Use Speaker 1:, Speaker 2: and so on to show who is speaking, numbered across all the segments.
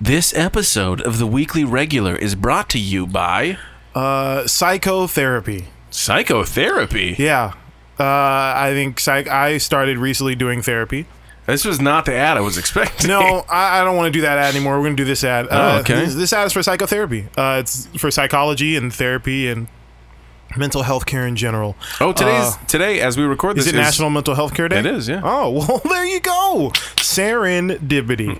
Speaker 1: This episode of the Weekly Regular is brought to you by
Speaker 2: Uh, psychotherapy.
Speaker 1: psychotherapy.
Speaker 2: Yeah. Uh, I think psych- I started recently doing therapy.
Speaker 1: This was not the ad I was expecting.
Speaker 2: No, I, I don't want to do that ad anymore. We're going to do this ad. Uh,
Speaker 1: Oh, okay.
Speaker 2: This, this ad is for psychotherapy. Uh, it's for psychology and therapy and mental health care in general.
Speaker 1: Oh, today's
Speaker 2: Uh,
Speaker 1: today as we record
Speaker 2: is
Speaker 1: this
Speaker 2: it National Mental Health Care Day?
Speaker 1: It is, yeah.
Speaker 2: Oh, well, there you go. Serendipity.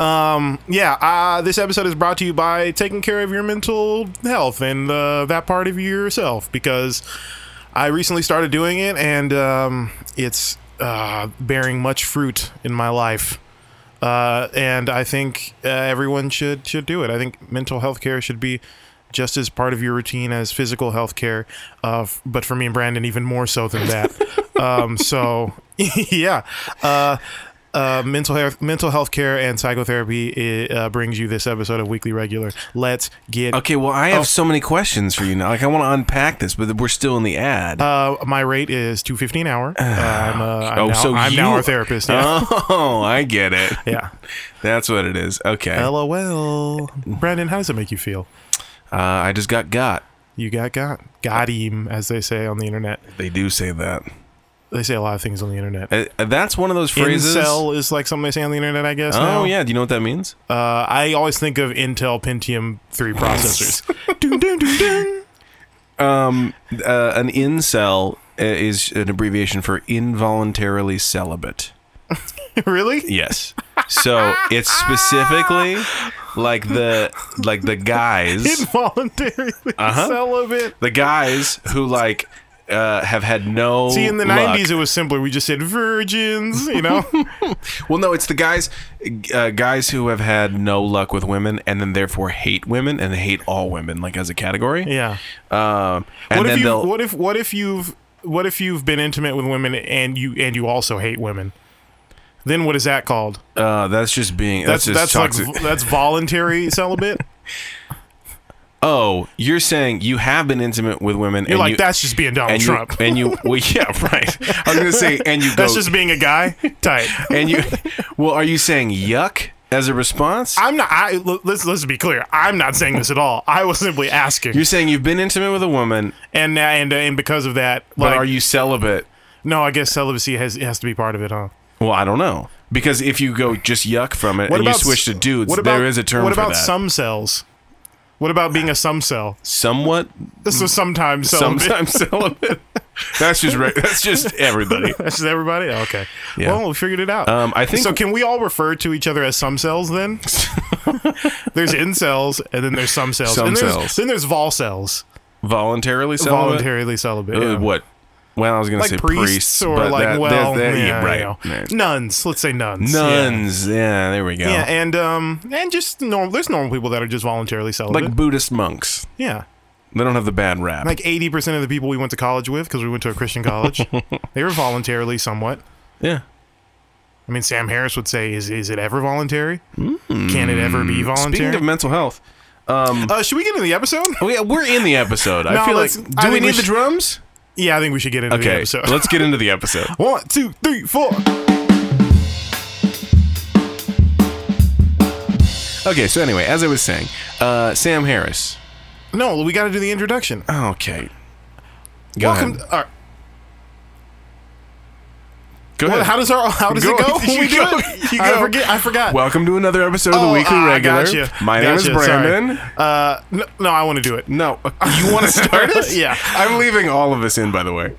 Speaker 2: um, yeah, uh, this episode is brought to you by taking care of your mental health and uh, that part of yourself because I recently started doing it and um, it's uh, bearing much fruit in my life. Uh, and I think uh, everyone should should do it. I think mental health care should be just as part of your routine as physical health care. Uh, f- but for me and Brandon, even more so than that. um, so yeah, uh, uh, mental health mental health care and psychotherapy i uh, brings you this episode of Weekly Regular. Let's get
Speaker 1: Okay, well, I have so many questions for you now. Like, I want to unpack this, but we're still in the ad.
Speaker 2: Uh, my rate is two fifteen hour. Uh, I'm, uh, I'm
Speaker 1: Oh,
Speaker 2: now,
Speaker 1: so
Speaker 2: I'm
Speaker 1: you-
Speaker 2: now our therapist. Yeah.
Speaker 1: Oh, I get it.
Speaker 2: yeah.
Speaker 1: That's what it is. Okay. Uh,
Speaker 2: LOL. Brandon, how does it make you feel?
Speaker 1: Uh, I just got got.
Speaker 2: You got got got him, as they say on the internet.
Speaker 1: They do say that.
Speaker 2: They say a lot of things on the internet.
Speaker 1: Uh, that's one of those phrases.
Speaker 2: Incel is like something they say on the internet, I guess. now.
Speaker 1: Oh, yeah. Do you know what that means?
Speaker 2: Uh, I always think of Intel Pentium three processors. Dun, dun, dun, dun.
Speaker 1: Um, uh, an incel uh, is an abbreviation for involuntarily celibate.
Speaker 2: really?
Speaker 1: Yes. So it's specifically like the like the guys
Speaker 2: Involuntarily
Speaker 1: Uh-huh.
Speaker 2: celibate.
Speaker 1: the guys who like uh, have had no
Speaker 2: See, in the
Speaker 1: luck.
Speaker 2: '90s, it was simpler. We just said virgins, you know.
Speaker 1: Well, no, it's the guys uh, guys who have had no luck with women and then therefore hate women and hate all women like as a category.
Speaker 2: yeah.
Speaker 1: Um, and
Speaker 2: what
Speaker 1: then
Speaker 2: if you?
Speaker 1: they'll
Speaker 2: What if? What if you've? What if you've been intimate with women and you and you also hate women? Then what is that called?
Speaker 1: uh, that's just being that's, just
Speaker 2: that's
Speaker 1: toxic.
Speaker 2: like that's voluntary celibate.
Speaker 1: oh, you're saying you have been intimate with women
Speaker 2: You're
Speaker 1: and
Speaker 2: like
Speaker 1: you,
Speaker 2: that's just being Donald
Speaker 1: and you,
Speaker 2: Trump.
Speaker 1: and you well yeah right i was gonna say and you go
Speaker 2: that's just being a guy. Tight.
Speaker 1: and you well are you saying yuck as a response
Speaker 2: I'm not. I l- let's let's be clear. I'm not saying this at all. I was simply asking,
Speaker 1: you're saying you've been intimate with a woman
Speaker 2: and uh, and uh, and because of that,
Speaker 1: but
Speaker 2: like,
Speaker 1: are you celibate
Speaker 2: no, I guess celibacy has has to be part of it, huh?
Speaker 1: well i don't know because if you go just yuck from it and you
Speaker 2: s-
Speaker 1: switch to dudes there is a term
Speaker 2: What
Speaker 1: for
Speaker 2: about
Speaker 1: that
Speaker 2: some cells? What about being a some cell?
Speaker 1: somewhat
Speaker 2: So sometimes celibate.
Speaker 1: sometimes celibate that's just right that's just everybody
Speaker 2: That's just everybody. Oh, Okay.
Speaker 1: Yeah.
Speaker 2: Well, we figured it out.
Speaker 1: Um, I think-
Speaker 2: so. Can we all refer to each other as some cells then? there's incels, and then there's some cells,
Speaker 1: Some
Speaker 2: and there's,
Speaker 1: cells.
Speaker 2: then there's vol cells,
Speaker 1: voluntarily celibate
Speaker 2: voluntarily celibate.
Speaker 1: Uh,
Speaker 2: yeah.
Speaker 1: what well i was gonna
Speaker 2: like
Speaker 1: say
Speaker 2: priests, or
Speaker 1: but
Speaker 2: like
Speaker 1: that- that-
Speaker 2: well,
Speaker 1: that-
Speaker 2: yeah,
Speaker 1: yeah,
Speaker 2: you know.
Speaker 1: right right.
Speaker 2: nuns. Let's say nuns.
Speaker 1: nuns yeah. there we go
Speaker 2: Yeah, yeah and um, and just normal. There's normal people that are just voluntarily celibate.
Speaker 1: like Buddhist monks.
Speaker 2: yeah,
Speaker 1: They don't have the bad rap.
Speaker 2: like eighty percent of the people we went to college with, because we went to a Christian college, they were voluntarily somewhat.
Speaker 1: yeah.
Speaker 2: I mean, Sam Harris would say, "Is is it ever voluntary? Can it ever
Speaker 1: Hmm.
Speaker 2: be
Speaker 1: Speaking
Speaker 2: voluntary?"
Speaker 1: of mental health,
Speaker 2: uh, should we get into the episode?
Speaker 1: oh yeah, we're in the episode. I
Speaker 2: No,
Speaker 1: feel like
Speaker 2: let's-
Speaker 1: do
Speaker 2: I
Speaker 1: we
Speaker 2: think we
Speaker 1: need the
Speaker 2: should-
Speaker 1: drums?
Speaker 2: Yeah, I think we should get into the
Speaker 1: Okay,
Speaker 2: episode.
Speaker 1: let's get into the episode.
Speaker 2: One, two, three, four.
Speaker 1: Okay, so anyway, as I was saying, uh, Sam Harris.
Speaker 2: No, we got to do the introduction.
Speaker 1: Okay, go
Speaker 2: Welcome.
Speaker 1: ahead.
Speaker 2: To, all right.
Speaker 1: Go
Speaker 2: Well,
Speaker 1: ahead.
Speaker 2: how does our how does
Speaker 1: Go.
Speaker 2: it go? when
Speaker 1: You
Speaker 2: we do
Speaker 1: go.
Speaker 2: it?
Speaker 1: You
Speaker 2: I
Speaker 1: go.
Speaker 2: forget. I forgot.
Speaker 1: Welcome to another episode of the
Speaker 2: Oh,
Speaker 1: Weekly
Speaker 2: ah, I
Speaker 1: Regular.
Speaker 2: gotcha.
Speaker 1: My name is
Speaker 2: Gotcha, sorry.
Speaker 1: Brandon.
Speaker 2: Uh, no, no, I want to do it.
Speaker 1: No, you want to start us?
Speaker 2: Yeah.
Speaker 1: I'm leaving all of this in, by the way.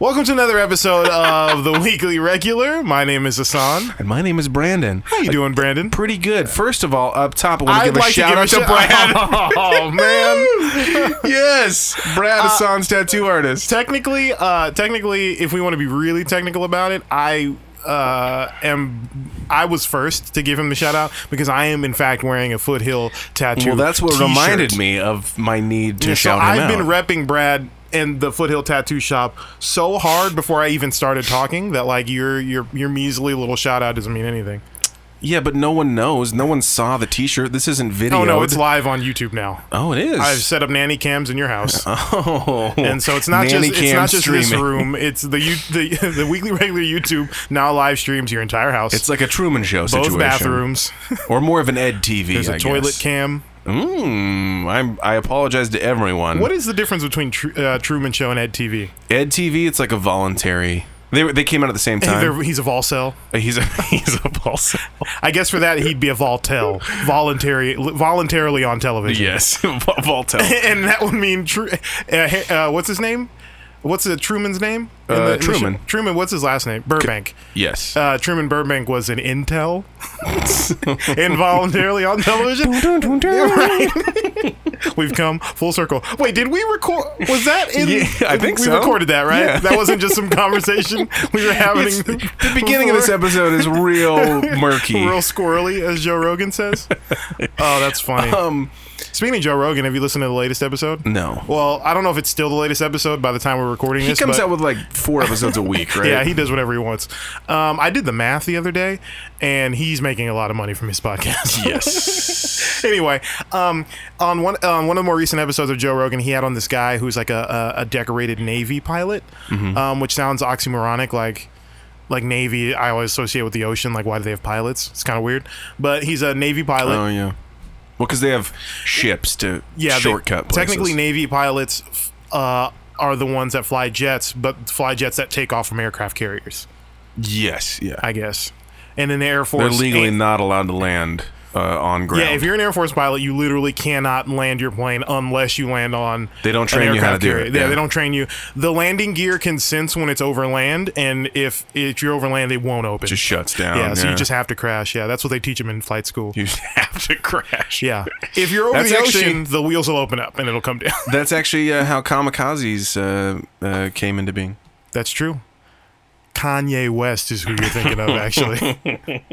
Speaker 2: Welcome to another episode of the Weekly Regular. My name is Hassan.
Speaker 1: And my name is Brandon.
Speaker 2: How you doing, Brandon?
Speaker 1: Pretty good. First of all, up top, I want to
Speaker 2: I'd
Speaker 1: give a
Speaker 2: like to
Speaker 1: shout
Speaker 2: give a
Speaker 1: out to
Speaker 2: shout-
Speaker 1: Brad.
Speaker 2: Oh, man.
Speaker 1: yes, Brad
Speaker 2: Uh,
Speaker 1: Hassan's tattoo artist.
Speaker 2: technically, uh, technically, if we want to be really technical about it, I uh, am I was first to give him the shout out because I am in fact wearing a foothill tattoo.
Speaker 1: Well, that's what
Speaker 2: t-shirt.
Speaker 1: reminded me of my need to
Speaker 2: So
Speaker 1: shout him
Speaker 2: I've
Speaker 1: out.
Speaker 2: been repping Brad and the Foothill Tattoo Shop so hard before I even started talking that like your your your measly little shout out doesn't mean anything.
Speaker 1: Yeah, but no one knows. No one saw the T-shirt. This isn't video.
Speaker 2: Oh no, it's live on YouTube now.
Speaker 1: Oh, it is.
Speaker 2: I've set up nanny cams in your house,
Speaker 1: oh,
Speaker 2: and so it's not
Speaker 1: Nanny
Speaker 2: just it's
Speaker 1: cam
Speaker 2: not just this
Speaker 1: streaming.
Speaker 2: room. It's the, you- the the weekly regular YouTube now live streams your entire house.
Speaker 1: It's like a Truman Show
Speaker 2: both
Speaker 1: situation,
Speaker 2: bathrooms.
Speaker 1: or more of an Ed TV.
Speaker 2: There's
Speaker 1: a
Speaker 2: a toilet cam.
Speaker 1: Mmm. I'm. I apologize to everyone.
Speaker 2: What is the difference between Tru- uh, Truman Show and Ed TV?
Speaker 1: Ed TV? It's like a voluntary. They were- they came out at the same time.
Speaker 2: They're- He's a Volcel.
Speaker 1: He's a he's a pulse.
Speaker 2: I guess for that he'd be a Voltel, voluntary, voluntarily on television.
Speaker 1: Yes, Voltel.
Speaker 2: and that would mean Tru- uh, hey, uh, what's his name? What's uh, Truman's name? In
Speaker 1: Uh,
Speaker 2: the- in the show-
Speaker 1: Truman.
Speaker 2: Truman. What's his last name? Burbank.
Speaker 1: Yes.
Speaker 2: Uh, Truman Burbank was an intel, involuntarily on television. We've come full circle. Wait, did we record? Was that in?
Speaker 1: Yeah, I think
Speaker 2: we
Speaker 1: so.
Speaker 2: recorded that, right?
Speaker 1: Yeah.
Speaker 2: That wasn't just some conversation we were having.
Speaker 1: It's- the beginning of this
Speaker 2: before?
Speaker 1: episode is real murky.
Speaker 2: Real squirrely, as Joe Rogan says. oh, that's funny.
Speaker 1: um.
Speaker 2: Speaking of Joe Rogan, have you listened to the latest episode?
Speaker 1: No.
Speaker 2: Well, I don't know if it's still the latest episode by the time we're recording
Speaker 1: He
Speaker 2: this.
Speaker 1: comes
Speaker 2: but-
Speaker 1: out with like four episodes a week, right?
Speaker 2: Yeah, he does whatever he wants. Um, I did the math the other day, and he's making a lot of money from his podcast.
Speaker 1: yes.
Speaker 2: anyway, um, on one on one of the more recent episodes of Joe Rogan, he had on this guy who's like a, a, a decorated Navy pilot,
Speaker 1: Mm-hmm.
Speaker 2: um, which sounds oxymoronic, like. Like Navy, I always associate with the ocean. Like, why do they have pilots? It's kind of weird. But he's a Navy pilot.
Speaker 1: Oh yeah. Well, because they have ships to
Speaker 2: yeah, they-
Speaker 1: shortcut. places.
Speaker 2: Technically, Navy pilots f- uh, are the ones that fly jets, but fly jets that take off from aircraft carriers,
Speaker 1: Yes. Yeah.
Speaker 2: I guess. And in the Air Force,
Speaker 1: They're legally
Speaker 2: ain't-
Speaker 1: not allowed to land uh, on ground.
Speaker 2: yeah. If you're an Air Force pilot, you literally cannot land your plane unless you land on.
Speaker 1: They don't
Speaker 2: an
Speaker 1: train you how to
Speaker 2: aircraft
Speaker 1: do
Speaker 2: carrier.
Speaker 1: it,
Speaker 2: Yeah,
Speaker 1: yeah.
Speaker 2: they don't train you. The landing gear can sense when it's over land, and if if you're over land, it won't open.
Speaker 1: just shuts down.
Speaker 2: yeah, so you just have to crash. Yeah, that's what they teach them in flight school.
Speaker 1: You just have to crash.
Speaker 2: yeah, if you're over
Speaker 1: That's
Speaker 2: the
Speaker 1: actually-
Speaker 2: ocean, the wheels will open up and it'll come down.
Speaker 1: That's actually uh, how kamikazes uh, uh, came into being.
Speaker 2: That's true. Kanye West is who you're thinking of, actually.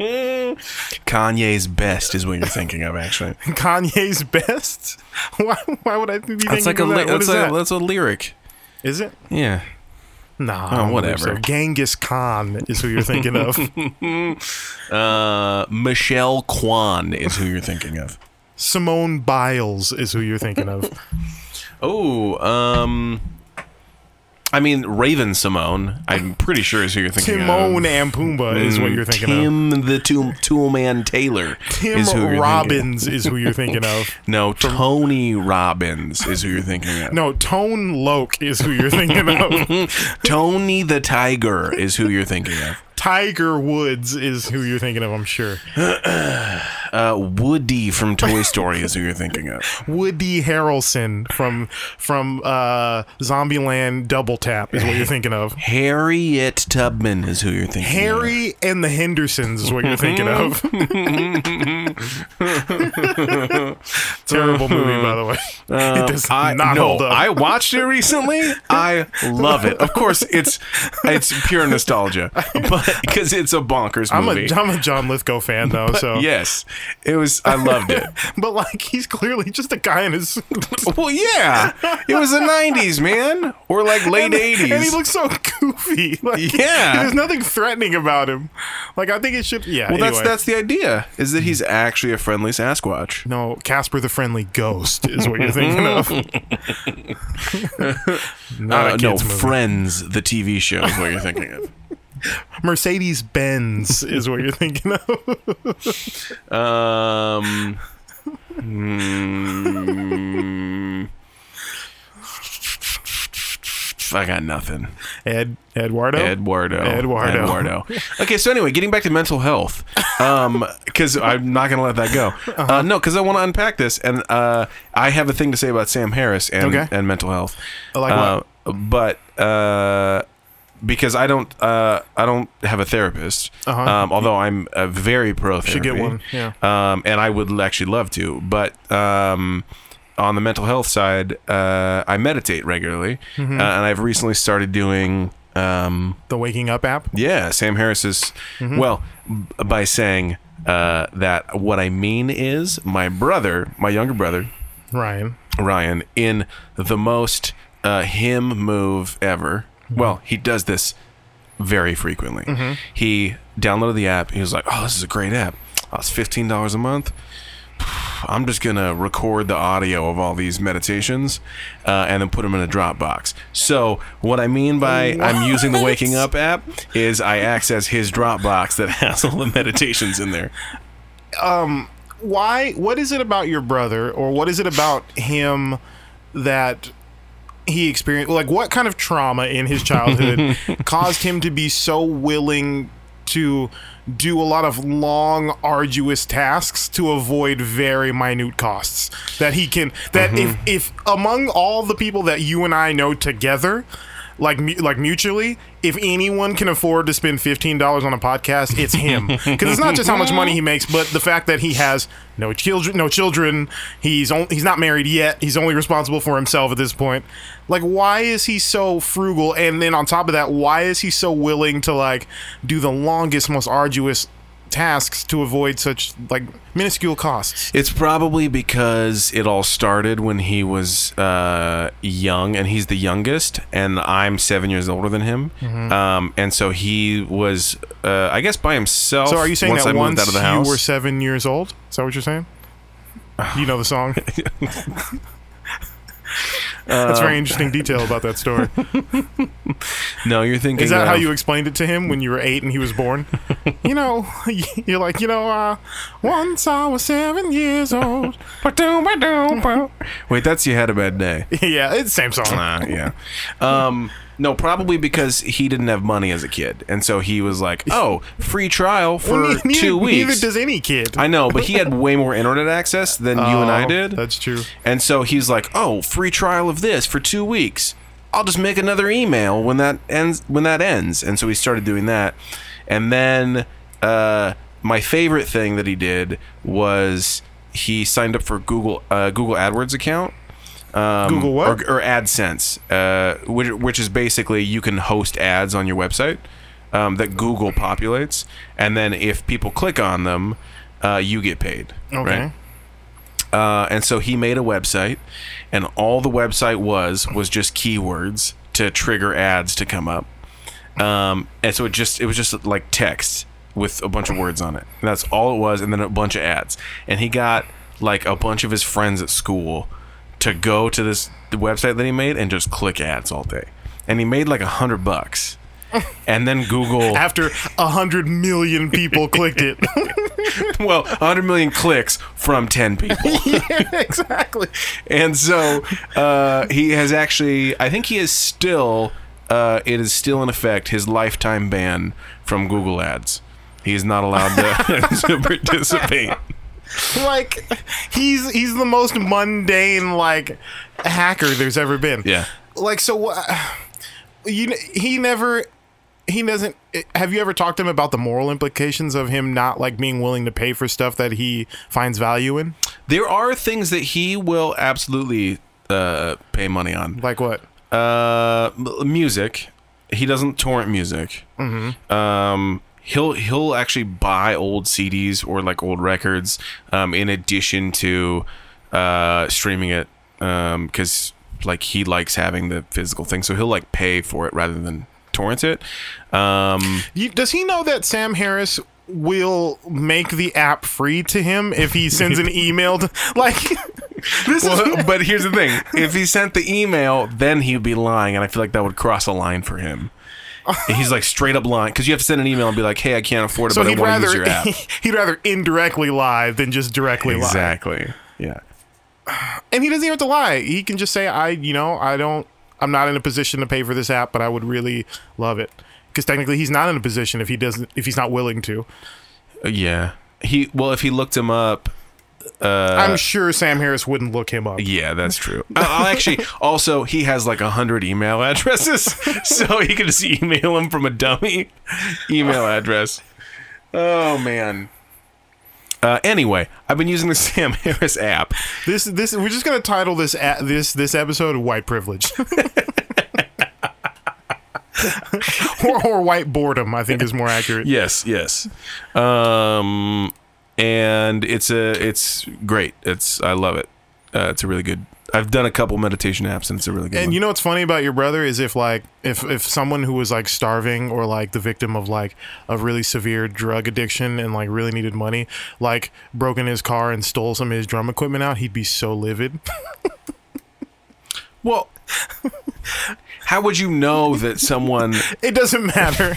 Speaker 1: Kanye's best is what you're thinking of, actually.
Speaker 2: Kanye's best? Why, why would I be thinking
Speaker 1: That's like a
Speaker 2: of
Speaker 1: li-
Speaker 2: that? What
Speaker 1: that's
Speaker 2: is
Speaker 1: like
Speaker 2: that?
Speaker 1: that's a lyric.
Speaker 2: Is it?
Speaker 1: Yeah.
Speaker 2: Nah. I
Speaker 1: Oh,
Speaker 2: don't believe
Speaker 1: whatever.
Speaker 2: so. Genghis Khan is who you're thinking of.
Speaker 1: Uh, Michelle Kwan is who you're thinking of.
Speaker 2: Simone Biles is who you're thinking of.
Speaker 1: Oh, um, I mean Raven Simone. I'm pretty sure is who you're thinking of. Mm,
Speaker 2: Timon and Pumbaa is what you're thinking of.
Speaker 1: Tim the Tool, tool Man Taylor
Speaker 2: Tim
Speaker 1: is who you're thinking of.
Speaker 2: Robbins is who you're thinking of.
Speaker 1: No, Tony Robbins is who you're thinking of.
Speaker 2: No, Tone Loke is who you're thinking of.
Speaker 1: Tony the Tiger is who you're thinking of.
Speaker 2: Tiger Woods is who you're thinking of, I'm sure.
Speaker 1: Uh, Woody from Toy Story is who you're thinking of.
Speaker 2: Woody Harrelson from from uh, Zombieland Double Tap is what you're thinking of.
Speaker 1: Harriet Tubman is who you're thinking of.
Speaker 2: Harry and the Hendersons is what you're thinking of. Terrible movie, by the way. it does
Speaker 1: Uh, I,
Speaker 2: not
Speaker 1: no,
Speaker 2: hold up.
Speaker 1: I watched it recently. I love it. Of course, it's it's pure nostalgia, but because it's a bonkers
Speaker 2: I'm
Speaker 1: movie.
Speaker 2: a, I'm a John Lithgow fan though, so
Speaker 1: yes, it was. I loved it.
Speaker 2: But like, he's clearly just a guy in his suit.
Speaker 1: Well, yeah, it was the '90s, man, or like late
Speaker 2: and, and he
Speaker 1: '80s.
Speaker 2: looks so goofy. Like,
Speaker 1: Yeah.
Speaker 2: there's nothing threatening about him. Like, I think it should. Yeah,
Speaker 1: Well, that's
Speaker 2: anyway.
Speaker 1: that's the idea. Is that he's actually a friendly Sasquatch?
Speaker 2: No, Casper the Friendly Ghost is what you're thinking of. Not
Speaker 1: Uh,
Speaker 2: a
Speaker 1: no,
Speaker 2: kid's movie.
Speaker 1: Friends, the TV show, is what you're thinking of.
Speaker 2: Mercedes Benz is what you're thinking of.
Speaker 1: Um. mm, I got nothing.
Speaker 2: Ed Eduardo.
Speaker 1: Eduardo.
Speaker 2: Eduardo.
Speaker 1: Eduardo. Okay, so anyway, getting back to mental health, um, because I'm not gonna let that go.
Speaker 2: Uh-huh.
Speaker 1: Uh, no, because I want to unpack this, and uh, I have a thing to say about Sam Harris and
Speaker 2: Okay.
Speaker 1: and mental health.
Speaker 2: Like what?
Speaker 1: Uh, but uh, because I don't, uh, I don't have a therapist.
Speaker 2: Uh-huh.
Speaker 1: Um, although I'm uh, very pro therapy.
Speaker 2: get one, yeah.
Speaker 1: Um, and I would l- actually love to, but. Um, on the mental health side, uh, I meditate regularly,
Speaker 2: Mm-hmm.
Speaker 1: uh, and I've recently started doing um,
Speaker 2: The Waking Up app.
Speaker 1: yeah, Sam Harris is
Speaker 2: Mm-hmm.
Speaker 1: well b- by saying uh, that. What I mean is, my brother, my younger brother
Speaker 2: Ryan.
Speaker 1: Ryan, in the most uh, him move ever. Well, he does this very frequently. He downloaded the app. He was like, "Oh, this is a great app. Oh, it's fifteen dollars a month. I'm just gonna record the audio of all these meditations, uh, and then put them in a Dropbox. So what I mean by I'm using the Waking Up app is I access his Dropbox that has all the meditations in there.
Speaker 2: why what is it about your brother or what is it about him that he experienced like what kind of trauma in his childhood caused him to be so willing to do a lot of long arduous tasks to avoid very minute costs that he can that if if among all the people that you and I know together like mu- like mutually if anyone can afford to spend $15 on a podcast it's him because it's not just how much money he makes but the fact that he has no children no children he's on, he's not married yet he's only responsible for himself at this point like why is he so frugal and then on top of that why is he so willing to like do the longest most arduous tasks to avoid such like minuscule costs
Speaker 1: It's probably because it all started when he was uh, young, and he's the youngest, and I'm seven years older than him.
Speaker 2: Mm-hmm.
Speaker 1: Um, and so he was, uh, I guess, by himself.
Speaker 2: so are you saying
Speaker 1: Oh, once I
Speaker 2: that once
Speaker 1: moved out of the house?
Speaker 2: you were seven years old is that what you're saying you know the song That's
Speaker 1: Um,
Speaker 2: a very interesting detail about that story.
Speaker 1: no, you're thinking.
Speaker 2: Is that how
Speaker 1: of-
Speaker 2: you explained it to him when you were eight and he was born? you know, you're like, you know, uh, once I was seven years old.
Speaker 1: Wait, that's you had a bad day.
Speaker 2: Mm-hmm. yeah, it's the same song.
Speaker 1: Nah, yeah. Um, no, probably because he didn't have money as a kid, and so he was like, "Oh, free trial for
Speaker 2: Well, neither,
Speaker 1: two
Speaker 2: Neither
Speaker 1: weeks."
Speaker 2: does any kid.
Speaker 1: I know, but he had way more internet access than you and I
Speaker 2: Oh,
Speaker 1: did.
Speaker 2: That's true.
Speaker 1: And so he's like, "Oh, free trial of this for 2 weeks. I'll just make another email when that ends when that ends." And so he started doing that. And then uh my favorite thing that he did was he signed up for Google uh, Google AdWords account. Um,
Speaker 2: Google what?
Speaker 1: Or, or AdSense, uh, which, which is basically you can host ads on your website um, that Google populates, and then if people click on them, uh, you get paid. Right?
Speaker 2: Okay.
Speaker 1: Uh, and so he made a website, and all the website was was just keywords to trigger ads to come up. Um, and so it just it was just like text with a bunch of words on it. And that's all it was, and then a bunch of ads. And he got like a bunch of his friends at school to go to this website that he made and just click ads all day. And he made like a hundred bucks. And then Google
Speaker 2: After a hundred million people clicked it.
Speaker 1: well, 100 million clicks from 10 people.
Speaker 2: yeah, exactly.
Speaker 1: and so uh, he has actually i think he is still uh, it is still in effect his lifetime ban from google ads he is not allowed to, to participate
Speaker 2: Like he's he's the most mundane like hacker there's ever been.
Speaker 1: yeah
Speaker 2: like so what you kn- he never he doesn't eh, have you ever talked to him about the moral implications of him not like being willing to pay for stuff that he finds value in
Speaker 1: there are things that he will absolutely uh, pay money on
Speaker 2: like what
Speaker 1: Uh, m- music. He doesn't torrent music. Mm-hmm. Um, he'll he'll actually buy old CDs or like old records. Um, in addition to uh streaming it. Um, because like he likes having the physical thing, so he'll like pay for it rather than torrent it. Um,
Speaker 2: you, does he know that sam harris will make the app free to him if he sends an email to, like this is
Speaker 1: well, but here's the thing: if he sent the email, then he'd be lying, and I feel like that would cross a line for him. He's like straight up lying because you have to send an email and be like, "Hey, I can't afford it,
Speaker 2: so
Speaker 1: but I
Speaker 2: he'd
Speaker 1: want to use
Speaker 2: rather
Speaker 1: your app."
Speaker 2: he'd rather indirectly lie than just directly lie
Speaker 1: Exactly. Yeah.
Speaker 2: and he doesn't even have to lie. He can just say, "I, you know, I don't, I'm not in a position to pay for this app, but I would really love it." Because technically, he's not in a position if he doesn't, if he's not willing to.
Speaker 1: Uh, Yeah. He well, if he looked him up,
Speaker 2: I'm sure Sam Harris wouldn't look him up.
Speaker 1: yeah, that's true. I- I'll actually also he has like a hundred email addresses, so he could just email him from a dummy email address. Oh man. Uh, anyway, I've been using the Sam Harris app.
Speaker 2: This, this, we're just gonna title this a this this episode "White Privilege." or, or white boredom, I think is more accurate.
Speaker 1: Yes, yes. Um, and it's a it's great. It's I love it. Uh, it's a really good. I've done a couple meditation apps, and it's a really good.
Speaker 2: And
Speaker 1: one.
Speaker 2: you know what's funny about your brother is if like if if someone who was like starving or like the victim of like a really severe drug addiction and like really needed money, like broke in his car and stole some of his drum equipment out, he'd be so livid.
Speaker 1: well, how would you know that someone
Speaker 2: It doesn't matter.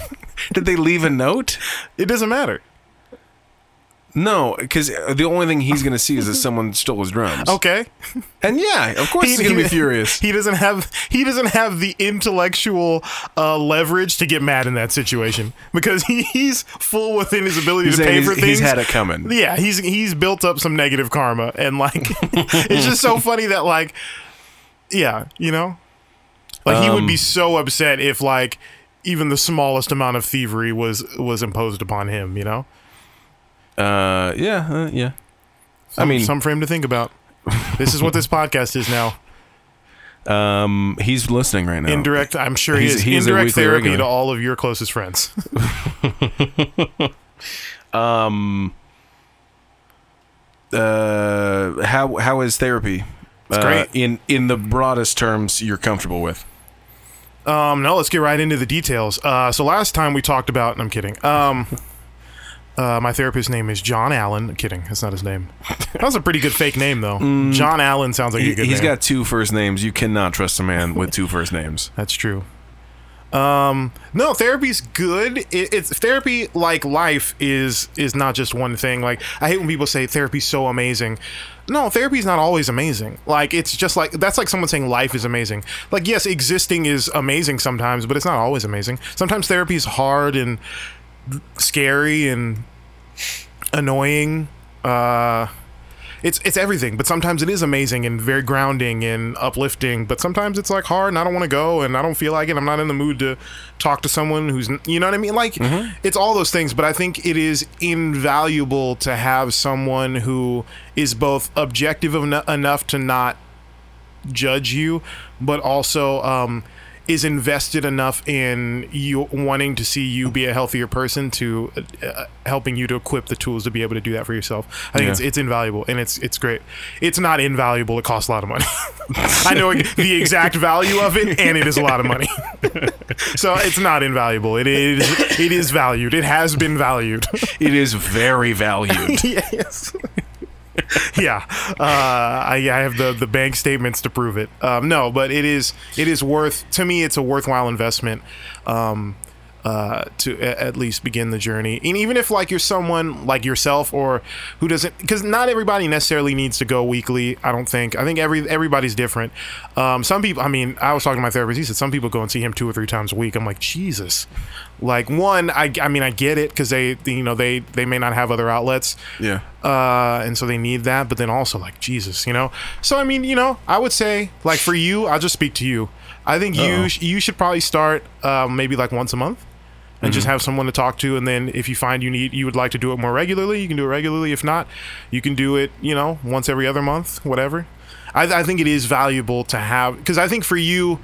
Speaker 1: did they leave a note?
Speaker 2: it doesn't matter.
Speaker 1: No, because the only thing he's going to see is that someone stole his drums.
Speaker 2: Okay.
Speaker 1: and yeah, of course he's going to be furious.
Speaker 2: He doesn't have he doesn't have the intellectual uh, leverage to get mad in that situation because he, he's full within his ability
Speaker 1: He's
Speaker 2: to
Speaker 1: saying
Speaker 2: pay
Speaker 1: he's-
Speaker 2: for
Speaker 1: he's
Speaker 2: things.
Speaker 1: had it coming.
Speaker 2: Yeah, he's he's built up some negative karma, and like it's just so funny that like yeah, you know, like he
Speaker 1: Um,
Speaker 2: would be so upset if like even the smallest amount of thievery was was imposed upon him. You know,
Speaker 1: Uh, yeah, uh, yeah. I mean,
Speaker 2: something for him to think about. This is what this podcast is now.
Speaker 1: um, he's listening right now.
Speaker 2: Indirect, I'm sure he
Speaker 1: He's-
Speaker 2: is.
Speaker 1: he is a
Speaker 2: Indirect
Speaker 1: weekly
Speaker 2: therapy
Speaker 1: regular.
Speaker 2: to all of your closest friends.
Speaker 1: uh, how how is therapy? It's
Speaker 2: great.
Speaker 1: in in the broadest terms you're comfortable with.
Speaker 2: Um, no, let's get right into the details. Uh, so last time we talked about, I'm kidding. Um, uh, my therapist's name is John Allen. I'm kidding, that's not his name. That was a pretty good fake name though. John Allen sounds like
Speaker 1: Mm. He,
Speaker 2: a good
Speaker 1: has
Speaker 2: name.
Speaker 1: got two first names. You cannot trust a man with two first names.
Speaker 2: that's true. Um, no, therapy's good. It, it's therapy, like life, is is not just one thing. Like I hate when people say therapy's so amazing. No, therapy's not always amazing. Like it's just like that's like someone saying life is amazing. Like yes, existing is amazing sometimes, but it's not always amazing. Sometimes therapy is hard and scary and annoying. Uh, it's it's everything, but sometimes it is amazing and very grounding and uplifting. But sometimes it's like hard, and I don't want to go, and I don't feel like it. I'm not in the mood to talk to someone who's you know what I mean. Like it's all those things, but I think it is invaluable to have someone who is both objective en- enough to not judge you, but also um, is invested enough in you wanting to see you be a healthier person to uh, uh, helping you to equip the tools to be able to do that for yourself. I think
Speaker 1: Yeah.
Speaker 2: it's it's invaluable and it's it's great. It's not invaluable. It costs a lot of money. I know the exact value of it, and it is a lot of money. so it's not invaluable. It is it is valued. It has been valued.
Speaker 1: It is very valued.
Speaker 2: yes. yeah, uh, I, I have the, the bank statements to prove it. Um, no, but it is it is worth to me. It's a worthwhile investment um, uh, to a- at least begin the journey. And even if like you're someone like yourself or who doesn't, because not everybody necessarily needs to go weekly. I don't think. I think every everybody's different. Um, some people. I mean, I was talking to my therapist. He said some people go and see him two or three times a week. I'm like Jesus. Like one, I, I mean, I get it because they you know they they may not have other outlets
Speaker 1: yeah.
Speaker 2: uh, and so they need that. But then also like Jesus, you know. So I mean, you know, I would say like for you, I'll just speak to you. I think you sh- you should probably start uh, maybe like once a month, and just have someone to talk to. And then if you find you need you would like to do it more regularly, you can do it regularly. If not, you can do it you know once every other month, whatever. I, I think it is valuable to have because I think for you,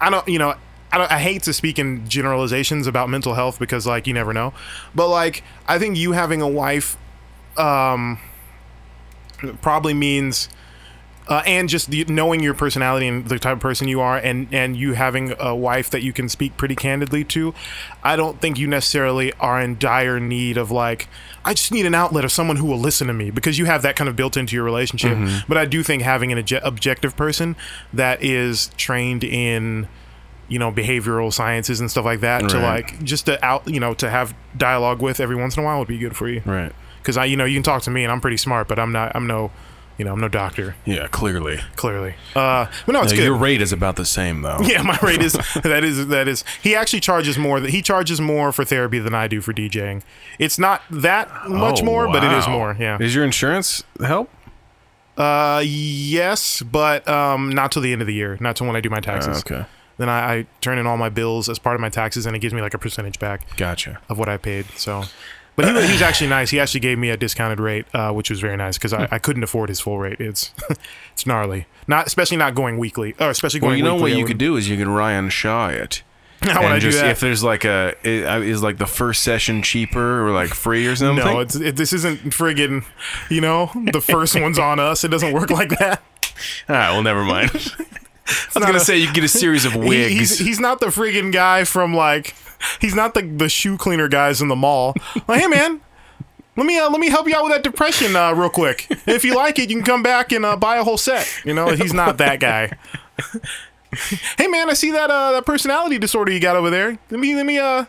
Speaker 2: I don't, you know, I, don't, I hate to speak in generalizations about mental health because, like, you never know. But, like, I think you having a wife um, probably means, uh, and just the, knowing your personality and the type of person you are, and, and you having a wife that you can speak pretty candidly to, I don't think you necessarily are in dire need of, like, I just need an outlet of someone who will listen to me because you have that kind of built into your relationship. But I do think having an obje- objective person that is trained in, you know behavioral sciences and stuff like that to
Speaker 1: Right.
Speaker 2: like just to out you know to have dialogue with every once in a while would be good for you
Speaker 1: Right.
Speaker 2: because i you know you can talk to me and i'm pretty smart but i'm not i'm no you know i'm no doctor
Speaker 1: Yeah. Clearly,
Speaker 2: clearly uh but no it's
Speaker 1: Uh,
Speaker 2: good
Speaker 1: your rate is about the same though.
Speaker 2: yeah my rate is that is that is he actually charges more that he charges more for therapy than i do for djing it's not that much
Speaker 1: Oh,
Speaker 2: more but it is
Speaker 1: wow.
Speaker 2: more yeah
Speaker 1: Is your insurance help?
Speaker 2: uh yes but um not till the end of the year not till when i do my taxes
Speaker 1: okay.
Speaker 2: then I, I turn in all my bills as part of my taxes and it gives me like a percentage back
Speaker 1: Gotcha.
Speaker 2: of what I paid. So, but he, was- he was actually nice. He actually gave me a discounted rate, uh, which was very nice because I, I couldn't afford his full rate. It's it's gnarly. Not especially not going weekly, or especially going.
Speaker 1: Well, you know
Speaker 2: weekly,
Speaker 1: what
Speaker 2: I
Speaker 1: you
Speaker 2: would-
Speaker 1: could do is you could Ryan Shaw it.
Speaker 2: How would
Speaker 1: And
Speaker 2: I do
Speaker 1: just,
Speaker 2: that?
Speaker 1: If there's like a i- is like the first session cheaper or like free or something.
Speaker 2: no, it's, it, this isn't friggin', you know, the first one's on us. It doesn't work like that.
Speaker 1: Ah, well, never mind. I was
Speaker 2: not
Speaker 1: gonna
Speaker 2: a-
Speaker 1: say you get a series of
Speaker 2: He-
Speaker 1: wigs.
Speaker 2: he's, he's not the friggin' guy from like, he's not the, the shoe cleaner guys in the mall. Like, hey man, let me uh, let me help you out with that depression uh, real quick. If you like it, you can come back and uh, buy a whole set. You know, he's not that guy. hey man, I see that uh, that personality disorder you got over there. Let me let me uh, let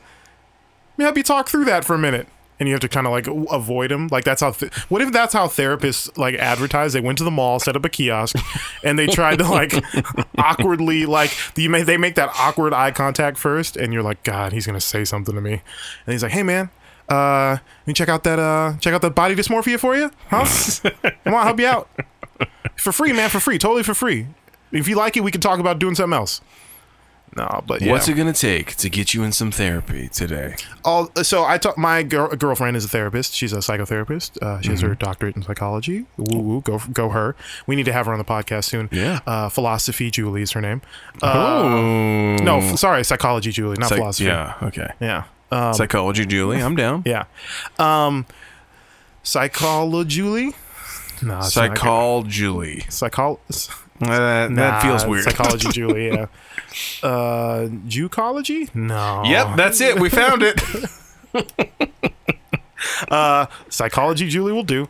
Speaker 2: me help you talk through that for a minute. And you have to kind of like w- avoid him. Like that's how. Th- what if that's how therapists like advertise? They went to the mall, set up a kiosk, and they tried to like awkwardly like you may they make that awkward eye contact first, and you're like, God, he's gonna say something to me. And he's like, Hey man, uh, let me check out that uh, check out that body dysmorphia for you, huh? Come on, help you out for free, man, for free, totally for free. If you like it, we can talk about doing something else. No, but yeah.
Speaker 1: What's it gonna take to get you in some therapy today?
Speaker 2: All, so I talk. My girl, girlfriend is a therapist. She's a psychotherapist. Uh, she has
Speaker 1: Mm-hmm.
Speaker 2: her doctorate in psychology. Woo woo, go go her. We need to have her on the podcast soon.
Speaker 1: Yeah.
Speaker 2: Uh, philosophy Julie is her name. Uh,
Speaker 1: oh
Speaker 2: No, f- sorry, psychology Julie, not
Speaker 1: Psych-
Speaker 2: philosophy.
Speaker 1: Yeah, okay.
Speaker 2: Yeah. Um,
Speaker 1: Psychology, Julie. I'm down.
Speaker 2: yeah. Um, psychology Julie. No, it's not good.
Speaker 1: Psychol Julie.
Speaker 2: Psychol.
Speaker 1: Uh, That,
Speaker 2: Nah,
Speaker 1: that feels weird.
Speaker 2: Psychology Julie. Yeah. uh, Jewcology? No.
Speaker 1: Yep, that's it. We found it.
Speaker 2: psychology Julie will do.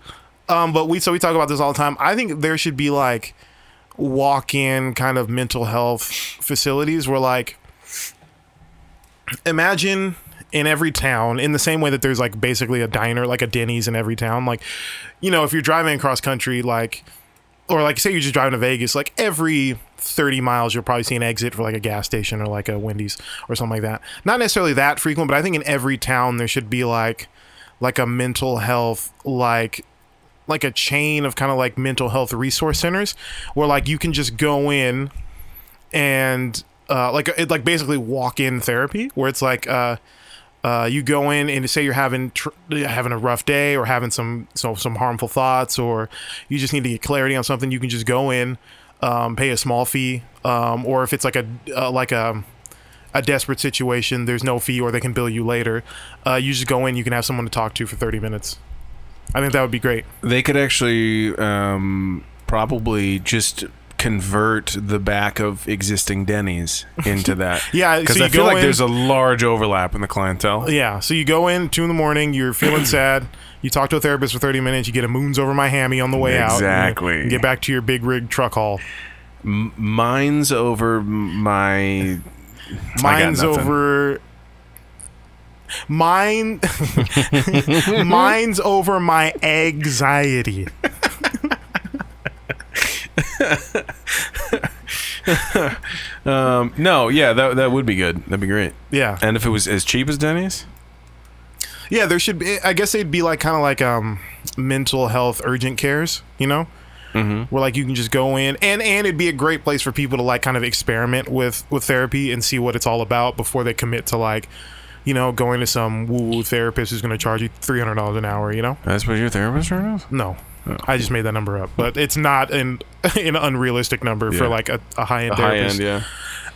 Speaker 2: Um, but we so we talk about this all the time. I think there should be like walk-in kind of mental health facilities where like imagine in every town in the same way that there's like basically a diner like a Denny's in every town like you know if you're driving across country like or like say you're just driving to Vegas like every 30 miles you'll probably see an exit for like a gas station or like a Wendy's or something like that not necessarily that frequent but I think in every town there should be like like a mental health like like a chain of kind of like mental health resource centers where like you can just go in and uh, like it like basically walk in therapy where it's like uh, uh, you go in and say you're having tr- having a rough day or having some so, some harmful thoughts or you just need to get clarity on something you can just go in um, pay a small fee um, or if it's like a uh, like a a desperate situation, there's no fee or they can bill you later. Uh, you just go in, you can have someone to talk to for 30 minutes. I think that would be great.
Speaker 1: They could actually um, probably just convert the back of existing Denny's into that.
Speaker 2: Yeah,
Speaker 1: because
Speaker 2: so
Speaker 1: I
Speaker 2: you
Speaker 1: feel
Speaker 2: go
Speaker 1: like
Speaker 2: in-
Speaker 1: there's a large overlap in the clientele.
Speaker 2: Yeah, so you go in, 2 in the morning, you're feeling sad. You talk to a therapist for 30 minutes, you get a moons over my hammy on the way out. and
Speaker 1: Exactly.
Speaker 2: you Get back to your big rig truck haul.
Speaker 1: M- mine's over m- my. got
Speaker 2: Mine's
Speaker 1: nothing.
Speaker 2: over. Mine. mine's over my anxiety.
Speaker 1: Um, no, yeah, that that would be good. That'd be great.
Speaker 2: Yeah.
Speaker 1: And if it was as cheap as Denny's,
Speaker 2: Yeah, there should be. I guess it'd be like kind of like um, mental health urgent cares, you know, mm-hmm. where like you can just go in, and and it'd be a great place for people to like kind of experiment with with therapy and see what it's all about before they commit to like, you know, going to some woo woo therapist who's going to charge you three hundred dollars an hour, you know.
Speaker 1: that's what your therapist right
Speaker 2: No,
Speaker 1: Oh.
Speaker 2: I just made that number up, but it's not an an unrealistic number for
Speaker 1: Yeah.
Speaker 2: like a, a high end
Speaker 1: High
Speaker 2: therapist.
Speaker 1: end,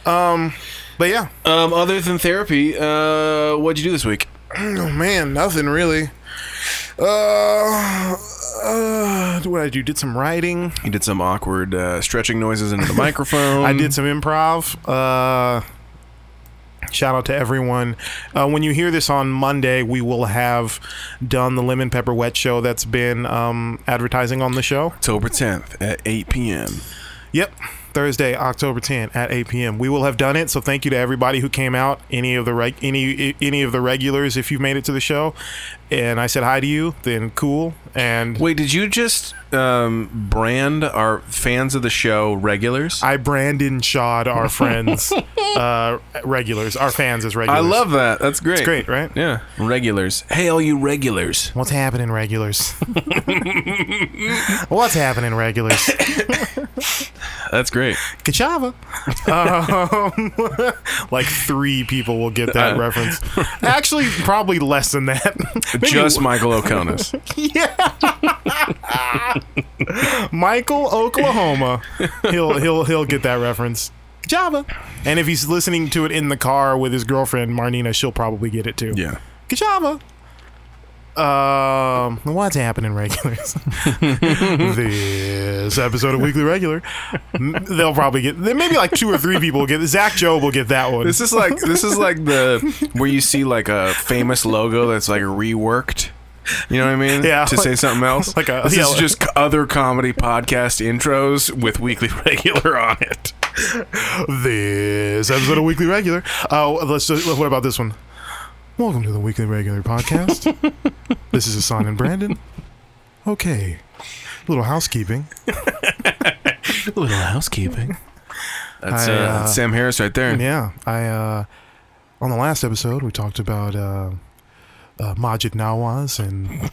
Speaker 1: yeah.
Speaker 2: But yeah,
Speaker 1: Um, other than therapy, uh, what'd you do this week?
Speaker 2: Oh man, nothing really. Uh, uh, what did I do? Did some writing.
Speaker 1: You did some awkward uh, stretching noises into the microphone.
Speaker 2: I did some improv. Uh, shout out to everyone. Uh, when you hear this on Monday, we will have done the Lemon Pepper Wet show that's been um, advertising on the show.
Speaker 1: October 10th at 8 p.m.
Speaker 2: Yep. Thursday, October 10 at 8 p.m. We will have done it. So thank you to everybody who came out, any of the reg- any any of the regulars if you've made it to the show. And I said hi to you, then cool. And
Speaker 1: Wait, did you just um, brand our fans of the show regulars? I,
Speaker 2: I Brandon Shod our friends, uh, regulars, our fans as regulars.
Speaker 1: love that. That's great. It's
Speaker 2: great, right?
Speaker 1: Yeah, regulars. Hey, all you regulars.
Speaker 2: What's happening, regulars? What's happening, regulars?
Speaker 1: That's great.
Speaker 2: Kachava. Um, like three people will get that
Speaker 1: Uh.
Speaker 2: reference. Actually, probably less than that. Maybe-
Speaker 1: Just Michael O'Connor's.
Speaker 2: yeah. Michael, Oklahoma. He'll he'll he'll get that reference. Java. And if he's listening to it in the car with his girlfriend Marnina, she'll probably get it too.
Speaker 1: yeah.
Speaker 2: Kachava. Um, what's happening, regulars? this episode of Weekly Regular, m- they'll probably get there. Maybe like two or three people will get. Zach Job will get that one.
Speaker 1: This is like this is like the where you see like a famous logo that's like reworked. You know what I mean?
Speaker 2: Yeah.
Speaker 1: To say something else.
Speaker 2: Like a-
Speaker 1: this
Speaker 2: yeah,
Speaker 1: is
Speaker 2: like-
Speaker 1: just c- other comedy podcast intros with weekly regular on it.
Speaker 2: this episode of Weekly Regular. Uh, let's. Just, what about this one? Welcome to the Weekly Regular podcast. this is Hassan and Brandon. Okay, little housekeeping.
Speaker 1: little housekeeping. That's,
Speaker 2: I,
Speaker 1: uh,
Speaker 2: uh,
Speaker 1: that's Sam Harris right there.
Speaker 2: Yeah, I uh, on the last episode we talked about uh, uh, Majid Nawaz and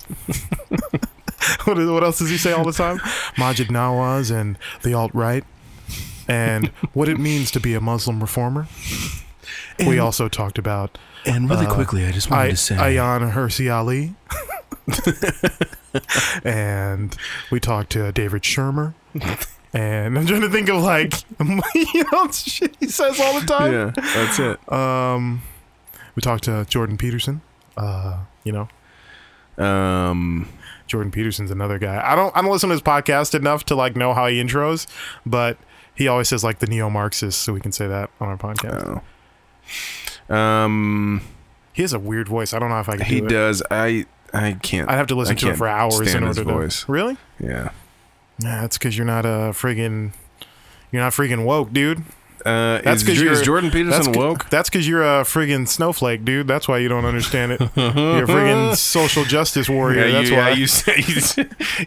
Speaker 2: what, is- what else does he say all the time? Majid Nawaz and the alt right and what it means to be a Muslim reformer. we also talked about
Speaker 1: And really
Speaker 2: Uh,
Speaker 1: quickly, I just
Speaker 2: I- uh, Ayan Hersey Ali. and we talked to David Shermer. And I'm trying to think of like, you know, shit he says all the time.
Speaker 1: yeah, that's it.
Speaker 2: Um, we talked to Jordan Peterson. Uh, you know,
Speaker 1: Um,
Speaker 2: Jordan Peterson's another guy. I don't I don't listen to his podcast enough to like know how he intros, but he always says like the neo Marxist, so we can say that on our podcast.
Speaker 1: oh. Um,
Speaker 2: he has a weird voice. I don't know if I can.
Speaker 1: he
Speaker 2: do it.
Speaker 1: does. I I can't.
Speaker 2: I'd have to listen
Speaker 1: I
Speaker 2: to it
Speaker 1: can't
Speaker 2: for hours in
Speaker 1: stand
Speaker 2: order
Speaker 1: his
Speaker 2: to.
Speaker 1: voice.
Speaker 2: Really?
Speaker 1: yeah.
Speaker 2: Yeah, that's because you're not a friggin' you're not friggin' woke, dude.
Speaker 1: Uh,
Speaker 2: That's
Speaker 1: that's
Speaker 2: 'cause
Speaker 1: is,
Speaker 2: you're-
Speaker 1: is Jordan
Speaker 2: That's
Speaker 1: Peterson
Speaker 2: c-
Speaker 1: woke?
Speaker 2: That's because you're a friggin' snowflake, dude. That's why you don't understand it. you're a friggin' social justice warrior. that's
Speaker 1: you,
Speaker 2: why.
Speaker 1: yeah, you say,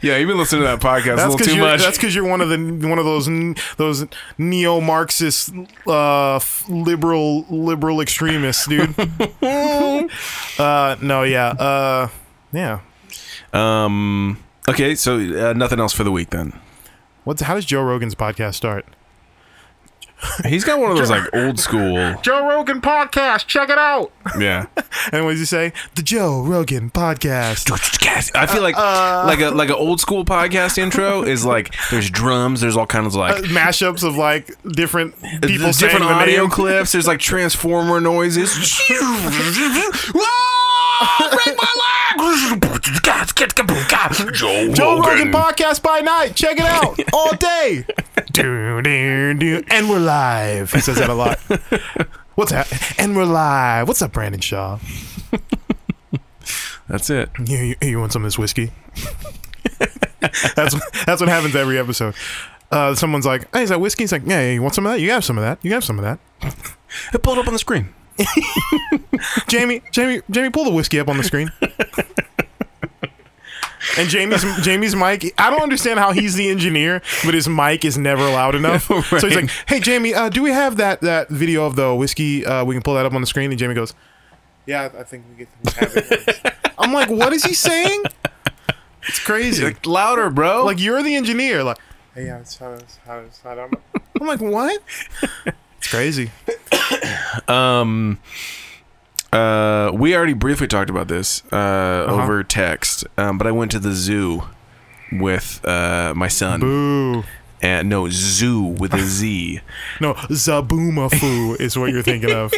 Speaker 1: yeah, you've been listening to that podcast a
Speaker 2: That's
Speaker 1: little
Speaker 2: because
Speaker 1: too
Speaker 2: you're,
Speaker 1: much.
Speaker 2: that's 'cause you're one of the one of those n- those neo-Marxist uh, f- liberal liberal extremists, dude. uh, no, yeah, uh, yeah.
Speaker 1: um, okay, so uh, nothing else for the week then.
Speaker 2: What's how does Joe Rogan's podcast start?
Speaker 1: He's got one of those like old school.
Speaker 2: Joe Rogan podcast, check it out.
Speaker 1: Yeah,
Speaker 2: And what does he say? The Joe Rogan podcast.
Speaker 1: I feel
Speaker 2: Uh,
Speaker 1: like like a like an old school podcast intro is like there's drums, there's all kinds of like
Speaker 2: Mashups of like different Uh, people,
Speaker 1: there's different
Speaker 2: saying the
Speaker 1: audio
Speaker 2: name.
Speaker 1: clips. There's like transformer noises. Ah, break my leg! Joe,
Speaker 2: Joe Rogan podcast by night. Check it out all day. do, do, do. And we're live. He says that a lot. What's that? And we're live. What's up, Brandon Shaw?
Speaker 1: That's it.
Speaker 2: You, you, you want some of this whiskey? that's that's what happens every episode. Uh, someone's like, "Hey, is that whiskey?" He's like, "Yeah, yeah, you want some of that? You have some of that. You have some of that."
Speaker 1: It pulled up on the screen.
Speaker 2: Jamie, Jamie, Jamie, pull the whiskey up on the screen. And Jamie's Jamie's mic. I don't understand how he's the engineer, but his mic is never loud enough. So he's like, "Hey Jamie, uh, do we have that that video of the whiskey? Uh, we can pull that up on the screen." And Jamie goes, "Yeah, I think we get have it." I'm like, "What is he saying?" It's crazy. Like,
Speaker 1: Like louder, bro.
Speaker 2: you're the engineer. Like
Speaker 3: Hey, yeah, it's how it's how it's how
Speaker 2: I'm like, what? It's crazy.
Speaker 1: um uh we already briefly talked about this uh
Speaker 2: Uh-huh.
Speaker 1: over text um but i went to the zoo with uh my son
Speaker 2: Boo.
Speaker 1: and no zoo with a z
Speaker 2: No, Zaboomafu is what you're thinking of.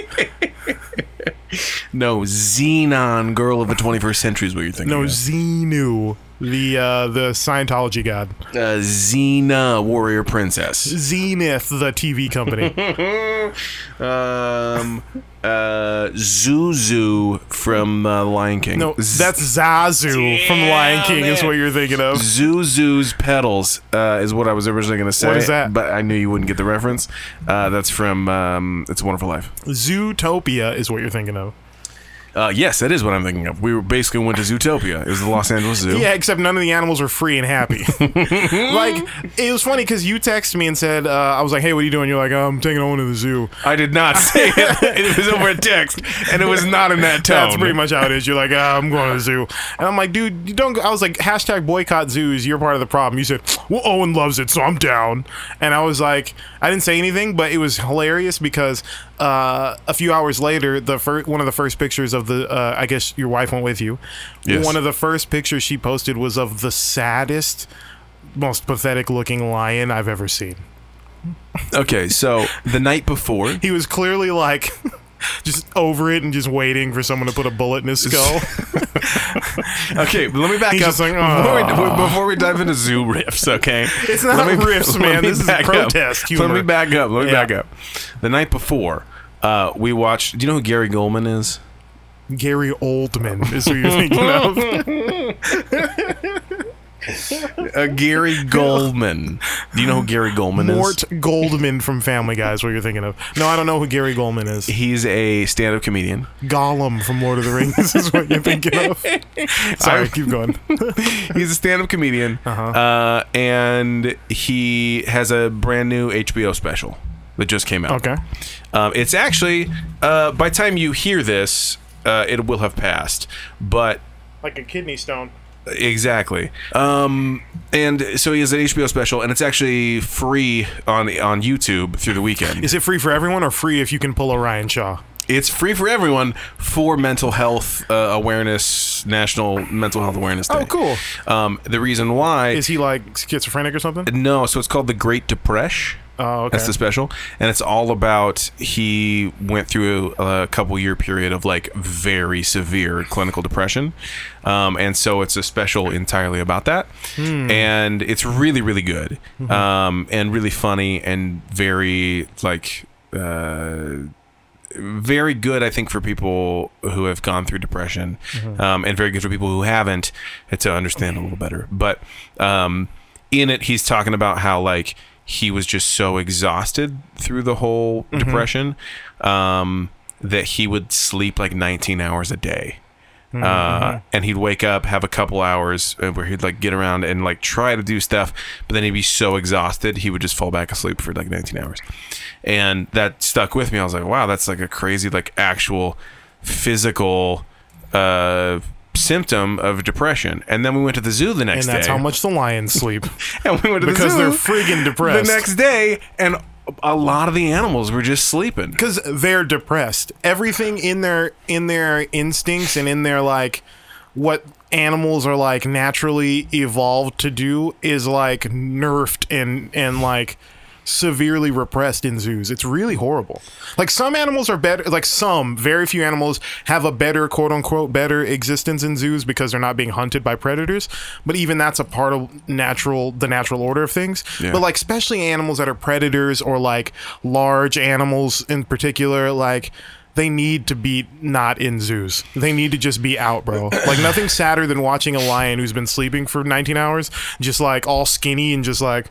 Speaker 1: no xenon girl of the 21st century is what you're thinking
Speaker 2: No,
Speaker 1: of.
Speaker 2: Xenu, the uh, the Scientology god.
Speaker 1: uh, xena warrior princess
Speaker 2: Zenith, the TV company.
Speaker 1: um uh zuzu from uh, lion king
Speaker 2: No,
Speaker 1: Z-
Speaker 2: that's Zazu from Lion King is
Speaker 1: man.
Speaker 2: what you're thinking of.
Speaker 1: Zuzu's Petals uh, is what I was originally going to say.
Speaker 2: is that?
Speaker 1: But I knew you wouldn't get the reference. Uh, that's from um, It's a Wonderful Life.
Speaker 2: Zootopia is what you're thinking of.
Speaker 1: Uh, yes, that is what I'm thinking of. We were basically went to Zootopia. It was the Los Angeles Zoo.
Speaker 2: Yeah, except none of the animals are free and happy. like it was funny because you texted me and said uh, I was like, "Hey, what are you doing?" You're like, "Oh, "I'm taking Owen to the zoo."
Speaker 1: I did not say it. It was over a text, and it was not in that tone.
Speaker 2: That's pretty much how it is. You're like, uh, I'm going to the zoo. And I'm like, dude, you don't. go-" I was like, hashtag boycott zoos. You're part of the problem. You said, well, Owen loves it, so I'm down. And I was like, I didn't say anything, but it was hilarious because uh, a few hours later, the fir- one of the first pictures of the, uh, I guess your wife went with you.
Speaker 1: Yes.
Speaker 2: One of the first pictures she posted was of the saddest, most pathetic looking lion I've ever seen.
Speaker 1: Okay, so the night before,
Speaker 2: He was clearly like just over it and just waiting for someone to put a bullet in his skull.
Speaker 1: Okay, but let me back
Speaker 2: He's
Speaker 1: up
Speaker 2: just like,
Speaker 1: before,
Speaker 2: "Aw."
Speaker 1: we, before we dive into zoo riffs. Okay,
Speaker 2: It's not riffs, man. This is
Speaker 1: back
Speaker 2: protest
Speaker 1: up.
Speaker 2: humor.
Speaker 1: Let me back up. Let me
Speaker 2: Yeah.
Speaker 1: back up. The night before, uh, we watched. Do you know who Gary Goldman is?
Speaker 2: Gary Oldman is who you're thinking of.
Speaker 1: Uh, Gary Goldman. Do you know who Gary Goldman
Speaker 2: Mort
Speaker 1: is?
Speaker 2: Goldman from Family Guy is what you're thinking of. No, I don't know who Gary Goldman is.
Speaker 1: He's a stand-up comedian.
Speaker 2: Gollum from Lord of the Rings is what you're thinking of. Sorry,
Speaker 1: I-
Speaker 2: keep going.
Speaker 1: He's a stand-up comedian, uh
Speaker 2: Uh-huh.
Speaker 1: and he has a brand new HBO special that just came out.
Speaker 2: Okay.
Speaker 1: Um, it's actually uh, by the time you hear this, uh, it will have passed. But
Speaker 3: Like a kidney stone.
Speaker 1: Exactly. Um, and so he has an HBO special, and it's actually free on on YouTube through the weekend.
Speaker 2: Is it free for everyone or free if you can pull a Ryan Shaw?
Speaker 1: It's free for everyone for Mental Health uh, Awareness National Mental Health Awareness Day.
Speaker 2: Oh, cool.
Speaker 1: Um, the reason why
Speaker 2: Is he like schizophrenic or something?
Speaker 1: no, so it's called the Great Depression.
Speaker 2: Oh, okay.
Speaker 1: That's the special, and it's all about he went through a, a couple year period of like very severe clinical depression, um, and so it's a special entirely about that,
Speaker 2: Hmm.
Speaker 1: and it's really really good,
Speaker 2: Mm-hmm.
Speaker 1: um, and really funny and very like. Uh, very good, I think, for people who have gone through depression, um, and very good for people who haven't uh, to understand a little better. But um, in it, he's talking about how like he was just so exhausted through the whole depression um, that he would sleep like 19 hours a day.
Speaker 2: Mm-hmm,
Speaker 1: Uh, and he'd wake up, have a couple hours uh, where he'd like get around and like try to do stuff, but then he'd be so exhausted he would just fall back asleep for like 19 hours, and that stuck with me. I was like, wow, that's like a crazy like actual physical uh, symptom of depression. And then we went to the zoo the
Speaker 2: and
Speaker 1: next
Speaker 2: that's
Speaker 1: day,
Speaker 2: how much the lions sleep
Speaker 1: and we went to
Speaker 2: because
Speaker 1: the
Speaker 2: they're
Speaker 1: zoo
Speaker 2: friggin'
Speaker 1: the
Speaker 2: depressed.
Speaker 1: next day, and a lot of the animals were just sleeping.
Speaker 2: because they're depressed. Everything in their in their instincts and in their like what animals are like naturally evolved to do is like nerfed and and like severely repressed in zoos. It's really horrible. Like some animals are better like some very few animals have a better quote unquote better existence in zoos because they're not being hunted by predators, but even that's a part of natural the natural order of things.
Speaker 1: Yeah.
Speaker 2: But like like especially animals that are predators or like large animals in particular like they need to be not in zoos. They need to just be out, bro. Like nothing sadder than watching a lion who's been sleeping for 19 hours, just like all skinny and just like,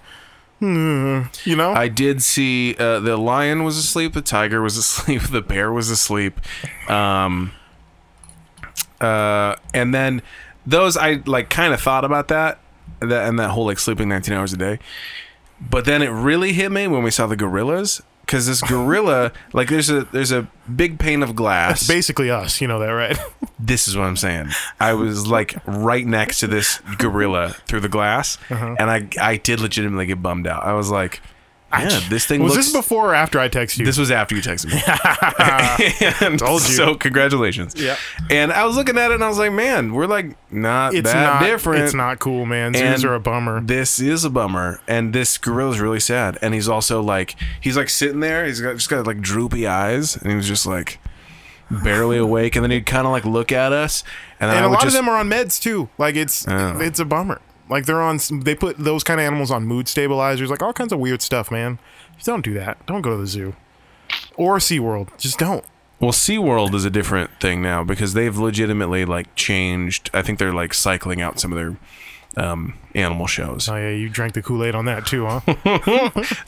Speaker 2: hmm, you know.
Speaker 1: I did see uh, the lion was asleep, the tiger was asleep, the bear was asleep, um, uh, and then those I like kind of thought about that, that and that whole like sleeping 19 hours a day, but then it really hit me when we saw the gorillas because this gorilla like there's a there's a big pane of glass.
Speaker 2: Basically us, you know that, right?
Speaker 1: this is what I'm saying. I was like right next to this gorilla through the glass,
Speaker 2: Uh-huh.
Speaker 1: and I I did legitimately get bummed out. I was like. Yeah, this thing
Speaker 2: Was
Speaker 1: looks-
Speaker 2: this before or after I text you?
Speaker 1: this was after you texted me. and
Speaker 2: Told you.
Speaker 1: So congratulations.
Speaker 2: Yeah.
Speaker 1: And I was looking at it and I was like, man, we're like not
Speaker 2: it's
Speaker 1: that
Speaker 2: not
Speaker 1: different.
Speaker 2: It's not cool, man.
Speaker 1: And
Speaker 2: Zoos are a bummer.
Speaker 1: This is a bummer. And this gorilla's really sad. And he's also like he's like sitting there, he's got just got like droopy eyes, and he was just like barely awake. And then he'd kinda like look at us and, I
Speaker 2: and a
Speaker 1: would
Speaker 2: lot
Speaker 1: just,
Speaker 2: of them are on meds too. Like it's
Speaker 1: Oh.
Speaker 2: it's a bummer. Like they're on. They put those kind of animals on mood stabilizers, like all kinds of weird stuff, man. Just don't do that. Don't go to the zoo or SeaWorld. Just don't.
Speaker 1: Well, SeaWorld is a different thing now because they've legitimately like changed I think they're like cycling out some of their um, animal shows.
Speaker 2: Oh yeah, you drank the Kool Aid on that too, huh?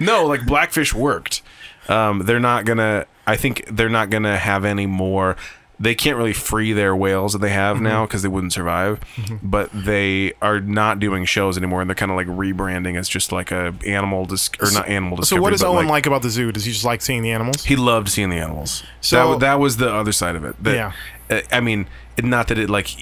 Speaker 1: No, like Blackfish worked. Um, they're not gonna. I think they're not gonna have any more. They can't really free their whales that they have
Speaker 2: Mm-hmm.
Speaker 1: now because they wouldn't survive. But they are not doing shows anymore, and they're kind of like rebranding as just like a animal dis- or not animal
Speaker 2: so
Speaker 1: discovery.
Speaker 2: what does
Speaker 1: but,
Speaker 2: Owen like, about the zoo? Does he just like seeing the animals?
Speaker 1: He loved seeing the animals.
Speaker 2: So-
Speaker 1: So that, wa- that was the other side of it. That-
Speaker 2: Yeah.
Speaker 1: uh, I mean, it- not that it like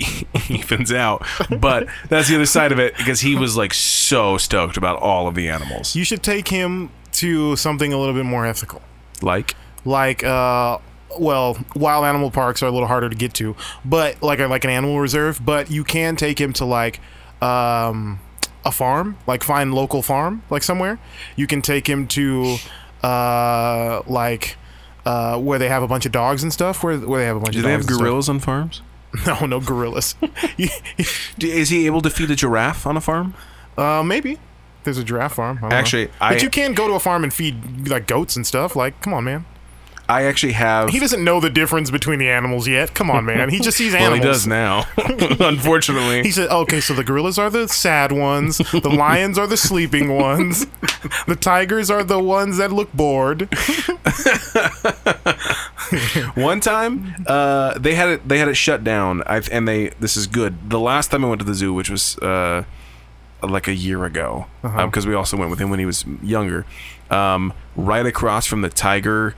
Speaker 1: evens out, but that's the other side of it because he was like so stoked about all of the animals.
Speaker 2: You should take him to something a little bit more ethical.
Speaker 1: Like,
Speaker 2: like uh well, wild animal parks are a little harder to get to, but like like an animal reserve, but you can take him to like um a farm, like find local farm, like somewhere. You can take him to uh like uh, where they have a bunch of dogs and stuff. Where where they have a bunch
Speaker 1: Do
Speaker 2: of
Speaker 1: they
Speaker 2: dogs
Speaker 1: have
Speaker 2: and stuff.
Speaker 1: gorillas on farms?
Speaker 2: No, no gorillas.
Speaker 1: D- Is he able to feed a giraffe on a farm?
Speaker 2: uh, maybe there's a giraffe farm. I don't know.
Speaker 1: Actually, I-
Speaker 2: but you can go to a farm and feed like goats and stuff. Like, come on, man.
Speaker 1: I actually have.
Speaker 2: He doesn't know the difference between the animals yet. Come on, man. He just sees
Speaker 1: well,
Speaker 2: animals.
Speaker 1: he does now. Unfortunately,
Speaker 2: He said, oh, okay, so the gorillas are the sad ones, the lions are the sleeping ones, the tigers are the ones that look bored.
Speaker 1: One time, uh, they had it. They had it shut down. I've, and they. This is good. The last time I went to the zoo, which was uh, like a year ago,
Speaker 2: Uh-huh.
Speaker 1: because we also went with him when he was younger. Um, right across from the tiger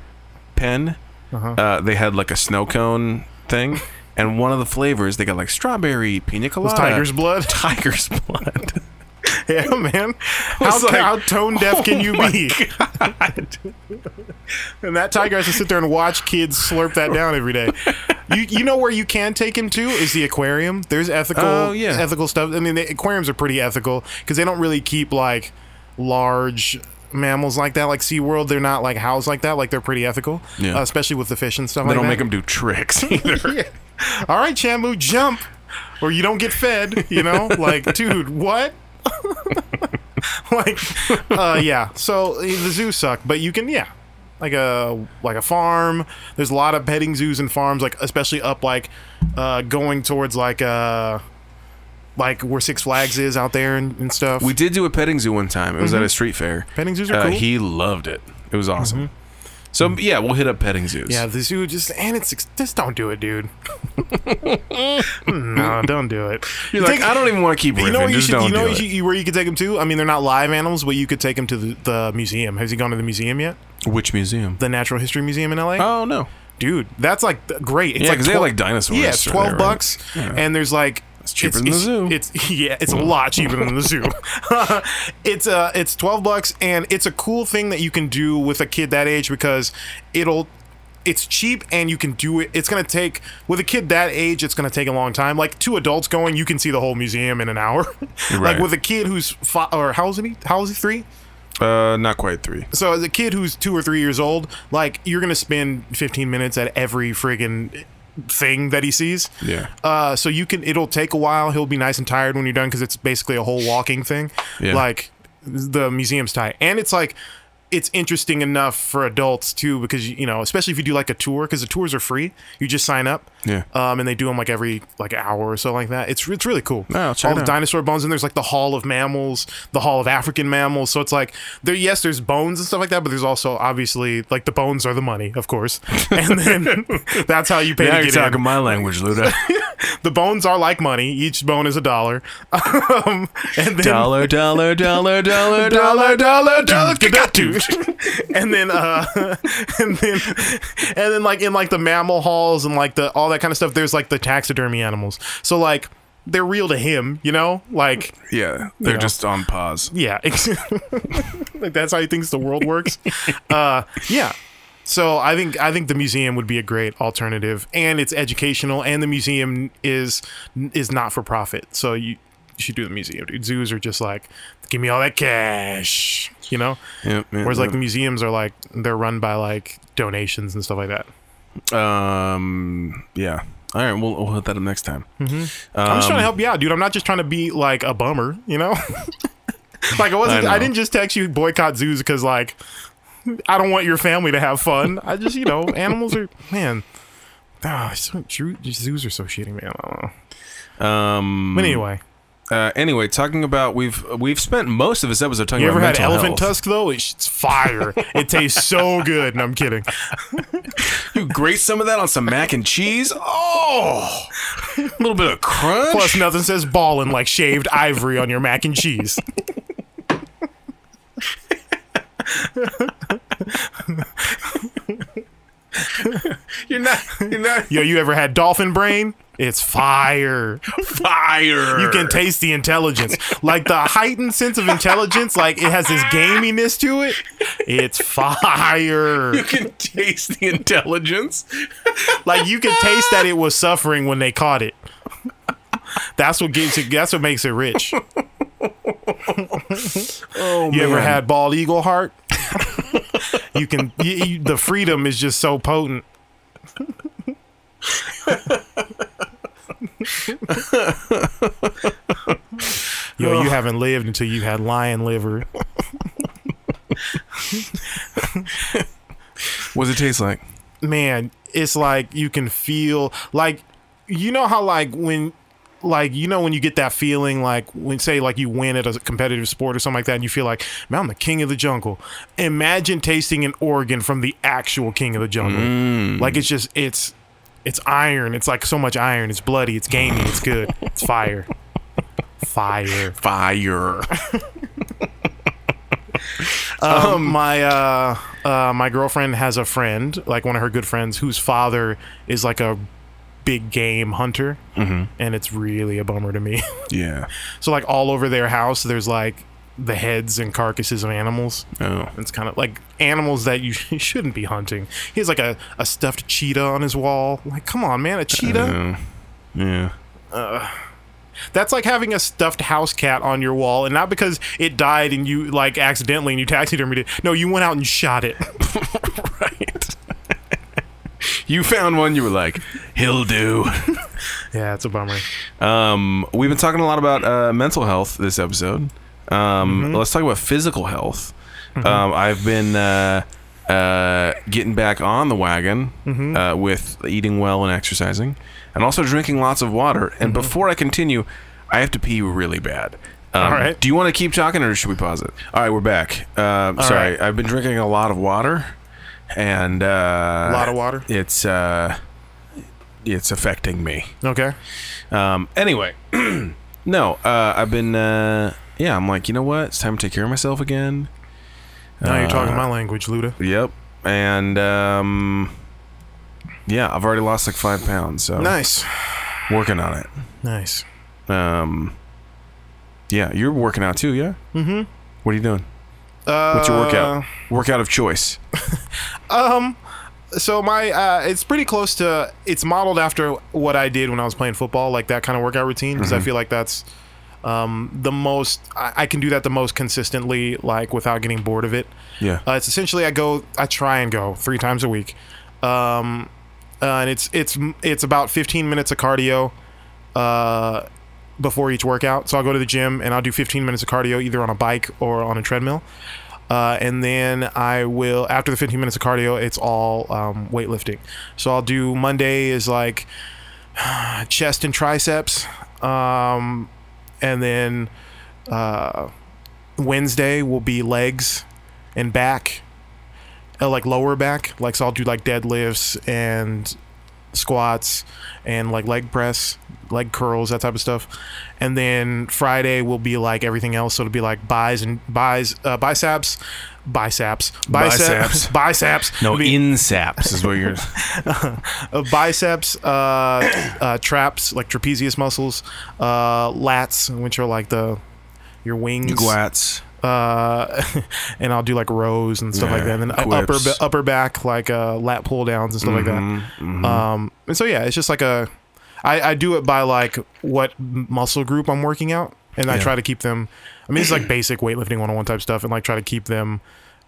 Speaker 1: pen,
Speaker 2: Uh-huh.
Speaker 1: uh, they had like a snow cone thing, and one of the flavors they got like strawberry pina colada,
Speaker 2: Tiger's blood.
Speaker 1: tiger's blood.
Speaker 2: Yeah, man. How,
Speaker 1: was like, oh
Speaker 2: how tone deaf can you be?
Speaker 1: God.
Speaker 2: And that tiger has to sit there and watch kids slurp that down every day. You you know where you can take him to is the aquarium. There's ethical
Speaker 1: Oh, yeah.
Speaker 2: ethical stuff. I mean, the aquariums are pretty ethical because they don't really keep like large mammals like that. Like SeaWorld, they're not like housed like that. Like they're pretty ethical,
Speaker 1: Yeah.
Speaker 2: uh, especially with the fish and stuff
Speaker 1: They
Speaker 2: like
Speaker 1: don't
Speaker 2: that.
Speaker 1: make them do tricks either.
Speaker 2: Yeah. All right, Shamu, jump, or you don't get fed. You know, like, dude, what? like, uh, yeah. So eh, the zoo sucked, but you can, yeah, like a like a farm. There's a lot of petting zoos and farms, like especially up like uh, going towards like uh like where Six Flags is out there and, and stuff.
Speaker 1: We did do a petting zoo one time. It was at a street fair.
Speaker 2: Mm-hmm. Petting zoos are
Speaker 1: Uh,
Speaker 2: cool. Mm-hmm.
Speaker 1: He loved it. It was awesome. So yeah, we'll hit up petting zoos.
Speaker 2: Yeah, the zoo just and it's ex- just don't do it, dude. no, don't do it.
Speaker 1: you're like I don't even want to keep riffing.
Speaker 2: You know, what you,
Speaker 1: Just
Speaker 2: should,
Speaker 1: don't
Speaker 2: you know
Speaker 1: do
Speaker 2: what
Speaker 1: it.
Speaker 2: you- you- where you could take him to? I mean, they're not live animals, but you could take him to the, the museum. Has he gone to the museum yet?
Speaker 1: Which museum?
Speaker 2: The Natural History Museum in LA?
Speaker 1: Oh no.
Speaker 2: Dude, that's like th- great. It's
Speaker 1: Yeah,
Speaker 2: like
Speaker 1: 'cause they have,
Speaker 2: 12
Speaker 1: like, dinosaurs
Speaker 2: Yeah, it's
Speaker 1: right
Speaker 2: 12
Speaker 1: there, Oh, right?
Speaker 2: bucks. And there's like. It's
Speaker 1: cheaper than the zoo.
Speaker 2: It's yeah, it's a lot cheaper than the zoo. it's uh it's 12 bucks and it's a cool thing that you can do with a kid that age because it'll it's cheap and you can do it. It's gonna take with a kid that age. It's gonna take a long time. Like two adults going, you can see the whole museum in an hour.
Speaker 1: Right.
Speaker 2: like with a kid who's fi- or how old is he? How old is he? Three.
Speaker 1: Uh, not quite three.
Speaker 2: So as a kid who's two or three years old, like you're gonna spend 15 minutes at every friggin' thing that he sees.
Speaker 1: Yeah.
Speaker 2: Uh, so you can. It'll take a while. He'll be nice and tired when you're done because it's basically a whole walking thing.
Speaker 1: Yeah.
Speaker 2: Like the museum's tight, and it's like. It's interesting enough for adults too, because you know, especially if you do like a tour, because the tours are free. You just sign up,
Speaker 1: Yeah.
Speaker 2: um, and they do them like every like hour or so, like that. It's it's really cool.
Speaker 1: No, I'll check
Speaker 2: All
Speaker 1: it
Speaker 2: the
Speaker 1: out.
Speaker 2: dinosaur bones, and there's like the Hall of Mammals, the Hall of African Mammals. So it's like there, yes, there's bones and stuff like that, but there's also obviously like the bones are the money, of course, and then that's how you pay
Speaker 1: Now
Speaker 2: to
Speaker 1: you're
Speaker 2: get
Speaker 1: talking
Speaker 2: in
Speaker 1: my language, Luda.
Speaker 2: the bones are like money. Each bone is a dollar. Um, and then
Speaker 1: dollar, dollar, dollar, dollar, dollar, dollar, dollar.
Speaker 2: and then uh and then and then like in like the mammal halls and like the all that kind of stuff there's like the taxidermy animals. So like they're real to him, you know? Like
Speaker 1: Yeah, they're
Speaker 2: know.
Speaker 1: just on pause.
Speaker 2: yeah. like that's how he thinks the world works. Uh yeah. So I think I think the museum would be a great alternative and it's educational and the museum is is not for profit. So you, you should do the museum. Dude. Zoos are just like give me all that cash, you know?
Speaker 1: Yep, yep,
Speaker 2: Whereas like the
Speaker 1: yep.
Speaker 2: museums are like they're run by like donations and stuff like that.
Speaker 1: um, yeah. All right, we'll we'll hit that up next time.
Speaker 2: Mm-hmm.
Speaker 1: Um,
Speaker 2: I'm just trying to help you out, dude. I'm not just trying to be like a bummer, you know. like I wasn't.
Speaker 1: I know.
Speaker 2: I, didn't just text you boycott zoos because like I don't want your family to have fun. I just you know animals are man. Ah, so, zoo- zoos are so shitty, man. I don't know.
Speaker 1: Um,
Speaker 2: But anyway,
Speaker 1: uh, anyway, talking about we've we've spent most of this episode talking
Speaker 2: you
Speaker 1: about
Speaker 2: ever had
Speaker 1: mental
Speaker 2: elephant
Speaker 1: health.
Speaker 2: tusk though? It's, it's fire. it tastes so good. And I'm kidding.
Speaker 1: You grate some of that on some mac and cheese. Oh, a little bit of crunch.
Speaker 2: Plus, nothing says ballin' like shaved ivory on your mac and cheese.
Speaker 1: you're not you're not
Speaker 2: Yo, you ever had dolphin brain? It's fire.
Speaker 1: fire.
Speaker 2: You can taste the intelligence. Like the heightened sense of intelligence, like it has this gaminess to it. It's fire.
Speaker 1: you can taste the intelligence.
Speaker 2: Like you can taste that it was suffering when they caught it. That's what gives it that's what makes it rich.
Speaker 1: Oh
Speaker 2: You ever had bald eagle heart? you can you, you- the freedom is just so potent. Yo, you haven't lived until you had lion liver.
Speaker 1: What's it taste like?
Speaker 2: man, it's like you can feel like you know how like when like you know when you get that feeling like when say like you win at a competitive sport or something like that and you feel like man I'm the king of the jungle. Imagine tasting an organ from the actual king of the jungle. Like it's just it's it's iron. It's like so much iron. It's bloody. It's gamey. It's good. It's fire. Fire.
Speaker 1: Fire.
Speaker 2: um, my uh, uh, my girlfriend has a friend, like one of her good friends, whose father is like a big game hunter, and it's really a bummer to me.
Speaker 1: yeah.
Speaker 2: so like all over their house, there's like the heads and carcasses of animals.
Speaker 1: Oh.
Speaker 2: It's kind of like animals that you shouldn't be hunting. He has like a, a stuffed cheetah on his wall. Like, come on, man, a cheetah.
Speaker 1: Oh. yeah.
Speaker 2: That's like having a stuffed house cat on your wall, and not because it died and you like accidentally and you taxidermied it. No, you went out and shot it.
Speaker 1: Right. you found one. You were like, he'll do.
Speaker 2: yeah, it's a bummer.
Speaker 1: Um, we've been talking a lot about uh, mental health this episode. Um,
Speaker 2: Mm-hmm.
Speaker 1: Let's talk about physical health. Um, I've been uh, uh, getting back on the wagon
Speaker 2: Mm-hmm.
Speaker 1: uh, with eating well and exercising, and also drinking lots of water.
Speaker 2: Mm-hmm.
Speaker 1: And before I continue, I have to pee really bad. Um,
Speaker 2: All right.
Speaker 1: Do you want to keep talking, or should we pause it? All right, we're back. Uh, sorry,
Speaker 2: right.
Speaker 1: I've been drinking a lot of water, and uh, a
Speaker 2: Lot of water?
Speaker 1: It's uh, it's affecting me.
Speaker 2: Okay.
Speaker 1: Um, anyway, no, uh, I've been, uh, yeah, I'm like, you know what? It's time to take care of myself again.
Speaker 2: Now you're talking
Speaker 1: Uh,
Speaker 2: my language, Luda.
Speaker 1: Yep. And, um, yeah, I've already lost like five pounds, so
Speaker 2: Nice.
Speaker 1: working on it.
Speaker 2: Nice.
Speaker 1: Um, yeah, you're working out too, yeah? Mm-hmm. What are you doing?
Speaker 2: Uh,
Speaker 1: What's your workout? Workout of choice.
Speaker 2: Uh, um, So my uh, it's pretty close to it's modeled after what I did when I was playing football, like that kind of workout routine, because I
Speaker 1: Mm-hmm.
Speaker 2: feel like that's um, the most I, I can do that the most consistently, like without getting bored of it.
Speaker 1: Yeah.
Speaker 2: Uh, it's essentially I go, I try and go three times a week, um, uh, and it's it's it's about 15 minutes of cardio uh, before each workout. So I'll go to the gym and I'll do 15 minutes of cardio either on a bike or on a treadmill, uh, and then I will after the 15 minutes of cardio, it's all um, weightlifting. So I'll do Monday is like chest and triceps, um, and then. Uh, Wednesday will be legs and back, uh, like lower back. Like so, I'll do like deadlifts and squats and like leg press, leg curls, that type of stuff. And then Friday will be like everything else. So it'll be like buys and buys, uh, biceps, biceps,
Speaker 1: Biceps.
Speaker 2: biceps, biceps.
Speaker 1: No,
Speaker 2: It'll be-
Speaker 1: insaps is what you're.
Speaker 2: uh, biceps, uh, uh, traps, like trapezius muscles, uh, lats, which are like the your wings,
Speaker 1: Glats.
Speaker 2: uh, and I'll do like rows and stuff like
Speaker 1: Yeah,
Speaker 2: that, and then upper
Speaker 1: quips.
Speaker 2: upper back like uh, lat pull downs and stuff like that.
Speaker 1: Mm-hmm.
Speaker 2: Um, and so yeah, it's just like a I, I do it by like what m- muscle group I'm working out, and I
Speaker 1: Yeah.
Speaker 2: try to keep them. I mean, it's like basic weightlifting 101 type stuff, and like try to keep them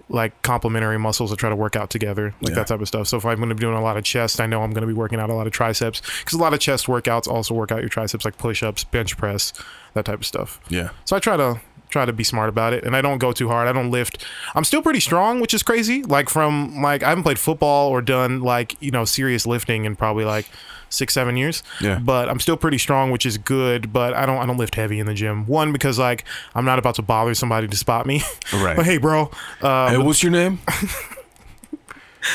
Speaker 2: like complementary muscles to try to work out together, like
Speaker 1: Yeah.
Speaker 2: that type of stuff. So if I'm going to be doing a lot of chest, I know I'm going to be working out a lot of triceps because a lot of chest workouts also work out your triceps, like push ups, bench press, that type of stuff.
Speaker 1: Yeah.
Speaker 2: So I try to try to be smart about it, and I don't go too hard. I don't lift. I'm still pretty strong, which is crazy. Like from like I haven't played football or done like you know serious lifting in probably like six seven years.
Speaker 1: Yeah.
Speaker 2: But I'm still pretty strong, which is good. But I don't I don't lift heavy in the gym. One because like I'm not about to bother somebody to spot me.
Speaker 1: Right.
Speaker 2: but hey, bro. Uh,
Speaker 1: Hey, what's your name?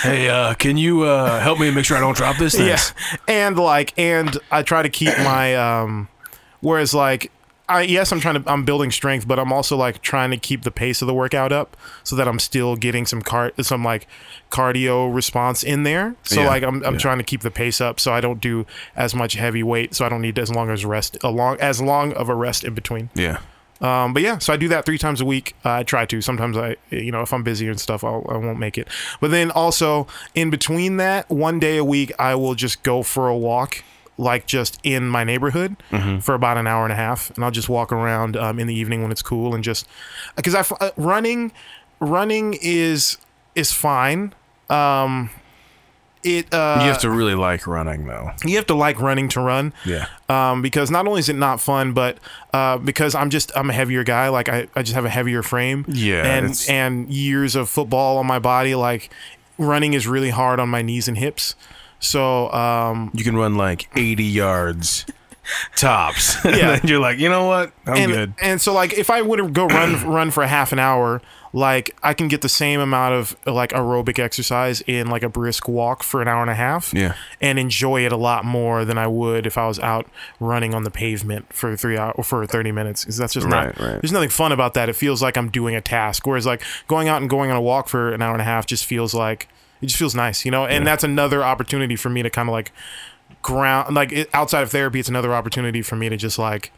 Speaker 1: hey, uh, can you uh, help me make sure I don't drop this? thing?
Speaker 2: yeah. And like and I try to keep my um. Whereas like. I, yes, I'm trying to. I'm building strength, but I'm also like trying to keep the pace of the workout up so that I'm still getting some cart, some like cardio response in there. So
Speaker 1: Yeah,
Speaker 2: like I'm, I'm
Speaker 1: yeah.
Speaker 2: trying to keep the pace up so I don't do as much heavy weight, so I don't need as long as rest, along as long of a rest in between.
Speaker 1: Yeah.
Speaker 2: Um, but yeah, so I do that three times a week. Uh, I try to. Sometimes I, you know, if I'm busy and stuff, I'll, I won't make it. But then also in between that, one day a week, I will just go for a walk, like just in my neighborhood for about an hour and a half, and I'll just walk around um, in the evening when it's cool and just because I f- uh, running, running is is fine. Um, it uh,
Speaker 1: you have to really like running though.
Speaker 2: you have to like running to run.
Speaker 1: Yeah.
Speaker 2: Um, because not only is it not fun, but uh, because I'm just I'm a heavier guy. Like I, I just have a heavier frame.
Speaker 1: Yeah,
Speaker 2: And
Speaker 1: it's-
Speaker 2: and years of football on my body. Like running is really hard on my knees and hips. So um,
Speaker 1: You can run like 80 yards tops. and
Speaker 2: Yeah.
Speaker 1: then you're like, you know what? I'm
Speaker 2: and
Speaker 1: good.
Speaker 2: and so like if I would go run run for half an hour, like I can get the same amount of like aerobic exercise in like a brisk walk for an hour and a half.
Speaker 1: Yeah.
Speaker 2: And enjoy it a lot more than I would if I was out running on the pavement for three hour for thirty minutes. 'Cause that's just
Speaker 1: Right,
Speaker 2: not
Speaker 1: right.
Speaker 2: there's nothing fun about that. It feels like I'm doing a task. Whereas like going out and going on a walk for an hour and a half just feels like it just feels nice, you know? And that's another opportunity for me to kind of like ground like it, outside of therapy it's another opportunity for me to just like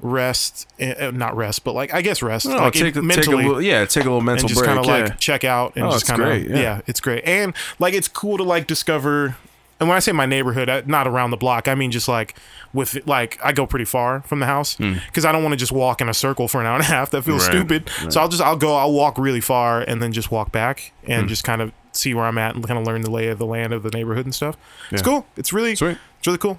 Speaker 2: rest eh, eh, not rest but like i guess rest
Speaker 1: No,
Speaker 2: like
Speaker 1: take,
Speaker 2: it-
Speaker 1: take a little, yeah, take a little mental
Speaker 2: and just
Speaker 1: break.
Speaker 2: kind of
Speaker 1: yeah.
Speaker 2: like check out and
Speaker 1: Oh,
Speaker 2: just
Speaker 1: it's
Speaker 2: kind of
Speaker 1: great,
Speaker 2: yeah.
Speaker 1: yeah.
Speaker 2: it's great and like it's cool to like discover and when i say my neighborhood I- not around the block i mean just like with like i go pretty far from the house because i don't want to just walk in a circle for an hour and a half that feels
Speaker 1: Hmm. Right,
Speaker 2: stupid so i'll just i'll go i'll walk really far and then just walk back and
Speaker 1: Hmm.
Speaker 2: just kind of see where i'm at and kind of learn the lay of the land of the neighborhood and stuff it's
Speaker 1: Yeah.
Speaker 2: cool it's really
Speaker 1: Sweet.
Speaker 2: it's really cool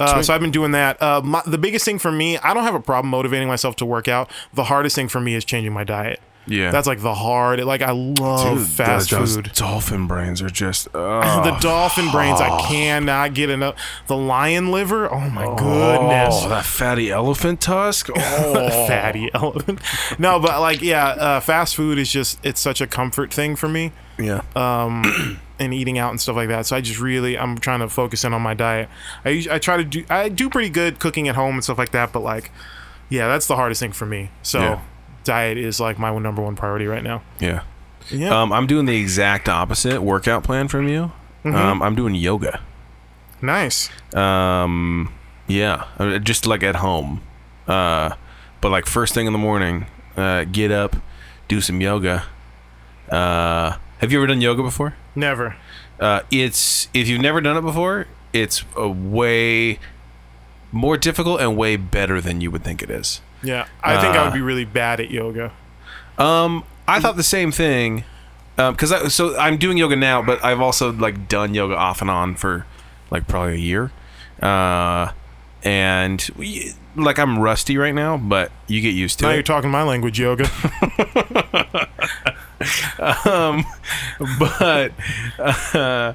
Speaker 2: uh, so I've been doing that. Uh, my, the biggest thing for me, I don't have a problem motivating myself to work out. The hardest thing for me is changing my diet.
Speaker 1: yeah.
Speaker 2: That's like the hard. Like I love
Speaker 1: Dude,
Speaker 2: fast
Speaker 1: those
Speaker 2: food.
Speaker 1: Dolphin brains are just
Speaker 2: The
Speaker 1: oh,
Speaker 2: dolphin brains, I cannot get enough. The lion liver, oh my
Speaker 1: Oh,
Speaker 2: goodness.
Speaker 1: that fatty elephant tusk. Oh,
Speaker 2: Fatty elephant. No, but like, yeah, uh, fast food is just, it's such a comfort thing for me
Speaker 1: Oh, yeah.
Speaker 2: and eating out and stuff like that. So I just really, I'm trying to focus in on my diet. I, usu- I try to do, I do pretty good cooking at home and stuff like that, but like, yeah, that's the hardest thing for me. So
Speaker 1: Yeah.
Speaker 2: diet is like my number one priority right now.
Speaker 1: yeah.
Speaker 2: Yeah.
Speaker 1: Um, I'm doing the exact opposite workout plan from you.
Speaker 2: Mm-hmm.
Speaker 1: Um, I'm doing yoga.
Speaker 2: nice.
Speaker 1: Um, yeah, uh, just like at home. Uh, but like first thing in the morning, uh, get up, do some yoga. Uh, have you ever done yoga before?
Speaker 2: Never.
Speaker 1: Uh, it's if you've never done it before, it's a way more difficult and way better than you would think it is.
Speaker 2: Yeah. I think I
Speaker 1: Uh,
Speaker 2: would be really bad at yoga.
Speaker 1: Um, I thought the same thing. Um, cause I, so I'm doing yoga now, but I've also like done yoga off and on for like probably a year. Uh, and we, like I'm rusty right now, but you get used to
Speaker 2: Now
Speaker 1: it.
Speaker 2: you're talking my language, yoga.
Speaker 1: but uh,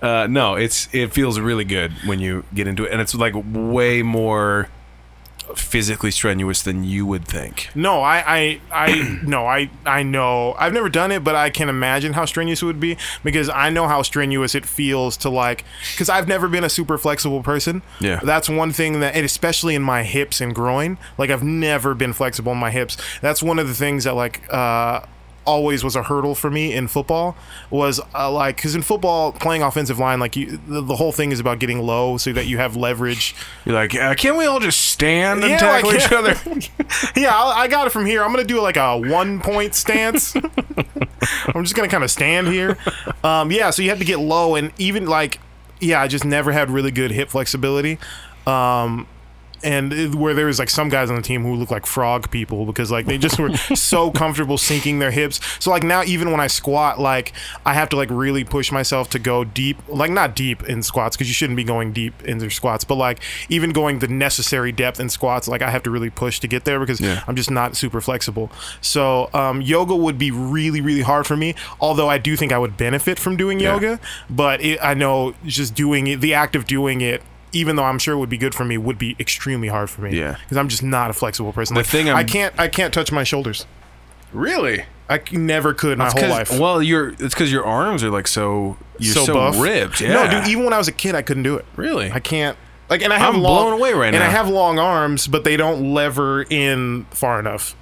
Speaker 1: uh, no, it's it feels really good when you get into it, and it's like way more physically strenuous than you would think.
Speaker 2: no, I, I, I, no, I, I know. I've never done it, but I can imagine how strenuous it would be because I know how strenuous it feels to like. Because I've never been a super flexible person.
Speaker 1: Yeah.
Speaker 2: that's one thing that, and especially in my hips and groin. Like I've never been flexible in my hips. That's one of the things that like. uh always was a hurdle for me in football was uh, like because in football playing offensive line like you the, the whole thing is about getting low so that you have leverage
Speaker 1: You're like, uh, can't we all just stand and
Speaker 2: Yeah,
Speaker 1: tackle
Speaker 2: like-
Speaker 1: each other?
Speaker 2: Yeah, I'll, I got it from here. I'm gonna do like a one point stance. I'm just gonna kind of stand here. Um, yeah, so you have to get low, and even like, yeah, I just never had really good hip flexibility. Um, and it- where there was like some guys on the team who looked like frog people because like they just were so comfortable sinking their hips. So like now even when I squat, like I have to like really push myself to go deep, like not deep in squats because you shouldn't be going deep in your squats, but like even going the necessary depth in squats, like I have to really push to get there because
Speaker 1: Yeah.
Speaker 2: I'm just not super flexible. So um, yoga would be really really hard for me. Although I do think I would benefit from doing
Speaker 1: Yeah.
Speaker 2: yoga, but it, I know just doing it, the act of doing it, even though I'm sure it would be good for me, would be extremely hard for me.
Speaker 1: Yeah.
Speaker 2: because I'm just not a flexible person.
Speaker 1: The
Speaker 2: Like,
Speaker 1: thing I'm-
Speaker 2: I can't, I can't touch my shoulders.
Speaker 1: really?
Speaker 2: I c- never could my
Speaker 1: It's
Speaker 2: whole
Speaker 1: 'cause-
Speaker 2: life.
Speaker 1: Well, you're it's because your arms are like so you're so,
Speaker 2: buff.
Speaker 1: ripped. Yeah.
Speaker 2: No, dude. Even when I was a kid, I couldn't do it.
Speaker 1: really.
Speaker 2: I can't. Like, and I have
Speaker 1: I'm
Speaker 2: long,
Speaker 1: blown away right
Speaker 2: And I
Speaker 1: now.
Speaker 2: have long arms, but they don't lever in far enough.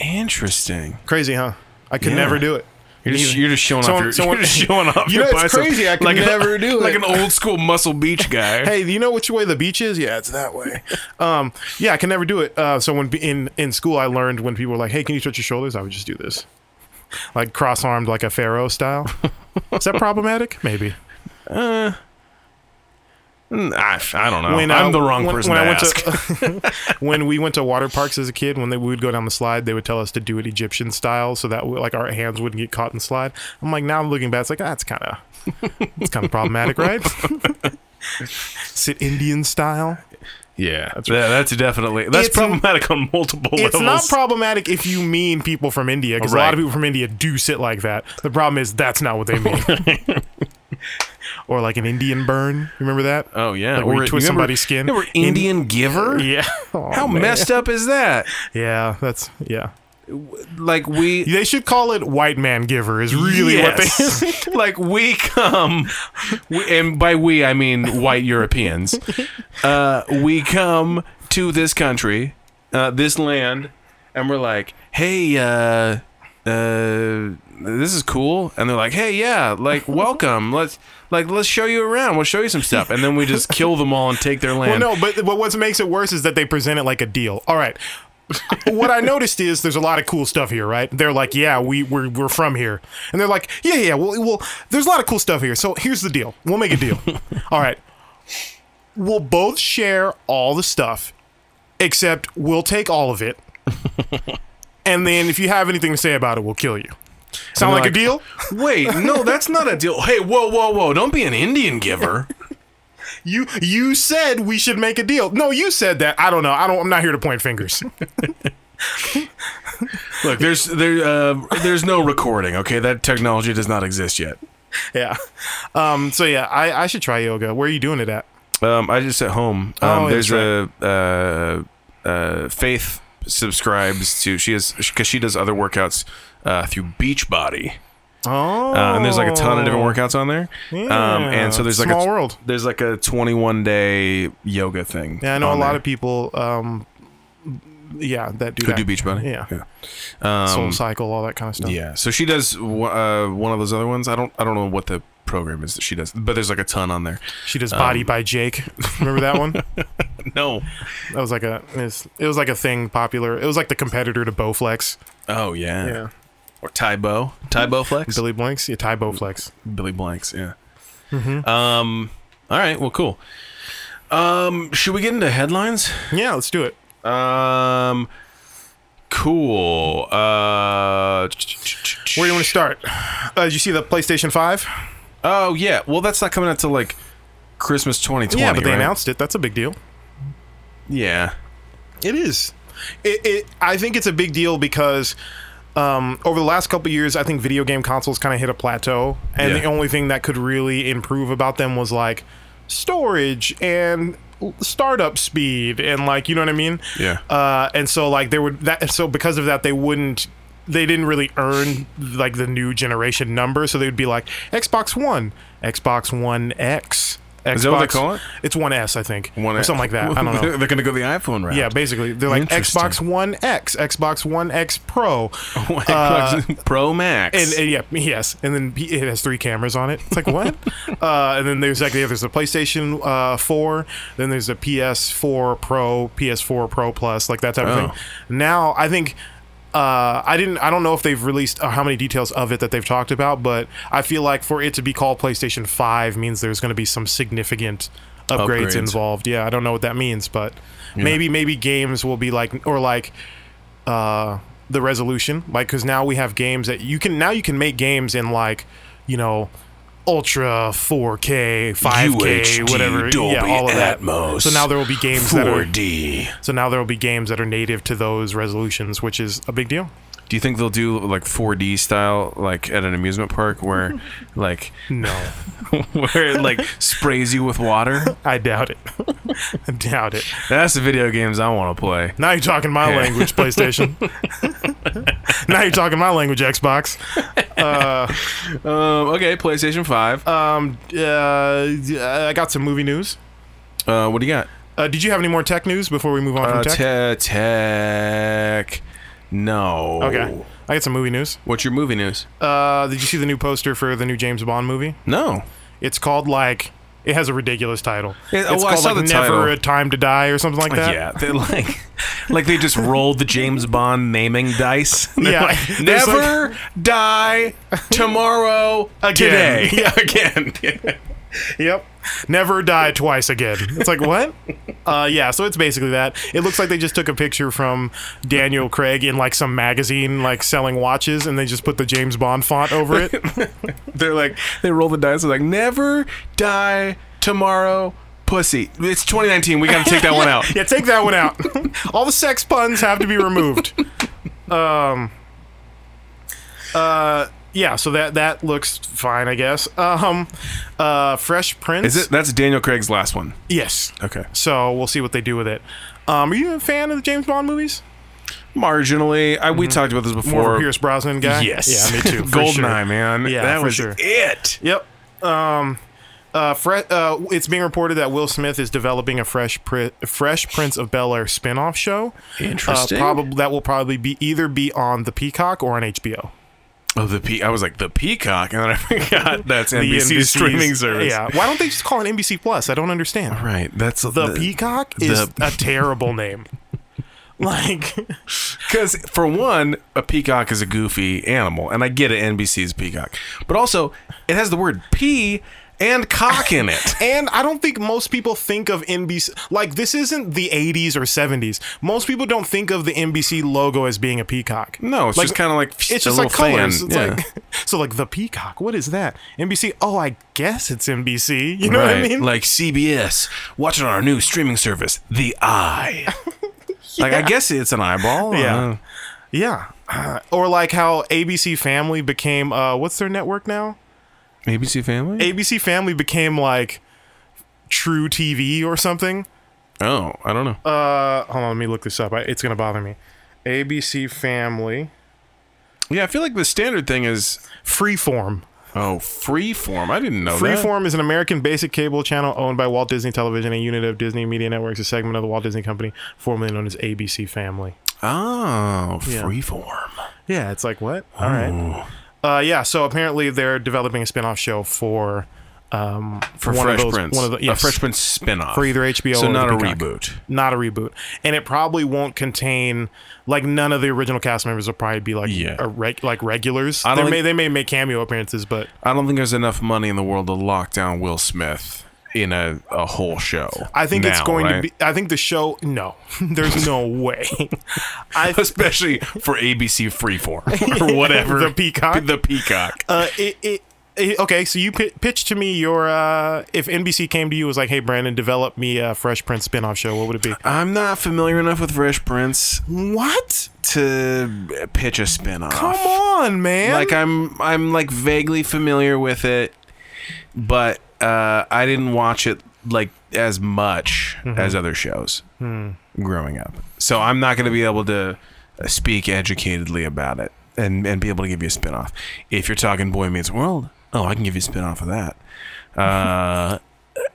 Speaker 1: Interesting.
Speaker 2: Crazy, huh? I could
Speaker 1: Yeah.
Speaker 2: never do it.
Speaker 1: You're just, you're just showing off
Speaker 2: Someone-
Speaker 1: your
Speaker 2: someone-
Speaker 1: you're just showing off
Speaker 2: You
Speaker 1: your
Speaker 2: know, it's
Speaker 1: biceps
Speaker 2: crazy, I could
Speaker 1: like an-
Speaker 2: never do
Speaker 1: like
Speaker 2: it.
Speaker 1: an old school muscle beach guy.
Speaker 2: hey, do you know which way the beach is? Yeah, it's that way. Um, yeah, I can never do it. Uh, so when be- in in school, I learned when people were like, "Hey, can you touch your shoulders?" I would just do this, like cross armed, like a pharaoh style. is that problematic? Maybe.
Speaker 1: Mm, I, I don't know.
Speaker 2: When
Speaker 1: I'm
Speaker 2: I-
Speaker 1: the wrong
Speaker 2: when-
Speaker 1: person
Speaker 2: when
Speaker 1: to
Speaker 2: I went
Speaker 1: ask.
Speaker 2: To, when we went to water parks as a kid, when they, we would go down the slide, they would tell us to do it Egyptian style, so that we, like our hands wouldn't get caught in the slide. I'm like, now I'm looking back, it's like that's kind of, it's kind of problematic, right? Sit Indian style.
Speaker 1: yeah, that's, that's definitely that's
Speaker 2: It's-
Speaker 1: problematic on multiple
Speaker 2: It's
Speaker 1: levels.
Speaker 2: not problematic if you mean people from India, because a lot of
Speaker 1: Right.
Speaker 2: people from India do sit like that. The problem is that's not what they mean. or like an Indian burn. Remember that?
Speaker 1: oh yeah,
Speaker 2: Like where you
Speaker 1: it-
Speaker 2: twist
Speaker 1: remember-
Speaker 2: somebody's skin.
Speaker 1: Remember Indian giver?
Speaker 2: yeah. Oh,
Speaker 1: How messed up is that?
Speaker 2: Yeah, that's yeah.
Speaker 1: Like we
Speaker 2: They should call it white man giver. Is really what
Speaker 1: Yes. like we come we, and by we I mean white Europeans. Uh, we come to this country, uh, this land, and we're like, hey, uh, uh, this is cool, and they're like, hey, yeah, like welcome, let's like let's show you around, we'll show you some stuff, and then we just kill them all and take their
Speaker 2: they. well,
Speaker 1: land.
Speaker 2: no, but but what makes it worse is that they present it like a deal. All right. what I noticed is there's a lot of cool stuff here, right? They're like, yeah, we we're, we're from here, and they're like, yeah, yeah, well, well, there's a lot of cool stuff here. So here's the deal: we'll make a deal. all right, we'll both share all the stuff, except we'll take all of it, and then if you have anything to say about it, we'll kill you. Sound
Speaker 1: they're
Speaker 2: like a
Speaker 1: like,
Speaker 2: deal?
Speaker 1: Wait, no, that's not a deal. Hey, whoa, whoa, whoa! Don't be an Indian giver.
Speaker 2: You you said we should make a deal. No, you said that. I don't know. I don't. I'm not here to point fingers.
Speaker 1: Look, there's there uh, there's no recording. Okay, that technology does not exist yet.
Speaker 2: yeah. Um. So yeah, I I should try yoga. Where are you doing it at?
Speaker 1: Um, I just at home. Um,
Speaker 2: Oh, yeah,
Speaker 1: there's
Speaker 2: that's right.
Speaker 1: a uh, uh, Faith subscribes to she is because she does other workouts uh, through Beachbody,
Speaker 2: Oh.
Speaker 1: uh, and there's like a ton of different workouts on there. Um, and so there's like
Speaker 2: small
Speaker 1: a
Speaker 2: world.
Speaker 1: there's like a 21 day yoga thing.
Speaker 2: Yeah, I know a
Speaker 1: on
Speaker 2: lot
Speaker 1: there.
Speaker 2: of people. Um. Yeah, that do
Speaker 1: who do
Speaker 2: that.
Speaker 1: Beachbody.
Speaker 2: Yeah.
Speaker 1: yeah. Um,
Speaker 2: Soul Cycle, all that kind of stuff.
Speaker 1: Yeah, so she does w- uh, one of those other ones. I don't I don't know what the program is that she does, but there's like a ton on there.
Speaker 2: She does
Speaker 1: Um,
Speaker 2: Body by Jake. Remember that one? that
Speaker 1: No.
Speaker 2: was like a. It's, it was like a thing popular. It was like the competitor to Bowflex.
Speaker 1: Oh yeah. Or Tybo. Tybo Flex.
Speaker 2: Billy Blanks. Yeah, Ty Bowflex.
Speaker 1: Billy Blanks, yeah.
Speaker 2: Mm-hmm.
Speaker 1: Um. All right. Well, cool. Um. Should we get into headlines?
Speaker 2: Yeah, let's do it.
Speaker 1: Um. Cool. Uh.
Speaker 2: Where do you want to start? Uh, did you see the PlayStation Five?
Speaker 1: Oh yeah. Well, that's not coming out till like Christmas 2020.
Speaker 2: Yeah, but they
Speaker 1: right?
Speaker 2: announced it. That's a big deal.
Speaker 1: Yeah.
Speaker 2: It is. It, it I think it's a big deal because um, over the last couple years, I think video game consoles kind of hit a plateau, and
Speaker 1: Yeah.
Speaker 2: the only thing that could really improve about them was like storage and l- startup speed, and like you know what I mean.
Speaker 1: Yeah.
Speaker 2: Uh, and so like there would that so because of that they wouldn't they didn't really earn like the new generation number, so they would be like Xbox One, Xbox One X. Xbox,
Speaker 1: that what they call it?
Speaker 2: It's One S, I think,
Speaker 1: One-
Speaker 2: or something like that. I don't know.
Speaker 1: They're gonna go the iPhone route.
Speaker 2: Yeah, basically, they're like
Speaker 1: Interesting.
Speaker 2: Xbox One X, Xbox One X Pro,
Speaker 1: Xbox Pro Max.
Speaker 2: Uh, and, and yeah, yes, and then p- it has three cameras on it. It's like what? uh, and then there's like yeah, there's a PlayStation uh, Four, then there's a PS4 Pro, PS4 Pro Plus, like that type
Speaker 1: Oh.
Speaker 2: of thing. Now I think. Uh, I didn't. I don't know if they've released uh, how many details of it that they've talked about, but I feel like for it to be called PlayStation Five means there's going to be some significant upgrades,
Speaker 1: Upgrades.
Speaker 2: involved. Yeah, I don't know what that means, but maybe maybe games will be like or like uh, the resolution, like because now we have games that you can now you can make games in like you know ultra 4K, 5K,
Speaker 1: UHD,
Speaker 2: whatever, yeah,
Speaker 1: Dolby
Speaker 2: all of that.
Speaker 1: Atmos,
Speaker 2: So now there will be games that are
Speaker 1: 4D.
Speaker 2: so now there will be games that are native to those resolutions, which is a big deal.
Speaker 1: Do you think they'll do like 4D style, like at an amusement park, where like
Speaker 2: No,
Speaker 1: where it like sprays you with water?
Speaker 2: I doubt it. I doubt it.
Speaker 1: That's the video games I want to play.
Speaker 2: Now you're talking my
Speaker 1: Yeah.
Speaker 2: language, PlayStation. now you're talking my language, Xbox. Uh,
Speaker 1: Um, okay, PlayStation Five.
Speaker 2: Um, uh, I got some movie news.
Speaker 1: Uh, what do you got?
Speaker 2: Uh, did you have any more tech news before we move on from
Speaker 1: Uh,
Speaker 2: tech?
Speaker 1: tech. tech. No.
Speaker 2: Okay. I got some movie news.
Speaker 1: What's your movie news?
Speaker 2: Uh, did you see the new poster for the new James Bond movie?
Speaker 1: No.
Speaker 2: It's called like it has a ridiculous title.
Speaker 1: Yeah,
Speaker 2: it's
Speaker 1: oh, I
Speaker 2: called
Speaker 1: saw
Speaker 2: like
Speaker 1: the
Speaker 2: Never
Speaker 1: title.
Speaker 2: a Time to Die or something like that.
Speaker 1: Yeah, they like, like they just rolled the James Bond naming dice. They're
Speaker 2: Yeah.
Speaker 1: like,
Speaker 2: There's like-
Speaker 1: never die tomorrow
Speaker 2: Again.
Speaker 1: today. Yeah, again.
Speaker 2: Yep. Never die twice again. It's like, what? Uh, yeah, so it's basically that. It looks like they just took a picture from Daniel Craig in like some magazine, like selling watches, and they just put the James Bond font over it.
Speaker 1: They're like, they roll the dice. They're like, never die tomorrow, pussy. It's 2019. We got to take that one out.
Speaker 2: yeah, take that one out. All the sex puns have to be removed. Um, uh, yeah, so that that looks fine, I guess. Um, uh, Fresh Prince.
Speaker 1: Is it? That's Daniel Craig's last one.
Speaker 2: Yes.
Speaker 1: Okay.
Speaker 2: So we'll see what they do with it. Um, are you a fan of the James Bond movies?
Speaker 1: Marginally, I, we talked about this
Speaker 2: More of
Speaker 1: before.
Speaker 2: a Pierce Brosnan guy.
Speaker 1: Yes.
Speaker 2: Yeah, me too. for
Speaker 1: Goldeneye,
Speaker 2: sure.
Speaker 1: man.
Speaker 2: Yeah,
Speaker 1: that
Speaker 2: for
Speaker 1: was
Speaker 2: sure.
Speaker 1: it.
Speaker 2: Yep. Um, uh, Fre- uh, it's being reported that Will Smith is developing a fresh Pri- Fresh Prince of Bel Air spinoff show.
Speaker 1: Interesting.
Speaker 2: Uh, probably that will probably be either be on the Peacock or on HBO.
Speaker 1: Oh, the pe- I was like the peacock, and then I forgot that's
Speaker 2: The
Speaker 1: NBC
Speaker 2: NBC's
Speaker 1: streaming service.
Speaker 2: Yeah. Why don't they just call it NBC Plus? I don't understand.
Speaker 1: Right. That's
Speaker 2: The, Peacock is
Speaker 1: the-
Speaker 2: a terrible name. like,
Speaker 1: Because for one, a peacock is a goofy animal, and I get it. NBC's peacock, but also it has the word pea and cock in it.
Speaker 2: and I don't think most people think of NBC like this isn't the 80s or 70s. Most people don't think of the NBC logo as being a peacock.
Speaker 1: No, it's
Speaker 2: Like,
Speaker 1: just kind of like
Speaker 2: it's
Speaker 1: a
Speaker 2: just
Speaker 1: little
Speaker 2: like
Speaker 1: fan.
Speaker 2: colors. It's
Speaker 1: yeah.
Speaker 2: like so like the peacock. What is that? NBC. Oh, I guess it's NBC. You know what I
Speaker 1: Right,
Speaker 2: mean?
Speaker 1: Like CBS, watching on our new streaming service, The Eye. Like I guess it's an eyeball. uh, I
Speaker 2: Yeah.
Speaker 1: don't know.
Speaker 2: yeah. Uh, or like how ABC Family became uh what's their network now?
Speaker 1: ABC Family.
Speaker 2: ABC Family became like True TV or something.
Speaker 1: oh, I don't know.
Speaker 2: Uh hold on, let me look this up. I, it's going to bother me. ABC Family
Speaker 1: yeah, I feel like the standard thing is
Speaker 2: Freeform.
Speaker 1: oh, Freeform. I didn't know that.
Speaker 2: Freeform is an American basic cable channel owned by Walt Disney Television, a unit of Disney Media Networks, a segment of the Walt Disney Company, formerly known as ABC Family.
Speaker 1: Oh,
Speaker 2: Yeah.
Speaker 1: Freeform.
Speaker 2: Yeah, it's like what? All right. Uh, yeah, so apparently they're developing a spin-off show for um,
Speaker 1: for
Speaker 2: one
Speaker 1: Fresh
Speaker 2: of those,
Speaker 1: Prince.
Speaker 2: one of the, yes,
Speaker 1: A Fresh Prince spinoff
Speaker 2: for either HBO
Speaker 1: So
Speaker 2: or
Speaker 1: not
Speaker 2: the
Speaker 1: a
Speaker 2: Peacock.
Speaker 1: reboot.
Speaker 2: not a reboot, and it probably won't contain like none of the original cast members will probably be like
Speaker 1: Yeah.
Speaker 2: a reg- like regulars.
Speaker 1: I
Speaker 2: They
Speaker 1: don't
Speaker 2: may
Speaker 1: think-
Speaker 2: they may make cameo appearances, but
Speaker 1: I don't think there's enough money in the world to lock down Will Smith in a, a whole show.
Speaker 2: I think it's
Speaker 1: now,
Speaker 2: going
Speaker 1: right?
Speaker 2: to be. I think the show. No, there's no way. I
Speaker 1: especially for ABC Freeform or whatever
Speaker 2: The Peacock?
Speaker 1: The Peacock.
Speaker 2: uh, it, it, it- okay, so you pi pitched to me your uh, if NBC came to you and was like, "Hey, Brandon, develop me a Fresh Prince spinoff show." What would it be?
Speaker 1: I'm not familiar enough with Fresh Prince
Speaker 2: What?
Speaker 1: to pitch a spinoff.
Speaker 2: Come on, man!
Speaker 1: Like I'm I'm like vaguely familiar with it, but uh, I didn't watch it like as much
Speaker 2: Mm-hmm.
Speaker 1: as other shows
Speaker 2: Hmm.
Speaker 1: growing up. So I'm not going to be able to uh, speak educatedly about it and and be able to give you a spinoff. If you're talking Boy Meets World, oh, I can give you a spinoff of that. Uh,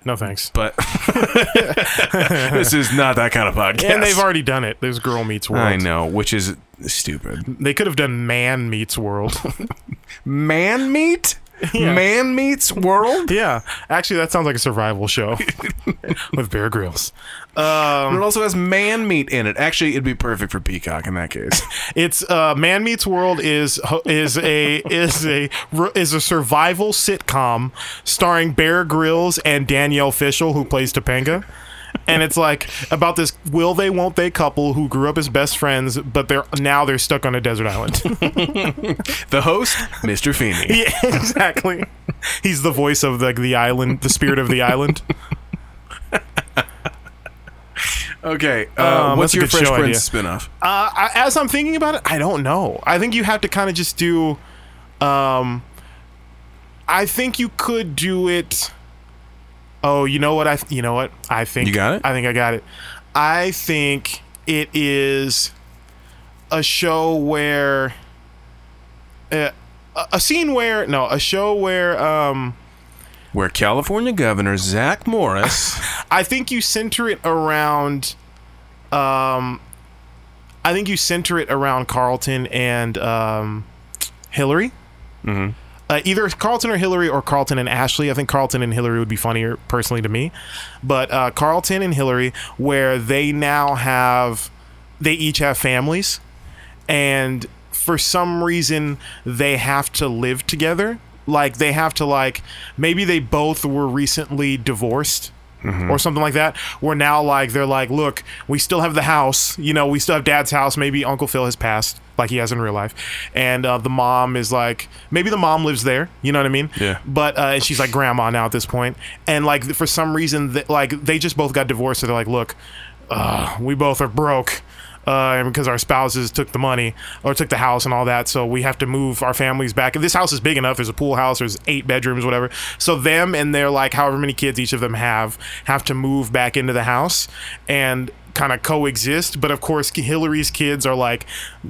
Speaker 2: no thanks.
Speaker 1: but this is not that kind of podcast.
Speaker 2: And they've already done it. There's Girl Meets World.
Speaker 1: I know, which is stupid.
Speaker 2: They could have done Man Meets World.
Speaker 1: Man meat, man meets world.
Speaker 2: yeah, actually, that sounds like a survival show with Bear Grylls.
Speaker 1: But it also has man meat in it. Actually, it'd be perfect for Peacock in that case.
Speaker 2: It's uh, Man Meets World is ho- is a is a is a survival sitcom starring Bear Grylls and Danielle Fishel, who plays Topanga. And it's like about this will they won't they couple who grew up as best friends, but they're now they're stuck on a desert island.
Speaker 1: the host, Mr. Feeney.
Speaker 2: yeah, exactly. He's the voice of like the island, the spirit of the island.
Speaker 1: Okay, uh,
Speaker 2: Um,
Speaker 1: what's
Speaker 2: that's a
Speaker 1: your
Speaker 2: good
Speaker 1: Fresh
Speaker 2: show
Speaker 1: Prince spinoff?
Speaker 2: Uh, I, as I'm thinking about it, I don't know. I think you have to kind of just do. Um, I think you could do it. Oh, you know what? I th- you know what? I think
Speaker 1: You got it?
Speaker 2: I think I got it. I think it is a show where uh, a a scene where no, a show where um
Speaker 1: Where California Governor Zach Morris.
Speaker 2: I think you center it around um I think you center it around Carlton and um Hillary. Uh, either Carlton or Hillary or Carlton and Ashley. I think Carlton and Hillary would be funnier personally to me. But uh, Carlton and Hillary, where they now have, they each have families. And for some reason, they have to live together like they have to like maybe they both were recently divorced or something like that. Where now like they're like, look, we still have the house, you know, we still have dad's house. Maybe Uncle Phil has passed, like he has in real life, and uh, the mom is like, maybe the mom lives there. You know what I mean?
Speaker 1: Yeah.
Speaker 2: But uh, she's like grandma now at this point, and like for some reason, th- like they just both got divorced. So they're like, look, uh, we both are broke uh, because our spouses took the money or took the house and all that. So we have to move our families back. And this house is big enough. There's a pool house. There's eight bedrooms, whatever. So them and their like however many kids each of them have have to move back into the house and kind of coexist. But of course, Hillary's kids are like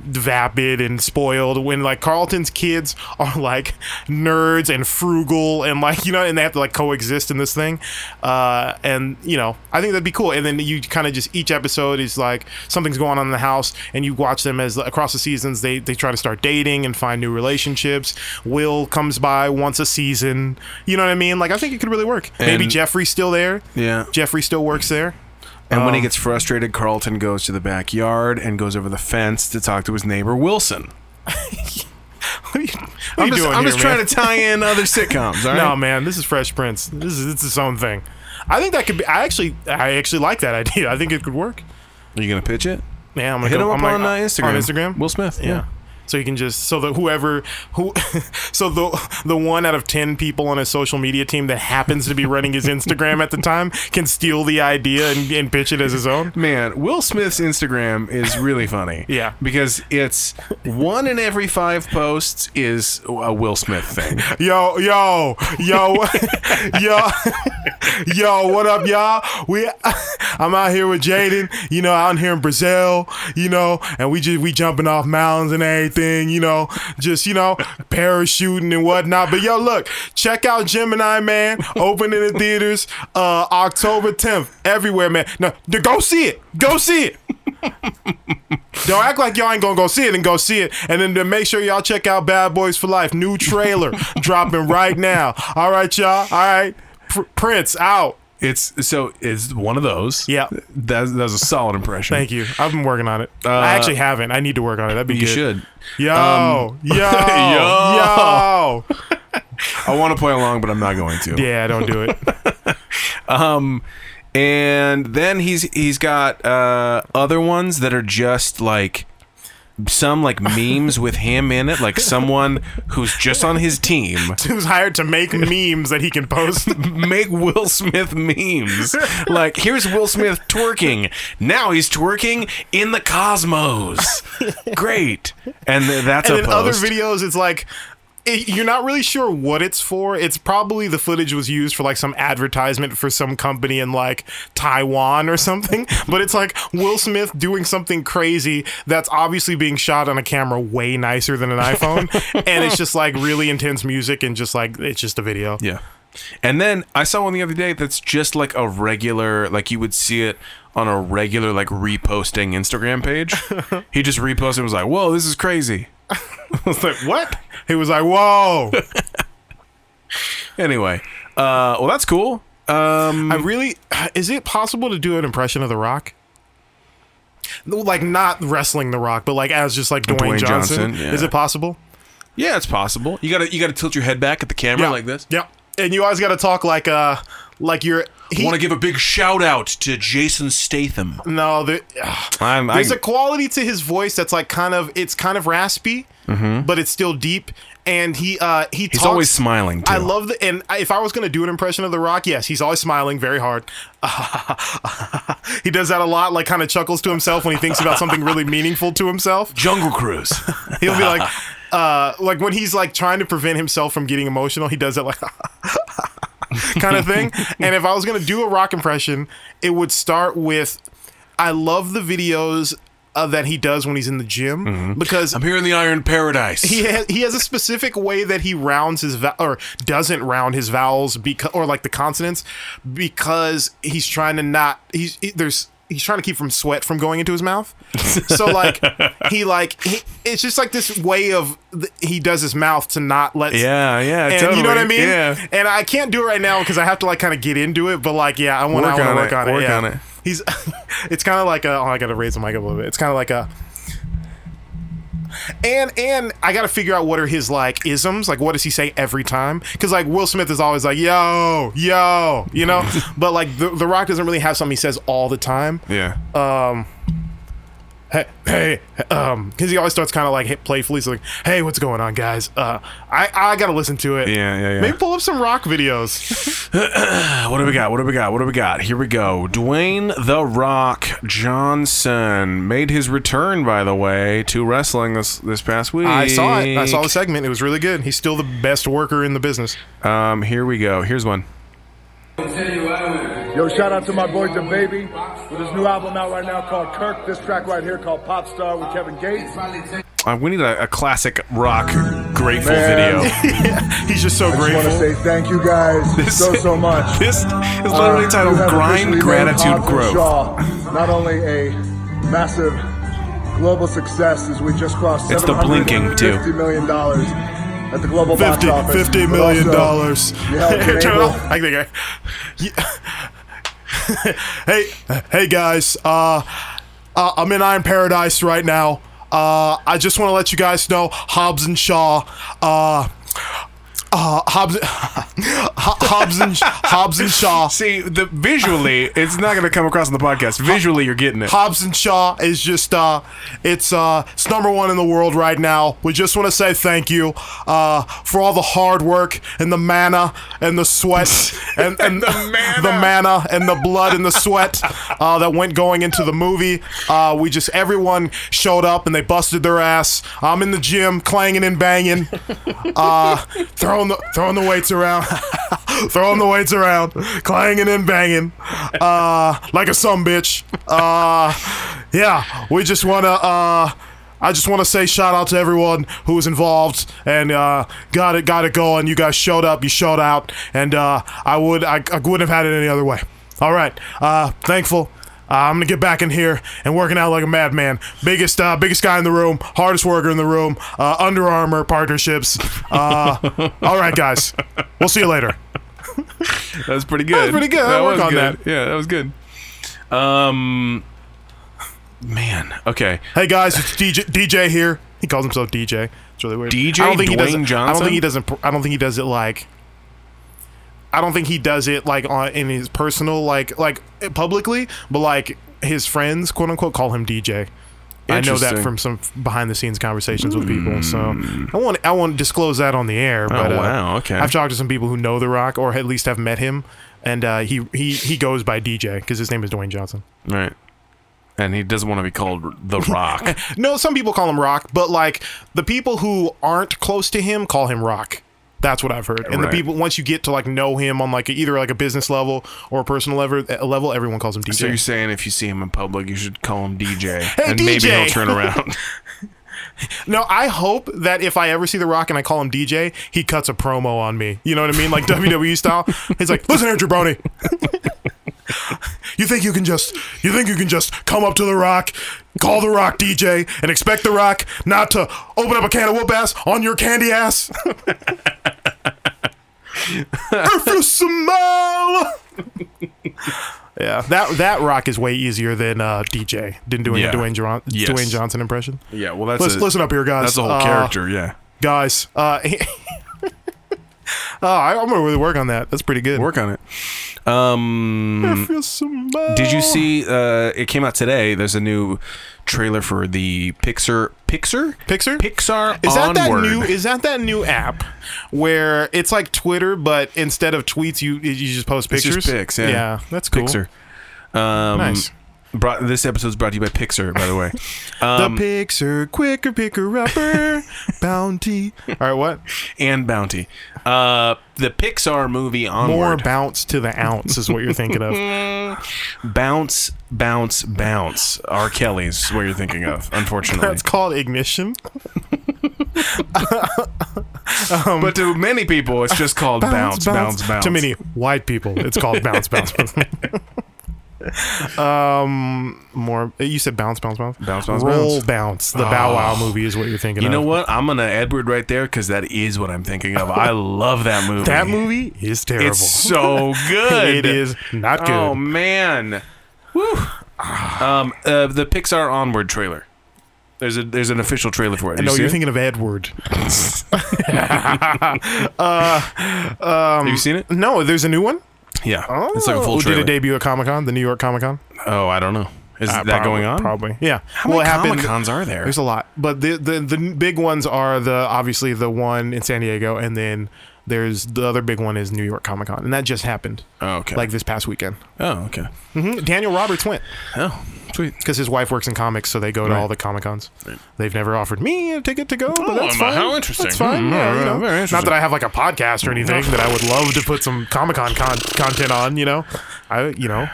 Speaker 2: vapid and spoiled. When like Carlton's kids are like nerds and frugal and like you know, and they have to like coexist in this thing. Uh, and you know, I think that'd be cool. And then you kind of just each episode is like something's going on in the house, and you watch them as across the seasons they they try to start dating and find new relationships. Will comes by once a season. You know what I mean? Like I think it could really work. Maybe
Speaker 1: And-
Speaker 2: Jeffrey's still there.
Speaker 1: Yeah.
Speaker 2: Jeffrey still works there.
Speaker 1: And when he
Speaker 2: Um,
Speaker 1: gets frustrated, Carlton goes to the backyard and goes over the fence to talk to his neighbor Wilson.
Speaker 2: What are you, what are
Speaker 1: I'm
Speaker 2: you
Speaker 1: just,
Speaker 2: doing
Speaker 1: I'm
Speaker 2: here,
Speaker 1: just
Speaker 2: man?
Speaker 1: trying to tie in other sitcoms. All right?
Speaker 2: No, man, this is Fresh Prince. This is it's its own thing. I think that could be. I actually, I actually like that idea. I think it could work.
Speaker 1: Are you gonna pitch it?
Speaker 2: Yeah, I'm gonna
Speaker 1: Hit
Speaker 2: go,
Speaker 1: him up
Speaker 2: I'm
Speaker 1: on uh,
Speaker 2: like,
Speaker 1: Instagram.
Speaker 2: On Instagram,
Speaker 1: Will Smith. Yeah.
Speaker 2: yeah. So you can just so that whoever who, so the the one out of ten people on his social media team that happens to be running his Instagram at the time can steal the idea and, and pitch it as his own.
Speaker 1: Man, Will Smith's Instagram is really funny.
Speaker 2: Yeah.
Speaker 1: Because it's one in every five posts is a Will Smith thing.
Speaker 2: Yo, yo, yo, yo, yo, what up, y'all? We, I'm out here with Jaden, you know, out here in Brazil, you know, and we just, we jumping off mountains and everything, you know, just, you know, parachuting and whatnot. But yo, look, check out Gemini Man, opening the theaters, uh, October 10th, everywhere, man. No, no, go see it, go see it. Don't act like y'all ain't gonna go see it and go see it. And then to make sure y'all check out Bad Boys for Life. New trailer dropping right now. All right, y'all. All right. Pr- Prince out.
Speaker 1: It's so it's one of those.
Speaker 2: Yeah.
Speaker 1: That, that was a solid impression.
Speaker 2: Thank you. I've been working on it. I actually haven't. I need to work on it. That'd be
Speaker 1: You
Speaker 2: good.
Speaker 1: should.
Speaker 2: Yo, yo, yo.
Speaker 1: Yo. I want to play along, but I'm not going to.
Speaker 2: Yeah, don't do it.
Speaker 1: Um, and then he's he's got uh, other ones that are just like some like memes with him in it, like someone who's just on his team.
Speaker 2: He was hired to make memes that he can post.
Speaker 1: Make Will Smith memes. Like, here's Will Smith twerking. Now he's twerking in the cosmos. Great. And th- that's
Speaker 2: and
Speaker 1: a
Speaker 2: in
Speaker 1: post.
Speaker 2: other videos it's like it, you're not really sure what it's for it's probably the footage was used for like some advertisement for some company in like taiwan or something but it's like will smith doing something crazy that's obviously being shot on a camera way nicer than an iphone and it's just like really intense music and just like it's just a video
Speaker 1: Yeah. And then I saw one the other day that's just like a regular, like you would see it on a regular, like reposting Instagram page. he just reposted and was like, whoa, this is crazy.
Speaker 2: it's like what he was like whoa
Speaker 1: Anyway, uh, well, that's cool. Um,
Speaker 2: I really is it possible to do an impression of The Rock? No, Like not wrestling The Rock, but like as just like Dwayne,
Speaker 1: Dwayne
Speaker 2: Johnson.
Speaker 1: Johnson, yeah.
Speaker 2: Is it possible?
Speaker 1: yeah, it's possible. You gotta, you gotta tilt your head back at the camera like this.
Speaker 2: Yeah. And you always got to talk like uh like you're. He,
Speaker 1: Want to give a big shout out to Jason Statham.
Speaker 2: no, the, ugh.
Speaker 1: I'm, I,
Speaker 2: there's a quality to his voice that's like kind of it's kind of raspy, but it's still deep. And he uh he
Speaker 1: Mm-hmm. he's
Speaker 2: talks,
Speaker 1: always smiling. Too.
Speaker 2: I love the and I- if I was gonna do an impression of The Rock, yes, he's always smiling very hard. he does that a lot, like kind of chuckles to himself when he thinks about something really meaningful to himself.
Speaker 1: Jungle Cruise.
Speaker 2: He'll be like, uh, like when he's like trying to prevent himself from getting emotional, he does it like kind of thing. And if I was gonna do a rock impression, it would start with, I love the videos uh, that he does when he's in the gym because.
Speaker 1: I'm here in the Iron Paradise.
Speaker 2: he has, he has a specific way that he rounds his vo- or doesn't round his vowels because or like the consonants because he's trying to not he's he, there's he's trying to keep from sweat from going into his mouth so like he like he, it's just like this way of th- he does his mouth to not let
Speaker 1: yeah, yeah.
Speaker 2: and
Speaker 1: totally.
Speaker 2: you know what I mean?
Speaker 1: Yeah.
Speaker 2: And I can't do it right now because I have to like kind of get into it. But like, yeah, I want to
Speaker 1: Work
Speaker 2: work,
Speaker 1: on
Speaker 2: work
Speaker 1: it,
Speaker 2: on it.
Speaker 1: work
Speaker 2: yeah.
Speaker 1: on it.
Speaker 2: He's. it's kind of like a. Oh, I gotta raise the mic up a little bit. It's kind of like a. And and I got to figure out what are his like isms. Like, what does he say every time? Because like Will Smith is always like, "Yo, yo," you know. but like the, the Rock doesn't really have something he says all the time.
Speaker 1: Yeah.
Speaker 2: Uh, Hey, hey, um, because he always starts kind of like hit playfully, so like, "Hey, what's going on, guys? Uh, I I got to listen to it.
Speaker 1: Yeah, yeah, yeah.
Speaker 2: Maybe pull up some Rock videos.
Speaker 1: What do we got? What do we got? What do we got? Here we go. Dwayne The Rock Johnson made his return, by the way, to wrestling this this past week.
Speaker 2: I saw it. I saw the segment. It was really good. He's still the best worker in the business.
Speaker 1: Um, here we go. Here's one.
Speaker 4: Yo, shout out to my boy The Baby with his new album out right now called Kirk. This track right here called Pop Star with Kevin Gates.
Speaker 1: Uh, we need a, a classic rock grateful video.
Speaker 2: He's just so
Speaker 4: I want to
Speaker 2: grateful.
Speaker 4: say thank you guys so so much.
Speaker 1: this is literally
Speaker 4: Uh,
Speaker 1: titled
Speaker 4: you have officially
Speaker 1: "Grind
Speaker 4: made
Speaker 1: Gratitude
Speaker 4: Hobbs and
Speaker 1: Growth."
Speaker 4: Shaw not only a massive global success as we just crossed
Speaker 1: It's the blinking, too.
Speaker 4: $750 million dollars at the global box
Speaker 2: 50,
Speaker 4: office.
Speaker 2: 50
Speaker 4: but
Speaker 2: million
Speaker 4: also-
Speaker 2: dollars.
Speaker 4: Yeah, okay,
Speaker 2: Turn it
Speaker 4: well-
Speaker 2: off. I think I. hey, hey guys. Uh, uh, I'm in Iron Paradise right now. Uh, I just want to let you guys know, Hobbs and Shaw. Uh, uh, Hobbs, Hobbs and Hobbs and Shaw.
Speaker 1: See, the visually, it's not going to come across on the podcast. Visually, you're getting it.
Speaker 2: Hobbs and Shaw is just uh it's uh it's number one in the world right now. We just want to say thank you uh for all the hard work and the manna and the sweat and, and the,
Speaker 1: manna.
Speaker 2: manna and the blood and the sweat uh, that went going into the movie. Uh, we just everyone showed up and they busted their ass. I'm in the gym clanging and banging, uh, throwing the throwing the weights around, throwing the weights around, clanging and banging, uh, like a some bitch. Uh, yeah, we just wanna. Uh, I just want to say shout out to everyone who was involved and uh, got it got it going. You guys showed up, you showed out, and uh, I would I, I wouldn't have had it any other way. All right, uh, thankful. Uh, I'm gonna get back in here and working out like a madman. Biggest uh, biggest guy in the room, hardest worker in the room. Uh, Under Armour partnerships. Uh, all right, guys, we'll see you later.
Speaker 1: That was pretty good.
Speaker 2: was pretty good. I'll work on
Speaker 1: that. Yeah, that was good. Um, man. Okay.
Speaker 2: Hey guys, it's DJ, DJ here. He calls himself DJ. It's really weird.
Speaker 1: DJ
Speaker 2: I don't think he does
Speaker 1: Dwayne
Speaker 2: it, I don't
Speaker 1: Johnson?
Speaker 2: think he doesn't. pr- I don't think he does it like. I don't think he does it like on in his personal like like eh, publicly, but like his friends quote unquote call him DJ. I know that
Speaker 1: Interesting. Hmm.
Speaker 2: from some behind the scenes conversations with people. So I won't I won't disclose that on the air. But uh,
Speaker 1: Oh, wow, okay.
Speaker 2: I've talked to some people who know The Rock or at least have met him, and uh, he he he goes by DJ because his name is Dwayne Johnson.
Speaker 1: All right. And he doesn't want to be called the Rock.
Speaker 2: No, some people call him Rock, but like the people who aren't close to him call him Rock. That's what I've heard. And
Speaker 1: Right.
Speaker 2: the people once you get to like know him on like either like a business level or a personal level, level everyone calls him DJ.
Speaker 1: so you're saying if you see him in public, you should call him DJ,
Speaker 2: Hey,
Speaker 1: and maybe
Speaker 2: DJ.
Speaker 1: he'll turn around.
Speaker 2: no, I hope that if I ever see The Rock and I call him DJ, he cuts a promo on me. You know what I mean? Like WWE style. He's like, "Listen here, jabroni. you think you can just you think you can just come up to The Rock, call The Rock DJ and expect The Rock not to open up a can of whoop ass on your candy ass?" if you smile. Yeah, that that rock is way easier than uh, DJ than doing
Speaker 1: Yeah.
Speaker 2: a Dwayne, John-
Speaker 1: Yes.
Speaker 2: Dwayne Johnson impression.
Speaker 1: yeah. Well, that's
Speaker 2: Listen,
Speaker 1: a,
Speaker 2: listen up here, guys.
Speaker 1: That's a whole
Speaker 2: Uh,
Speaker 1: character. Yeah.
Speaker 2: Guys, uh, oh, I, I'm going to really work on that. That's pretty good. Mm.
Speaker 1: Work on it. Um. Did
Speaker 2: Oh.
Speaker 1: you see? Uh, it came out today. There's a new trailer for the Pixar. Pixar.
Speaker 2: Pixar?
Speaker 1: Pixar.
Speaker 2: Is that
Speaker 1: Onward.
Speaker 2: that new? Is that that new app where it's like Twitter, but instead of tweets, you you just post
Speaker 1: It's
Speaker 2: pictures?
Speaker 1: just pics, yeah.
Speaker 2: that's cool.
Speaker 1: Pixar. Um,
Speaker 2: Nice.
Speaker 1: Brought, this episode's brought to you by Pixar, by the way.
Speaker 2: The
Speaker 1: Um,
Speaker 2: Pixar, quicker picker upper, bounty. All right, what?
Speaker 1: and Bounty. Uh, the Pixar movie
Speaker 2: More
Speaker 1: Onward.
Speaker 2: bounce to the ounce is what you're thinking of.
Speaker 1: bounce, bounce, bounce. R. Kelly's is what you're thinking of, unfortunately.
Speaker 2: That's called ignition.
Speaker 1: but to many people, it's just called bounce, bounce, bounce.
Speaker 2: um To many white people, it's called bounce, bounce, bounce. um, more. You said bounce, bounce, bounce,
Speaker 1: Bounce, bounce,
Speaker 2: roll
Speaker 1: bounce. Ah.
Speaker 2: bounce. The Bow Wow movie is what you're thinking.
Speaker 1: You know
Speaker 2: of.
Speaker 1: what? I'm gonna Edward right there because that is what I'm thinking of. I love that movie.
Speaker 2: That movie is terrible.
Speaker 1: It's so good.
Speaker 2: It is not good.
Speaker 1: Oh man. Woo. Um, uh, the Pixar Onward trailer. There's a there's an official trailer for it. Did
Speaker 2: No,
Speaker 1: you see
Speaker 2: you're
Speaker 1: it?
Speaker 2: thinking of Edward.
Speaker 1: Have you seen it?
Speaker 2: No, there's a new one.
Speaker 1: Yeah,
Speaker 2: Oh.
Speaker 1: it's like a full
Speaker 2: Who
Speaker 1: trailer.
Speaker 2: um, Did Uh, it debut at Comic Con, the New York Comic Con?
Speaker 1: oh, I don't know. Is that going on?
Speaker 2: Probably. Yeah.
Speaker 1: How many Comic Cons are there?
Speaker 2: There's a lot, but the, the the big ones are the obviously the one in San Diego, and then there's the other big one is New York Comic Con, and that just happened.
Speaker 1: Oh, okay.
Speaker 2: Like this past weekend.
Speaker 1: oh, okay.
Speaker 2: Mhm. Daniel Roberts went
Speaker 1: Oh, sweet.
Speaker 2: because his wife works in comics, so they go to all the Comic Cons. They've never offered me a ticket to go, but
Speaker 1: Oh,
Speaker 2: that's
Speaker 1: am I?
Speaker 2: fine.
Speaker 1: How interesting.
Speaker 2: That's fine.
Speaker 1: Hmm,
Speaker 2: yeah,
Speaker 1: yeah,
Speaker 2: you know.
Speaker 1: very
Speaker 2: Not
Speaker 1: interesting.
Speaker 2: that I have like a podcast or anything that I would love to put some Comic Con con- content on. You know, I you know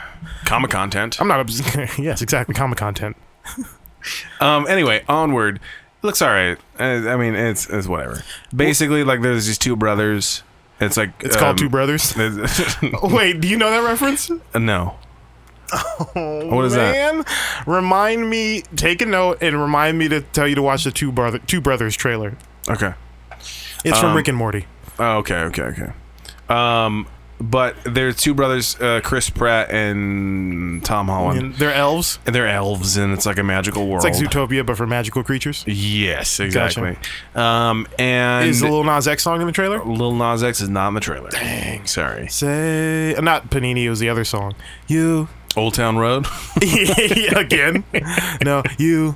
Speaker 1: Comic content.
Speaker 2: I'm not obs- yes exactly comic content.
Speaker 1: Um. Anyway, onward. Looks all right. I, I mean, it's it's whatever. Basically, like there's these two brothers. It's like um,
Speaker 2: It's called Two Brothers.
Speaker 1: brothers.
Speaker 2: Wait, do you know that reference?
Speaker 1: no. what is that?
Speaker 2: Man, remind me. Take a note and remind me to tell you to watch the Two Brother Two Brothers trailer.
Speaker 1: Okay.
Speaker 2: It's from
Speaker 1: Um,
Speaker 2: Rick and Morty.
Speaker 1: Oh, okay, okay, okay. Um, but they're two brothers, uh, Chris Pratt and Tom Holland,
Speaker 2: And they're elves.
Speaker 1: and they're elves, and it's like a magical world.
Speaker 2: It's like Zootopia, but for magical creatures.
Speaker 1: yes, exactly. Um, and
Speaker 2: Is the Lil Nas X song in the trailer?
Speaker 1: Lil Nas X is not in the trailer. Dang, sorry.
Speaker 2: Say, uh, not Panini. It was the other song. You
Speaker 1: Old Town Road.
Speaker 2: again? no, you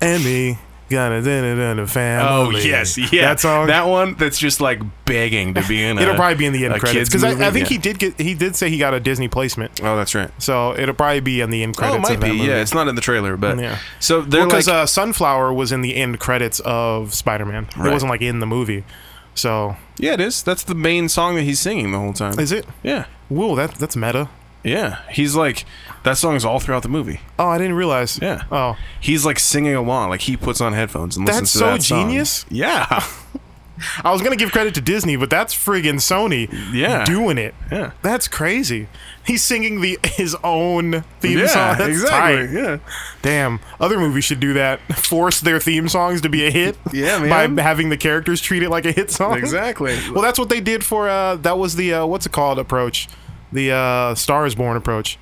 Speaker 2: and me. Gonna dinner in the family. That song.
Speaker 1: Oh, That one that's just like begging to be in.
Speaker 2: it'll
Speaker 1: a-
Speaker 2: probably be in the end
Speaker 1: a
Speaker 2: credits
Speaker 1: kids
Speaker 2: because
Speaker 1: movie.
Speaker 2: I, I think
Speaker 1: Yeah.
Speaker 2: he did get. He did say he got a Disney placement,
Speaker 1: Oh, that's right.
Speaker 2: so it'll probably be in the end
Speaker 1: Oh,
Speaker 2: credits.
Speaker 1: it might
Speaker 2: of that
Speaker 1: be.
Speaker 2: movie.
Speaker 1: Yeah, it's not in the trailer, but
Speaker 2: Yeah.
Speaker 1: so they're
Speaker 2: because
Speaker 1: like
Speaker 2: uh, Sunflower was in the end credits of Spider Man. It
Speaker 1: Right.
Speaker 2: wasn't like in the movie. So
Speaker 1: yeah, it is. That's the main song that he's singing the whole time.
Speaker 2: is it?
Speaker 1: Yeah.
Speaker 2: Whoa, that that's meta.
Speaker 1: Yeah, he's like that song is all throughout the movie.
Speaker 2: Oh, I didn't realize.
Speaker 1: Yeah.
Speaker 2: Oh,
Speaker 1: He's like singing along, like he puts on headphones and
Speaker 2: That's
Speaker 1: listens to
Speaker 2: so
Speaker 1: that song.
Speaker 2: genius.
Speaker 1: Yeah,
Speaker 2: I was gonna give credit to Disney, but that's friggin' Sony.
Speaker 1: Yeah.
Speaker 2: Doing it.
Speaker 1: Yeah.
Speaker 2: That's crazy. He's singing the his own theme
Speaker 1: Yeah,
Speaker 2: song. That's
Speaker 1: exactly,
Speaker 2: tight. Damn. Other movies should do that. Force their theme songs to be a hit.
Speaker 1: Yeah, man.
Speaker 2: By having the characters treat it like a hit song.
Speaker 1: exactly.
Speaker 2: Well, that's what they did for uh that was the uh what's it called approach. The uh Star is Born approach.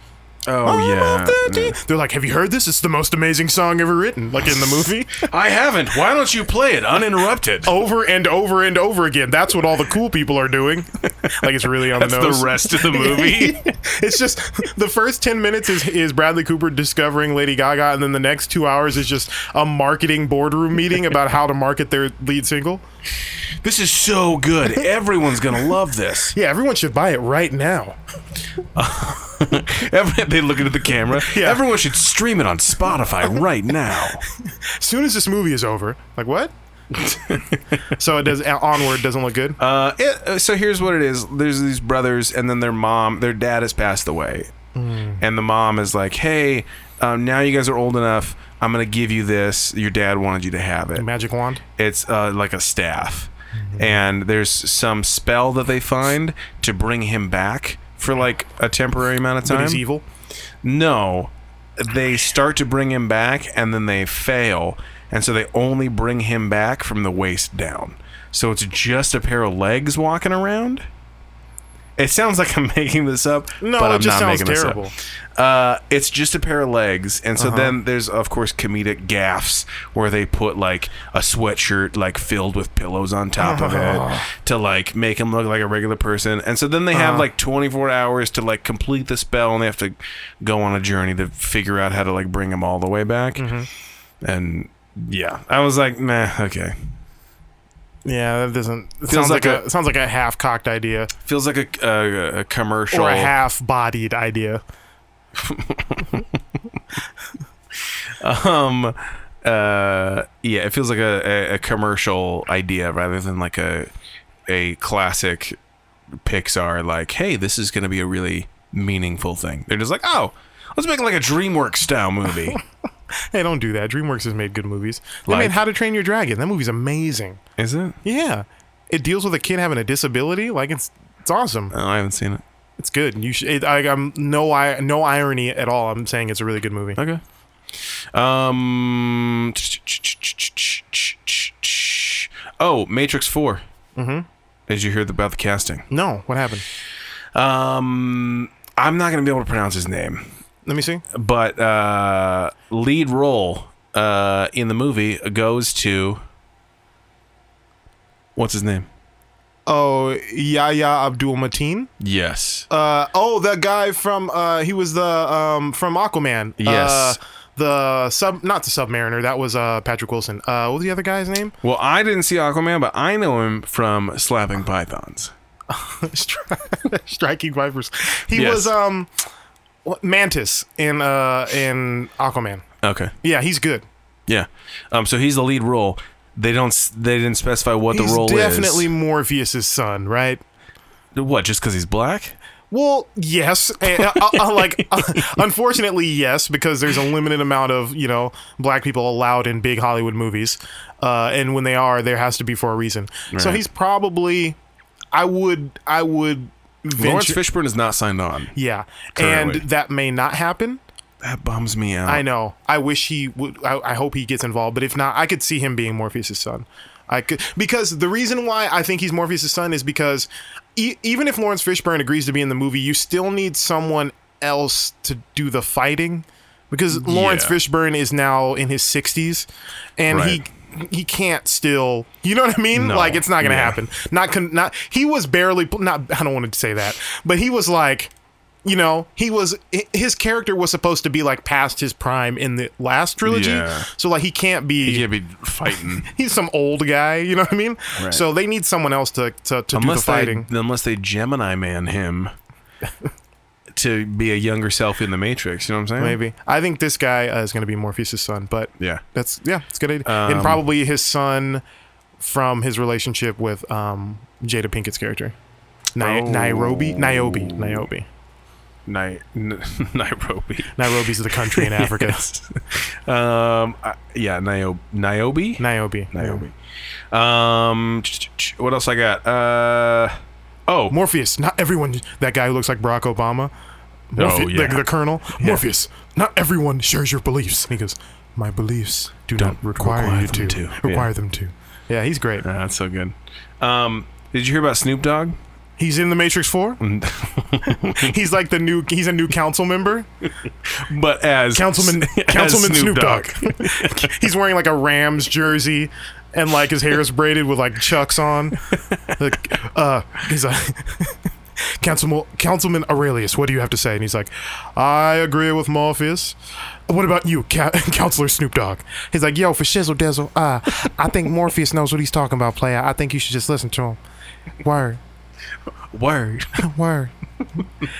Speaker 1: Oh yeah.
Speaker 2: They're like, "Have you heard this? It's the most amazing song ever written." Like in the movie,
Speaker 1: I haven't. Why don't you play it uninterrupted?
Speaker 2: over and over and over again. That's what all the cool people are doing. Like it's really on
Speaker 1: That's
Speaker 2: the nose.
Speaker 1: the rest of the movie.
Speaker 2: it's just the first 10 minutes is, is Bradley Cooper discovering Lady Gaga, and then the next two hours is just a marketing boardroom meeting about how to market their lead single.
Speaker 1: this is so good. Everyone's gonna love this.
Speaker 2: Yeah, everyone should buy it right now.
Speaker 1: Every, they look into the camera.
Speaker 2: Yeah.
Speaker 1: Everyone should stream it on Spotify right now.
Speaker 2: As soon as this movie is over, like what? so it does. uh, Onward doesn't look good.
Speaker 1: Uh, it, uh, so here's what it is. There's these brothers, and then their mom, their dad has passed away, and the mom is like, "Hey, um, now you guys are old enough. I'm gonna give you this. Your dad wanted you to have it.
Speaker 2: Magic wand.
Speaker 1: It's uh, like a staff, and there's some spell that they find to bring him back for like a temporary amount of
Speaker 2: But
Speaker 1: time.
Speaker 2: he's evil.
Speaker 1: No, they start to bring him back, and then they fail, and so they only bring him back from the waist down. So it's just a pair of legs walking around. It sounds like I'm making this up,
Speaker 2: No,
Speaker 1: but
Speaker 2: it
Speaker 1: I'm
Speaker 2: just
Speaker 1: not
Speaker 2: sounds
Speaker 1: making
Speaker 2: terrible.
Speaker 1: this up. Uh, it's just a pair of legs, and so
Speaker 2: Uh-huh.
Speaker 1: then there's of course comedic gaffs where they put like a sweatshirt like filled with pillows on top of
Speaker 2: Uh-huh.
Speaker 1: it to like make him look like a regular person, and so then they have like 24 hours to like complete the spell, and they have to go on a journey to figure out how to like bring him all the way back,
Speaker 2: Mm-hmm.
Speaker 1: and yeah, I was like, nah, okay,
Speaker 2: Yeah, that doesn't. It sounds like,
Speaker 1: like
Speaker 2: a,
Speaker 1: a-
Speaker 2: sounds like a half cocked idea
Speaker 1: feels like a a, a commercial
Speaker 2: or a half bodied idea.
Speaker 1: um uh yeah it feels like a, a, a commercial idea rather than like a a classic pixar like hey this is gonna be a really meaningful thing they're just like oh let's make like a dreamworks style movie
Speaker 2: Hey, don't do that. DreamWorks has made good movies. They
Speaker 1: Like?
Speaker 2: made How to Train Your Dragon. That movie's amazing.
Speaker 1: is it
Speaker 2: Yeah, it deals with a kid having a disability. Like it's it's awesome.
Speaker 1: no i haven't seen it
Speaker 2: It's good. You should. It, I, I'm no I no irony at all. I'm saying it's a really good movie.
Speaker 1: okay um oh matrix 4 mm-hmm did you hear about the casting
Speaker 2: No, what happened?
Speaker 1: um i'm not gonna be able to pronounce his name
Speaker 2: Let me see.
Speaker 1: but uh, lead role uh, in the movie goes to what's his name?
Speaker 2: Oh, Yahya Abdul Mateen.
Speaker 1: Yes,
Speaker 2: Uh, oh, the guy from uh, he was the um, from Aquaman.
Speaker 1: Yes.
Speaker 2: Uh, the sub, not the Submariner. That was uh, Patrick Wilson. Uh, what was the other guy's name?
Speaker 1: Well, I didn't see Aquaman, but I know him from slapping pythons.
Speaker 2: Stri- Striking Vipers. He
Speaker 1: Yes.
Speaker 2: was um, what- Mantis in uh, in Aquaman.
Speaker 1: Okay,
Speaker 2: Yeah, he's good.
Speaker 1: yeah. Um, so he's the lead role. They don't. s- They didn't specify what
Speaker 2: he's
Speaker 1: the role
Speaker 2: definitely Morpheus' son, right?
Speaker 1: is. What? Just because he's black?
Speaker 2: Well, yes, and, uh, uh, like uh, unfortunately, yes, because there's a limited amount of you know black people allowed in big Hollywood movies, uh, and when they are, there has to be for a reason. So
Speaker 1: Right.
Speaker 2: he's probably, I would, I would
Speaker 1: Lawrence
Speaker 2: venture,
Speaker 1: Fishburne is not signed on.
Speaker 2: yeah,
Speaker 1: Currently.
Speaker 2: and that may not happen.
Speaker 1: That bums me out.
Speaker 2: I know. I wish he would. I, I hope he gets involved. But if not, I could see him being Morpheus' son. I could because the reason why I think he's Morpheus' son is because e- even if Lawrence Fishburne agrees to be in the movie, you still need someone else to do the fighting because Lawrence
Speaker 1: Yeah.
Speaker 2: Fishburne is now in his sixties, and
Speaker 1: Right.
Speaker 2: he he can't still. You know what I mean?
Speaker 1: No.
Speaker 2: Like it's not gonna
Speaker 1: Yeah.
Speaker 2: happen. Not con- not. He was barely not. I don't want to say that, but he was like you know he was hi- his character was supposed to be like past his prime in the last trilogy
Speaker 1: Yeah.
Speaker 2: so like he can't be
Speaker 1: You can't be fighting
Speaker 2: he's some old guy you know what i mean
Speaker 1: Right.
Speaker 2: so they need someone else to to, to do the
Speaker 1: unless
Speaker 2: fighting
Speaker 1: they unless they Gemini man him to be a younger self in the Matrix. You know what I'm saying?
Speaker 2: maybe i think this guy uh, is going to be morpheus' son but
Speaker 1: Yeah.
Speaker 2: that's yeah it's a good idea and
Speaker 1: Um,
Speaker 2: probably his son from his relationship with um jada pinkett's character Ni-
Speaker 1: Oh.
Speaker 2: nairobi niobe niobe
Speaker 1: Ni- N- Nairobi.
Speaker 2: nairobi's the country in africa
Speaker 1: Yes. um. I, yeah. Niobe. Niobe.
Speaker 2: niobe
Speaker 1: Niobe. Um, ch- ch- ch- what else I got? Uh, oh,
Speaker 2: Morpheus, not everyone. That guy who looks like Barack Obama. Morphe-
Speaker 1: Oh, yeah.
Speaker 2: the, the colonel. Morpheus, not everyone shares your beliefs. And he goes, My beliefs do not
Speaker 1: Don't
Speaker 2: require,
Speaker 1: require
Speaker 2: you
Speaker 1: them
Speaker 2: to.
Speaker 1: to." Yeah.
Speaker 2: Require them to. Yeah, he's great.
Speaker 1: Ah, that's so good. Um, did you hear about Snoop Dogg?
Speaker 2: He's in the Matrix 4. he's like the new, he's a new council member.
Speaker 1: But as
Speaker 2: Councilman,
Speaker 1: as
Speaker 2: Councilman Snoop, Dogg. he's wearing like a Rams jersey. And like his hair is braided with like chucks on. Like, uh, he's a Councilman, Councilman Aurelius, what do you have to say? And he's like, I agree with Morpheus. What about you, Ca- Counselor Snoop Dogg? He's like, yo, for shizzle dizzle, uh, I think Morpheus knows what he's talking about, player. I think you should just listen to him. Word,
Speaker 1: Word.
Speaker 2: word.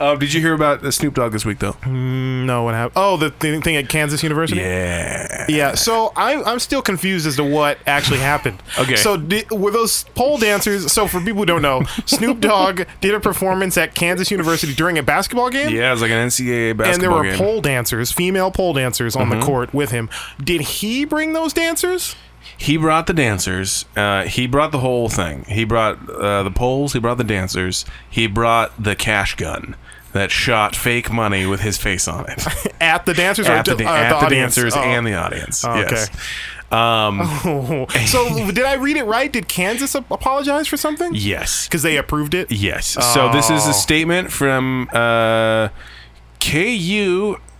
Speaker 1: Um, did you hear about uh, Snoop Dogg this week though?
Speaker 2: No, what happened? Oh, the thing, thing at Kansas University?
Speaker 1: Yeah.
Speaker 2: Yeah, so I'm, I'm still confused as to what actually happened.
Speaker 1: Okay.
Speaker 2: So di- were those pole dancers? So for people who don't know, Snoop Dogg did a performance at Kansas University during a basketball game.
Speaker 1: Yeah, it was like an NCAA basketball
Speaker 2: and there were
Speaker 1: game. Mm-hmm.
Speaker 2: pole dancers, female pole dancers on the court with him. Did he bring those dancers?
Speaker 1: he brought the dancers. Uh, he brought the whole thing. He brought uh, the poles. He brought the dancers. He brought the cash gun that shot fake money with his face on it.
Speaker 2: At the dancers or
Speaker 1: at the,
Speaker 2: to- uh,
Speaker 1: at the
Speaker 2: audience?
Speaker 1: dancers
Speaker 2: Oh.
Speaker 1: and the audience.
Speaker 2: okay.
Speaker 1: Yes. Um,
Speaker 2: so did I read it right? Did Kansas ap- apologize for something?
Speaker 1: Yes.
Speaker 2: Because they approved it?
Speaker 1: Yes. So this is
Speaker 2: Oh.
Speaker 1: a statement from uh,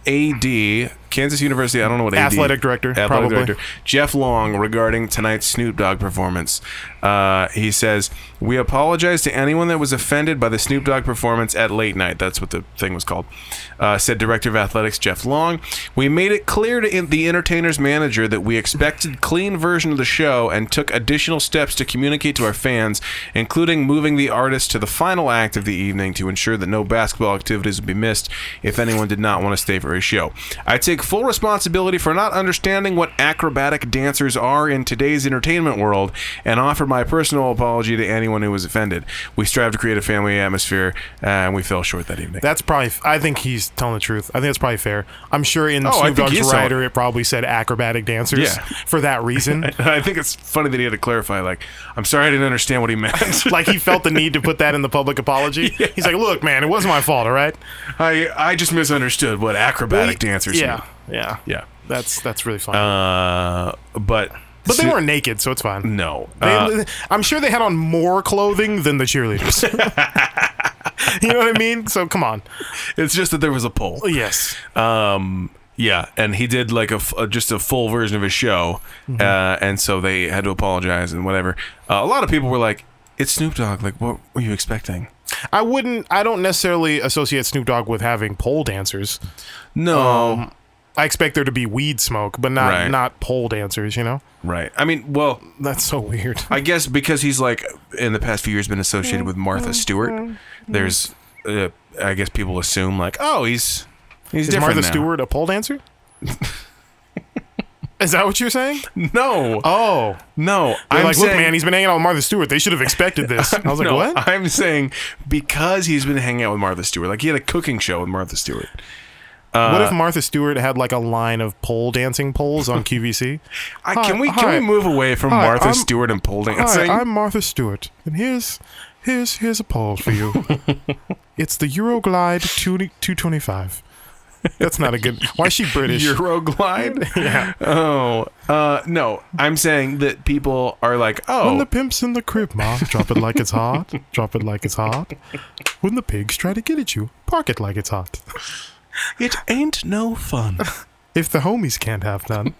Speaker 1: KUAD, Kansas University. I don't know what AD,
Speaker 2: Athletic director,
Speaker 1: athletic
Speaker 2: probably.
Speaker 1: director Jeff Long regarding tonight's Snoop Dogg performance. Uh, he says we apologize to anyone that was offended by the Snoop Dogg performance at late night. That's what the thing was called. Uh, said director of athletics Jeff Long. We made it clear to in- the entertainer's manager that we expected clean version of the show and took additional steps to communicate to our fans, including moving the artist to the final act of the evening to ensure that no basketball activities would be missed if anyone did not want to stay for a show. I take full responsibility for not understanding what acrobatic dancers are in today's entertainment world and offer my personal apology to anyone who was offended. We strive to create a family atmosphere, uh, and we fell short that evening.
Speaker 2: That's probably. I think he's telling the truth. I think that's probably fair. I'm sure in
Speaker 1: Oh, I
Speaker 2: Snoop
Speaker 1: think
Speaker 2: Dogg's
Speaker 1: he is telling-
Speaker 2: rider, it probably said acrobatic dancers
Speaker 1: Yeah.
Speaker 2: for that reason.
Speaker 1: I think it's funny that he had to clarify, like, I'm sorry I didn't understand what he meant.
Speaker 2: like he felt the need to put that in the public apology. He's like, "Look, man, it wasn't my fault. All right."
Speaker 1: I, I just misunderstood what acrobatic dancers
Speaker 2: Yeah, yeah,
Speaker 1: mean.
Speaker 2: That's that's really funny.
Speaker 1: Yeah. Uh, but.
Speaker 2: but they weren't naked, so it's fine.
Speaker 1: No.
Speaker 2: They,
Speaker 1: Uh,
Speaker 2: I'm sure they had on more clothing than the cheerleaders. you know what I mean? So come on.
Speaker 1: it's just that there was a poll.
Speaker 2: Yes.
Speaker 1: Um, Yeah, and he did like a, f- a- just a full version of his show,
Speaker 2: Mm-hmm.
Speaker 1: uh, and so they had to apologize and whatever. Uh, a lot of people were like, "It's Snoop Dogg. Like, what were you expecting?"
Speaker 2: I wouldn't. I don't necessarily associate Snoop Dogg with having pole dancers.
Speaker 1: No,
Speaker 2: Um, I expect there to be weed smoke, but not
Speaker 1: Right.
Speaker 2: not pole dancers. You know,
Speaker 1: right. I mean, well,
Speaker 2: that's so weird.
Speaker 1: I guess because he's like in the past few years been associated with
Speaker 2: Mm-hmm.
Speaker 1: Martha Stewart. There's, uh, I guess people assume like, "Oh, he's he's
Speaker 2: Is
Speaker 1: different
Speaker 2: Martha
Speaker 1: now."
Speaker 2: Stewart a pole dancer? Is that what you're saying?
Speaker 1: No,
Speaker 2: Oh,
Speaker 1: no.
Speaker 2: I'm
Speaker 1: I'm
Speaker 2: like,
Speaker 1: saying,
Speaker 2: look, man, he's been hanging out with Martha Stewart. They should have expected this. I was like,
Speaker 1: no,
Speaker 2: what?
Speaker 1: I'm saying because he's been hanging out with Martha Stewart. Like he had a cooking show with Martha Stewart. Uh,
Speaker 2: what if Martha Stewart had like a line of pole dancing poles on QVC?
Speaker 1: I,
Speaker 2: Hi,
Speaker 1: can we can
Speaker 2: hi.
Speaker 1: we move away from
Speaker 2: Hi,
Speaker 1: Martha
Speaker 2: I'm-
Speaker 1: Stewart and pole
Speaker 2: Hi,
Speaker 1: dancing?
Speaker 2: I'm Martha Stewart, and here's here's here's a pole for you. it's the Euroglide two two twenty five. That's not a good. Why is she British?
Speaker 1: Euroglide? yeah. Oh, uh, no. I'm saying that people are like, oh,
Speaker 2: When the pimp's in the crib, ma, drop it like it's hot. Drop it like it's hot. When the pigs try to get at you, park it like it's hot.
Speaker 1: it ain't no fun.
Speaker 2: If the homies can't have none,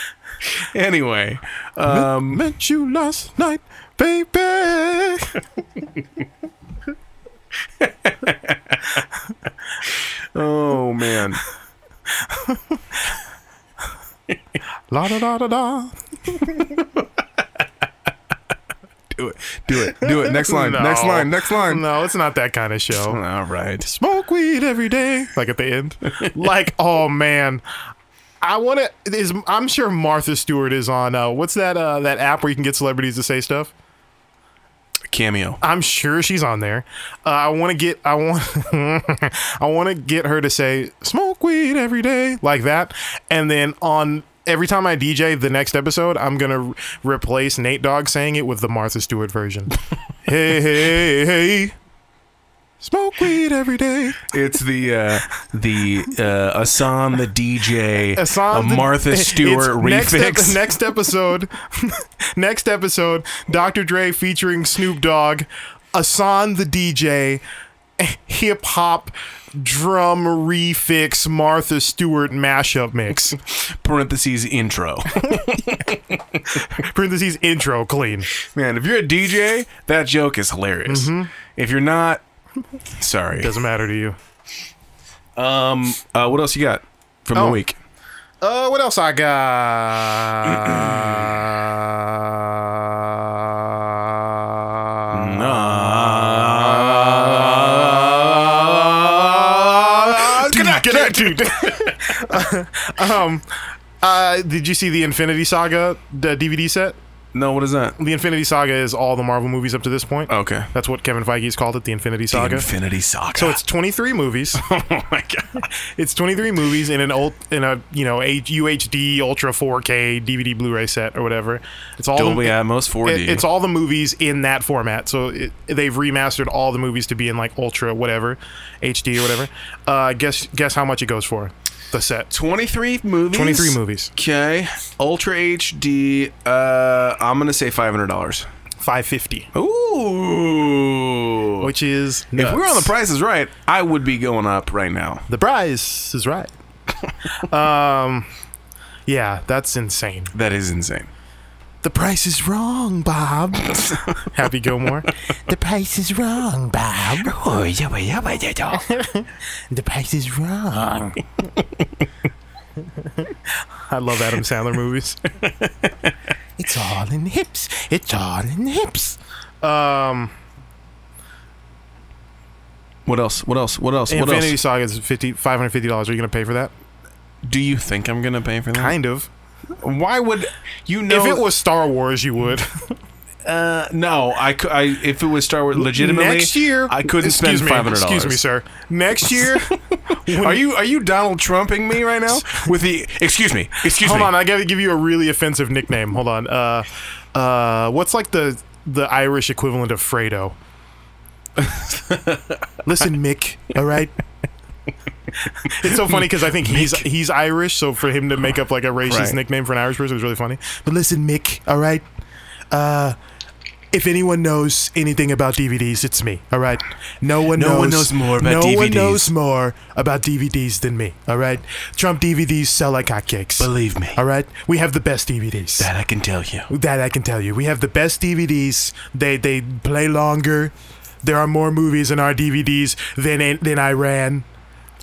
Speaker 1: anyway, um,
Speaker 2: met you last night, baby.
Speaker 1: oh man,
Speaker 2: La da da da da.
Speaker 1: do it, do it, do it. Next line,
Speaker 2: No.
Speaker 1: next line, next line.
Speaker 2: No, it's not that kind of show.
Speaker 1: All right.
Speaker 2: smoke weed every day like at the end like oh man i want to is i'm sure martha stewart is on uh what's that uh that app where you can get celebrities to say stuff
Speaker 1: Cameo.
Speaker 2: i'm sure she's on there uh, i want to get i want i want to get her to say smoke weed every day like that and then on Every time I DJ the next episode, I'm gonna re- replace Nate Dogg saying it with the Martha Stewart version. hey, hey, hey, smoke weed every day.
Speaker 1: It's the uh, the uh, Asan the DJ,
Speaker 2: Assam-
Speaker 1: a Martha
Speaker 2: it's
Speaker 1: Stewart
Speaker 2: next ep-
Speaker 1: refix.
Speaker 2: Next, episode, next episode, Dr. Dre featuring Snoop Dogg, Asan the DJ, hip hop drum refix Martha Stewart mashup mix.
Speaker 1: parentheses intro.
Speaker 2: Parentheses intro clean.
Speaker 1: Man, if you're a DJ, that joke is hilarious.
Speaker 2: Mm-hmm.
Speaker 1: If you're not, sorry.
Speaker 2: Doesn't matter to you.
Speaker 1: Um, uh, what else you got from
Speaker 2: Oh.
Speaker 1: the week?
Speaker 2: Uh, what else I got?
Speaker 1: Uh,
Speaker 2: Get out, dude. um, uh, did you see the Infinity Saga the DVD set?
Speaker 1: no, what is that?
Speaker 2: The Infinity Saga is all the Marvel movies up to this point.
Speaker 1: Okay.
Speaker 2: That's what Kevin Feige's called it, the Infinity Saga.
Speaker 1: Infinity Saga.
Speaker 2: so it's 23 movies.
Speaker 1: oh my god.
Speaker 2: it's 23 movies in an old in a, you know, H- UHD ultra 4K DVD Blu-ray set or whatever. It's all
Speaker 1: Dolby
Speaker 2: the,
Speaker 1: Atmos 4D.
Speaker 2: it- it's all the movies in that format. So it, they've remastered all the movies to be in like ultra whatever, HD or whatever. Uh, guess guess how much it goes for the set.
Speaker 1: 23 movies.
Speaker 2: 23 movies.
Speaker 1: Okay. Ultra HD. Uh, I'm gonna say $500.
Speaker 2: 550,
Speaker 1: Ooh.
Speaker 2: which is
Speaker 1: Oh. if we were on the
Speaker 2: price.
Speaker 1: prices right, I would be going up right now.
Speaker 2: The price is right. um yeah, that's insane.
Speaker 1: That is insane.
Speaker 2: The price is wrong, Bob. Happy Gilmore. the price is wrong, Bob. the price is wrong. I love Adam Sandler movies. it's all in hips. It's all in hips. Um,
Speaker 1: What else? What else? What else? What
Speaker 2: Infinity
Speaker 1: else?
Speaker 2: Saga is 50 $550. Are you going to pay for that?
Speaker 1: Do you think I'm gonna pay for that?
Speaker 2: Kind of.
Speaker 1: Why would you know?
Speaker 2: if it was Star Wars, you would.
Speaker 1: uh, no, I, cou- I if it was Star Wars, legitimately,
Speaker 2: Next year,
Speaker 1: I couldn't
Speaker 2: excuse
Speaker 1: spend
Speaker 2: me,
Speaker 1: five hundred dollars.
Speaker 2: Excuse me, sir. Next year,
Speaker 1: Are you are you Donald Trumping me right now with the excuse me? Excuse
Speaker 2: hold
Speaker 1: me.
Speaker 2: on. I gotta give you a really offensive nickname. Hold on. Uh, uh, what's like the the Irish equivalent of Fredo? Listen, Mick. All right. It's so funny because I think he's he's Irish, so for him to make up like a racist
Speaker 1: Right.
Speaker 2: nickname for an Irish person was really funny. But listen, Mick. All right. Uh, If anyone knows anything about DVDs, it's me. All right. No one.
Speaker 1: No
Speaker 2: knows,
Speaker 1: one knows more about
Speaker 2: No one
Speaker 1: DVDs.
Speaker 2: knows more about DVDs than me. All right. Trump DVDs sell like hotcakes.
Speaker 1: Believe me.
Speaker 2: All right. We have the best DVDs.
Speaker 1: That I can tell you.
Speaker 2: That I can tell you. We have the best DVDs. They they play longer. There are more movies in our DVDs than than Iran.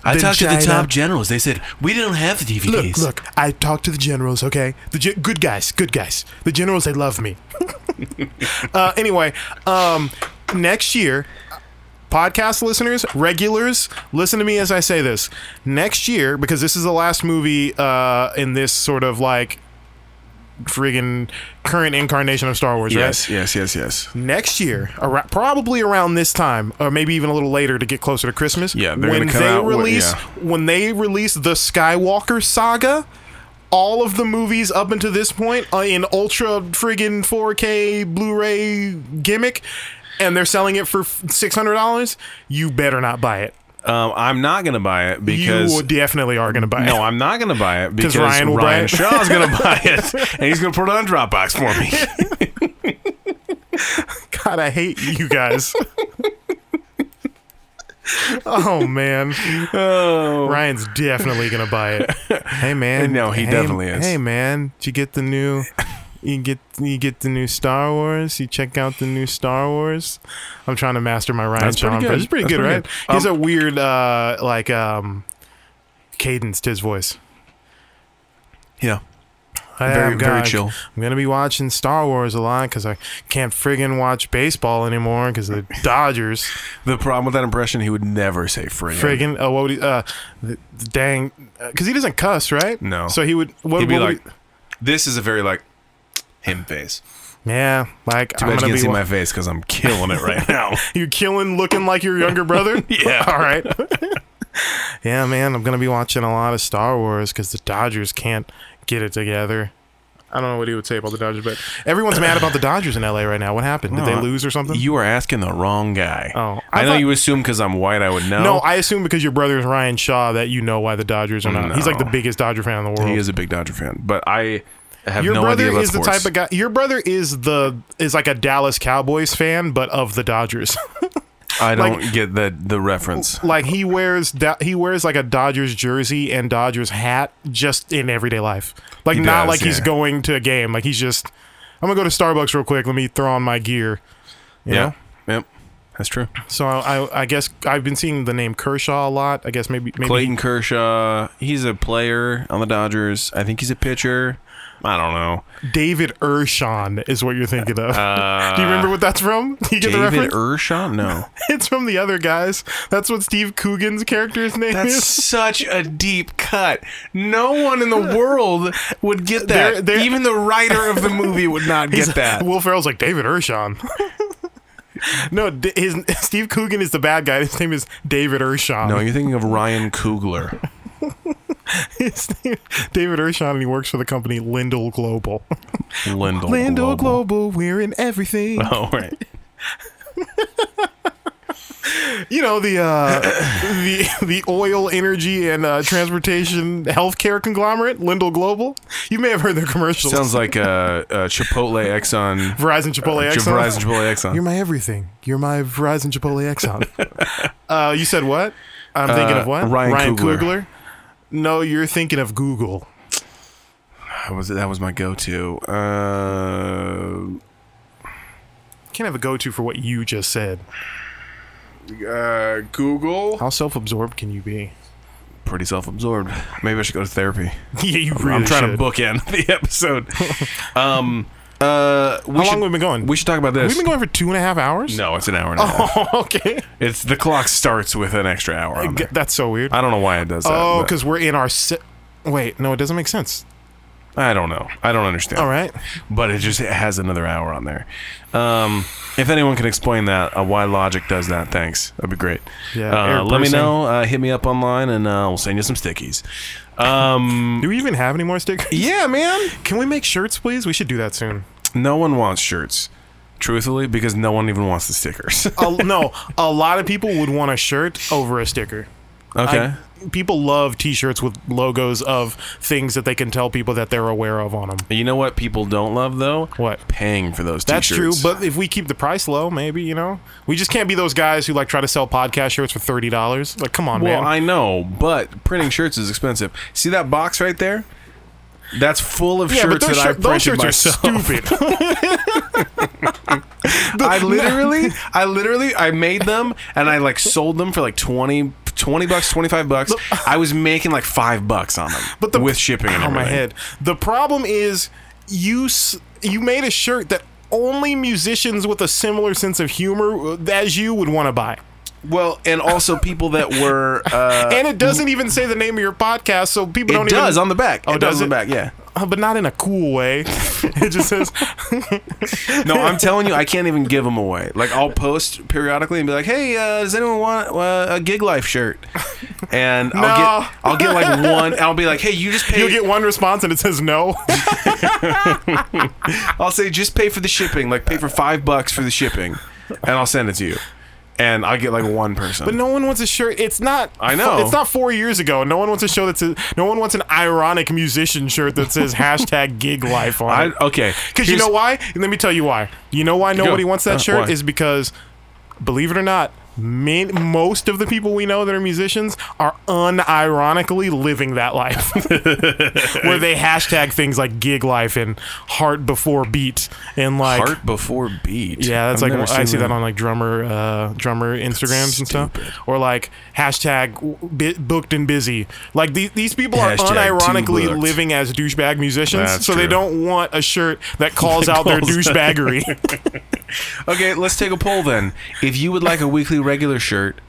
Speaker 1: I
Speaker 2: Then
Speaker 1: talked to
Speaker 2: China-
Speaker 1: the top generals. They said we don't have the
Speaker 2: Look,
Speaker 1: DVDs.
Speaker 2: look. I talked to the generals. Okay, the ge- good guys, good guys. The generals, they love me. uh, anyway, um, next year, podcast listeners, regulars, listen to me as I say this. Next year, because this is the last movie uh, in this sort of like friggin' current incarnation of Star Wars. Right?
Speaker 1: Yes, yes, yes, yes.
Speaker 2: next year, ar- probably around this time, or maybe even a little later to get closer to Christmas.
Speaker 1: Yeah, they're
Speaker 2: when
Speaker 1: gonna come
Speaker 2: they
Speaker 1: out with-
Speaker 2: release
Speaker 1: yeah.
Speaker 2: when they release the Skywalker saga, all of the movies up until this point are in ultra friggin' 4K Blu-ray gimmick, and they're selling it for six hundred dollars. You better not buy it.
Speaker 1: Um, I'm not gonna buy it because
Speaker 2: you definitely are gonna buy it.
Speaker 1: no, I'm not gonna buy it because
Speaker 2: Ryan
Speaker 1: Ryan,
Speaker 2: will buy it.
Speaker 1: Shaw's gonna buy it, and he's gonna put it on Dropbox for me.
Speaker 2: God, I hate you guys. oh man,
Speaker 1: Oh.
Speaker 2: Ryan's definitely gonna buy it. Hey man,
Speaker 1: No, he
Speaker 2: hey-
Speaker 1: definitely is.
Speaker 2: Hey man, did you get the new? You get you get the new Star Wars. You check out the new Star Wars. I'm trying to master my Ryan
Speaker 1: That's pretty
Speaker 2: John.
Speaker 1: good.
Speaker 2: but It's pretty
Speaker 1: That's
Speaker 2: good,
Speaker 1: pretty
Speaker 2: right?
Speaker 1: good. Um,
Speaker 2: He's a weird uh, like um, cadence to his voice.
Speaker 1: yeah,
Speaker 2: I
Speaker 1: Very-
Speaker 2: am
Speaker 1: very
Speaker 2: gonna-
Speaker 1: chill.
Speaker 2: I'm gonna be watching Star Wars a lot because I can't friggin' watch baseball anymore because the Dodgers.
Speaker 1: the problem with that impression, he would never say friggin'.
Speaker 2: friggin' uh, what would he, uh, the, the dang, because he doesn't cuss, right?
Speaker 1: No.
Speaker 2: So he would. What,
Speaker 1: He'd be
Speaker 2: what would
Speaker 1: like, "This is a very like him face."
Speaker 2: he- yeah, like
Speaker 1: Too
Speaker 2: I'm
Speaker 1: bad you
Speaker 2: gonna
Speaker 1: can't
Speaker 2: be.
Speaker 1: see
Speaker 2: wa-
Speaker 1: my face because I'm killing it right now.
Speaker 2: you're killing, looking like your younger brother.
Speaker 1: Yeah.
Speaker 2: All right. yeah, man, I'm gonna be watching a lot of Star Wars because the Dodgers can't get it together. I don't know what he would say about the Dodgers, but everyone's mad about the Dodgers in LA right now. What happened? Did they
Speaker 1: Uh,
Speaker 2: lose or something?
Speaker 1: You are asking the wrong guy.
Speaker 2: Oh,
Speaker 1: I,
Speaker 2: I
Speaker 1: know
Speaker 2: thought-
Speaker 1: you assume because I'm white, I would know.
Speaker 2: no, I assume because your brother is Ryan Shaw that you know why the Dodgers are not. He's like the
Speaker 1: No.
Speaker 2: biggest Dodger fan in the world.
Speaker 1: he is a big Dodger fan, but I have
Speaker 2: Your
Speaker 1: no
Speaker 2: brother
Speaker 1: idea about
Speaker 2: is the
Speaker 1: sports.
Speaker 2: type of guy. Your brother is the is like a Dallas Cowboys fan, but of the Dodgers.
Speaker 1: I don't
Speaker 2: like-
Speaker 1: get the the reference.
Speaker 2: like he wears da- he wears like a Dodgers jersey and Dodgers hat just in everyday life. Like
Speaker 1: He
Speaker 2: not
Speaker 1: does,
Speaker 2: like he's
Speaker 1: yeah.
Speaker 2: going to a game. Like he's just I'm gonna go to Starbucks real quick. Let me throw on my gear. You
Speaker 1: yeah,
Speaker 2: know?
Speaker 1: yep, that's true.
Speaker 2: So I, I I guess I've been seeing the name Kershaw a lot. I guess maybe maybe
Speaker 1: Clayton Kershaw, he's a player on the Dodgers. I think he's a pitcher. I don't know.
Speaker 2: David Ershon is what you're thinking of. Do you remember what that's from? Do you get the
Speaker 1: Uh, David Er
Speaker 2: reference?
Speaker 1: Urshaw? No.
Speaker 2: it's from the other guys. That's what Steve Coogan's character's name
Speaker 1: That's
Speaker 2: is.
Speaker 1: such a deep cut. No one in the world would get that.
Speaker 2: They're- they're-
Speaker 1: Even the writer of the movie would not get that.
Speaker 2: Will Ferrell's like David Ershon. no, D- his Steve Coogan is the bad guy. His name is David Ershon.
Speaker 1: No, you're thinking of Ryan Coogler.
Speaker 2: His name- David Ershon, and he works for the company Lindell Global.
Speaker 1: Lindell.
Speaker 2: Lindell Global, we're in everything.
Speaker 1: Oh, right.
Speaker 2: you know the uh, the the oil, energy, and uh, transportation healthcare conglomerate Lindell Global. You may have heard their commercials.
Speaker 1: Sounds like a, a Chipotle Exxon.
Speaker 2: Verizon, Chipotle, Exxon.
Speaker 1: Verizon Chipotle Exxon.
Speaker 2: You're my everything. You're my Verizon Chipotle Exxon. uh, you said what? I'm thinking of what?
Speaker 1: Uh, Ryan Coogler.
Speaker 2: Coogler? No, you're thinking of Google.
Speaker 1: That was that was my go-to. Uh,
Speaker 2: Can't have a go-to for what you just said.
Speaker 1: uh, Google.
Speaker 2: How self-absorbed can you be?
Speaker 1: Pretty self-absorbed. Maybe I should go to therapy.
Speaker 2: yeah, you really.
Speaker 1: I'm trying to
Speaker 2: should.
Speaker 1: bookend the episode. um, uh, we
Speaker 2: How
Speaker 1: should,
Speaker 2: long we been going?
Speaker 1: We should talk about this.
Speaker 2: We've been going for two and a half hours.
Speaker 1: no, it's an hour and a half.
Speaker 2: Oh, okay.
Speaker 1: It's the clock starts with an extra hour. On
Speaker 2: G-
Speaker 1: there.
Speaker 2: That's so weird.
Speaker 1: I don't know why it does that.
Speaker 2: Oh,
Speaker 1: but
Speaker 2: because we're in our. Se- Wait, no, it doesn't make sense.
Speaker 1: I don't know. I don't understand.
Speaker 2: All right.
Speaker 1: but it just it has another hour on there. Um, if anyone can explain that, uh, why Logic does that, thanks. That'd be great.
Speaker 2: Yeah,
Speaker 1: Uh,
Speaker 2: Eric
Speaker 1: let me
Speaker 2: Person.
Speaker 1: know. Uh, hit me up online, and uh, we'll send you some stickies. Um,
Speaker 2: Do we even have any more stickers?
Speaker 1: yeah, man.
Speaker 2: Can we make shirts, please? We should do that soon.
Speaker 1: No one wants shirts, truthfully, because no one even wants the stickers.
Speaker 2: a, no, a lot of people would want a shirt over a sticker.
Speaker 5: Okay.
Speaker 2: I- people love T-shirts with logos of things that they can tell people that they're aware of on them.
Speaker 5: you know what people don't love though?
Speaker 2: What?
Speaker 5: Paying for those
Speaker 2: That's true,
Speaker 5: t-shirts.
Speaker 2: but if we keep the price low, maybe you know, we just can't be those guys who like try to sell podcast shirts for thirty dollars. Like, come on,
Speaker 5: Well,
Speaker 2: man.
Speaker 5: I know, but printing shirts is expensive. See that box right there? That's full of
Speaker 2: yeah, but
Speaker 5: shirts
Speaker 2: those,
Speaker 5: that I
Speaker 2: shir- those
Speaker 5: printed
Speaker 2: shirts are
Speaker 5: myself.
Speaker 2: stupid.
Speaker 5: I literally, I literally, I made them and I like sold them for like 20, 20 bucks, 25 bucks. I was making like five bucks on them
Speaker 2: But the
Speaker 5: with shipping and
Speaker 2: on my
Speaker 5: everything.
Speaker 2: head. The problem is you s- you made a shirt that only musicians with a similar sense of humor uh, as you would want to buy.
Speaker 5: Well, and also people that were, uh,
Speaker 2: and it doesn't even say the name of your podcast, so people don't
Speaker 5: it does
Speaker 2: even,
Speaker 5: on the back.
Speaker 2: Oh,
Speaker 5: it does,
Speaker 2: does
Speaker 5: on the
Speaker 2: it?
Speaker 5: back, yeah.
Speaker 2: Uh, but not in a cool way. it just says,
Speaker 5: No, I'm telling you, I can't even give them away. Like I'll post periodically and be like, "Hey, uh, does anyone want uh, a gig life shirt?" And I'll
Speaker 2: No.
Speaker 5: get I'll get like one. and I'll be like, "Hey, you just pay."
Speaker 2: you'll get one response and it says no.
Speaker 5: I'll say just pay for the shipping. Like pay for five bucks for the shipping, and I'll send it to you. And I get like one person.
Speaker 2: but no one wants a shirt. It's not.
Speaker 5: I know.
Speaker 2: It's not four years ago. No one wants a show that says. No one wants an ironic musician shirt that says hashtag gig life on
Speaker 5: I,
Speaker 2: it.
Speaker 5: okay,
Speaker 2: Because you
Speaker 5: here's-
Speaker 2: know why? Let me tell you why. You know why nobody wants
Speaker 5: Uh,
Speaker 2: that shirt
Speaker 5: why?
Speaker 2: is because, believe it or not, man, most of the people we know that are musicians are unironically living that life, where they hashtag things like gig life and heart before beat and like.
Speaker 5: Heart before beat.
Speaker 2: Yeah, that's
Speaker 5: I've never
Speaker 2: like I
Speaker 5: seen
Speaker 2: see that on like drummer, uh, drummer Instagrams and
Speaker 5: stupid.
Speaker 2: stuff, or like hashtag w- bi- booked and busy. Like these these people are
Speaker 5: Hashtag too
Speaker 2: unironically
Speaker 5: booked.
Speaker 2: living as douchebag musicians,
Speaker 5: That's
Speaker 2: so
Speaker 5: true.
Speaker 2: they don't want a shirt that calls out their
Speaker 5: calls-
Speaker 2: douchebaggery.
Speaker 5: Okay, let's take a poll then. If you would like a weekly regular shirt,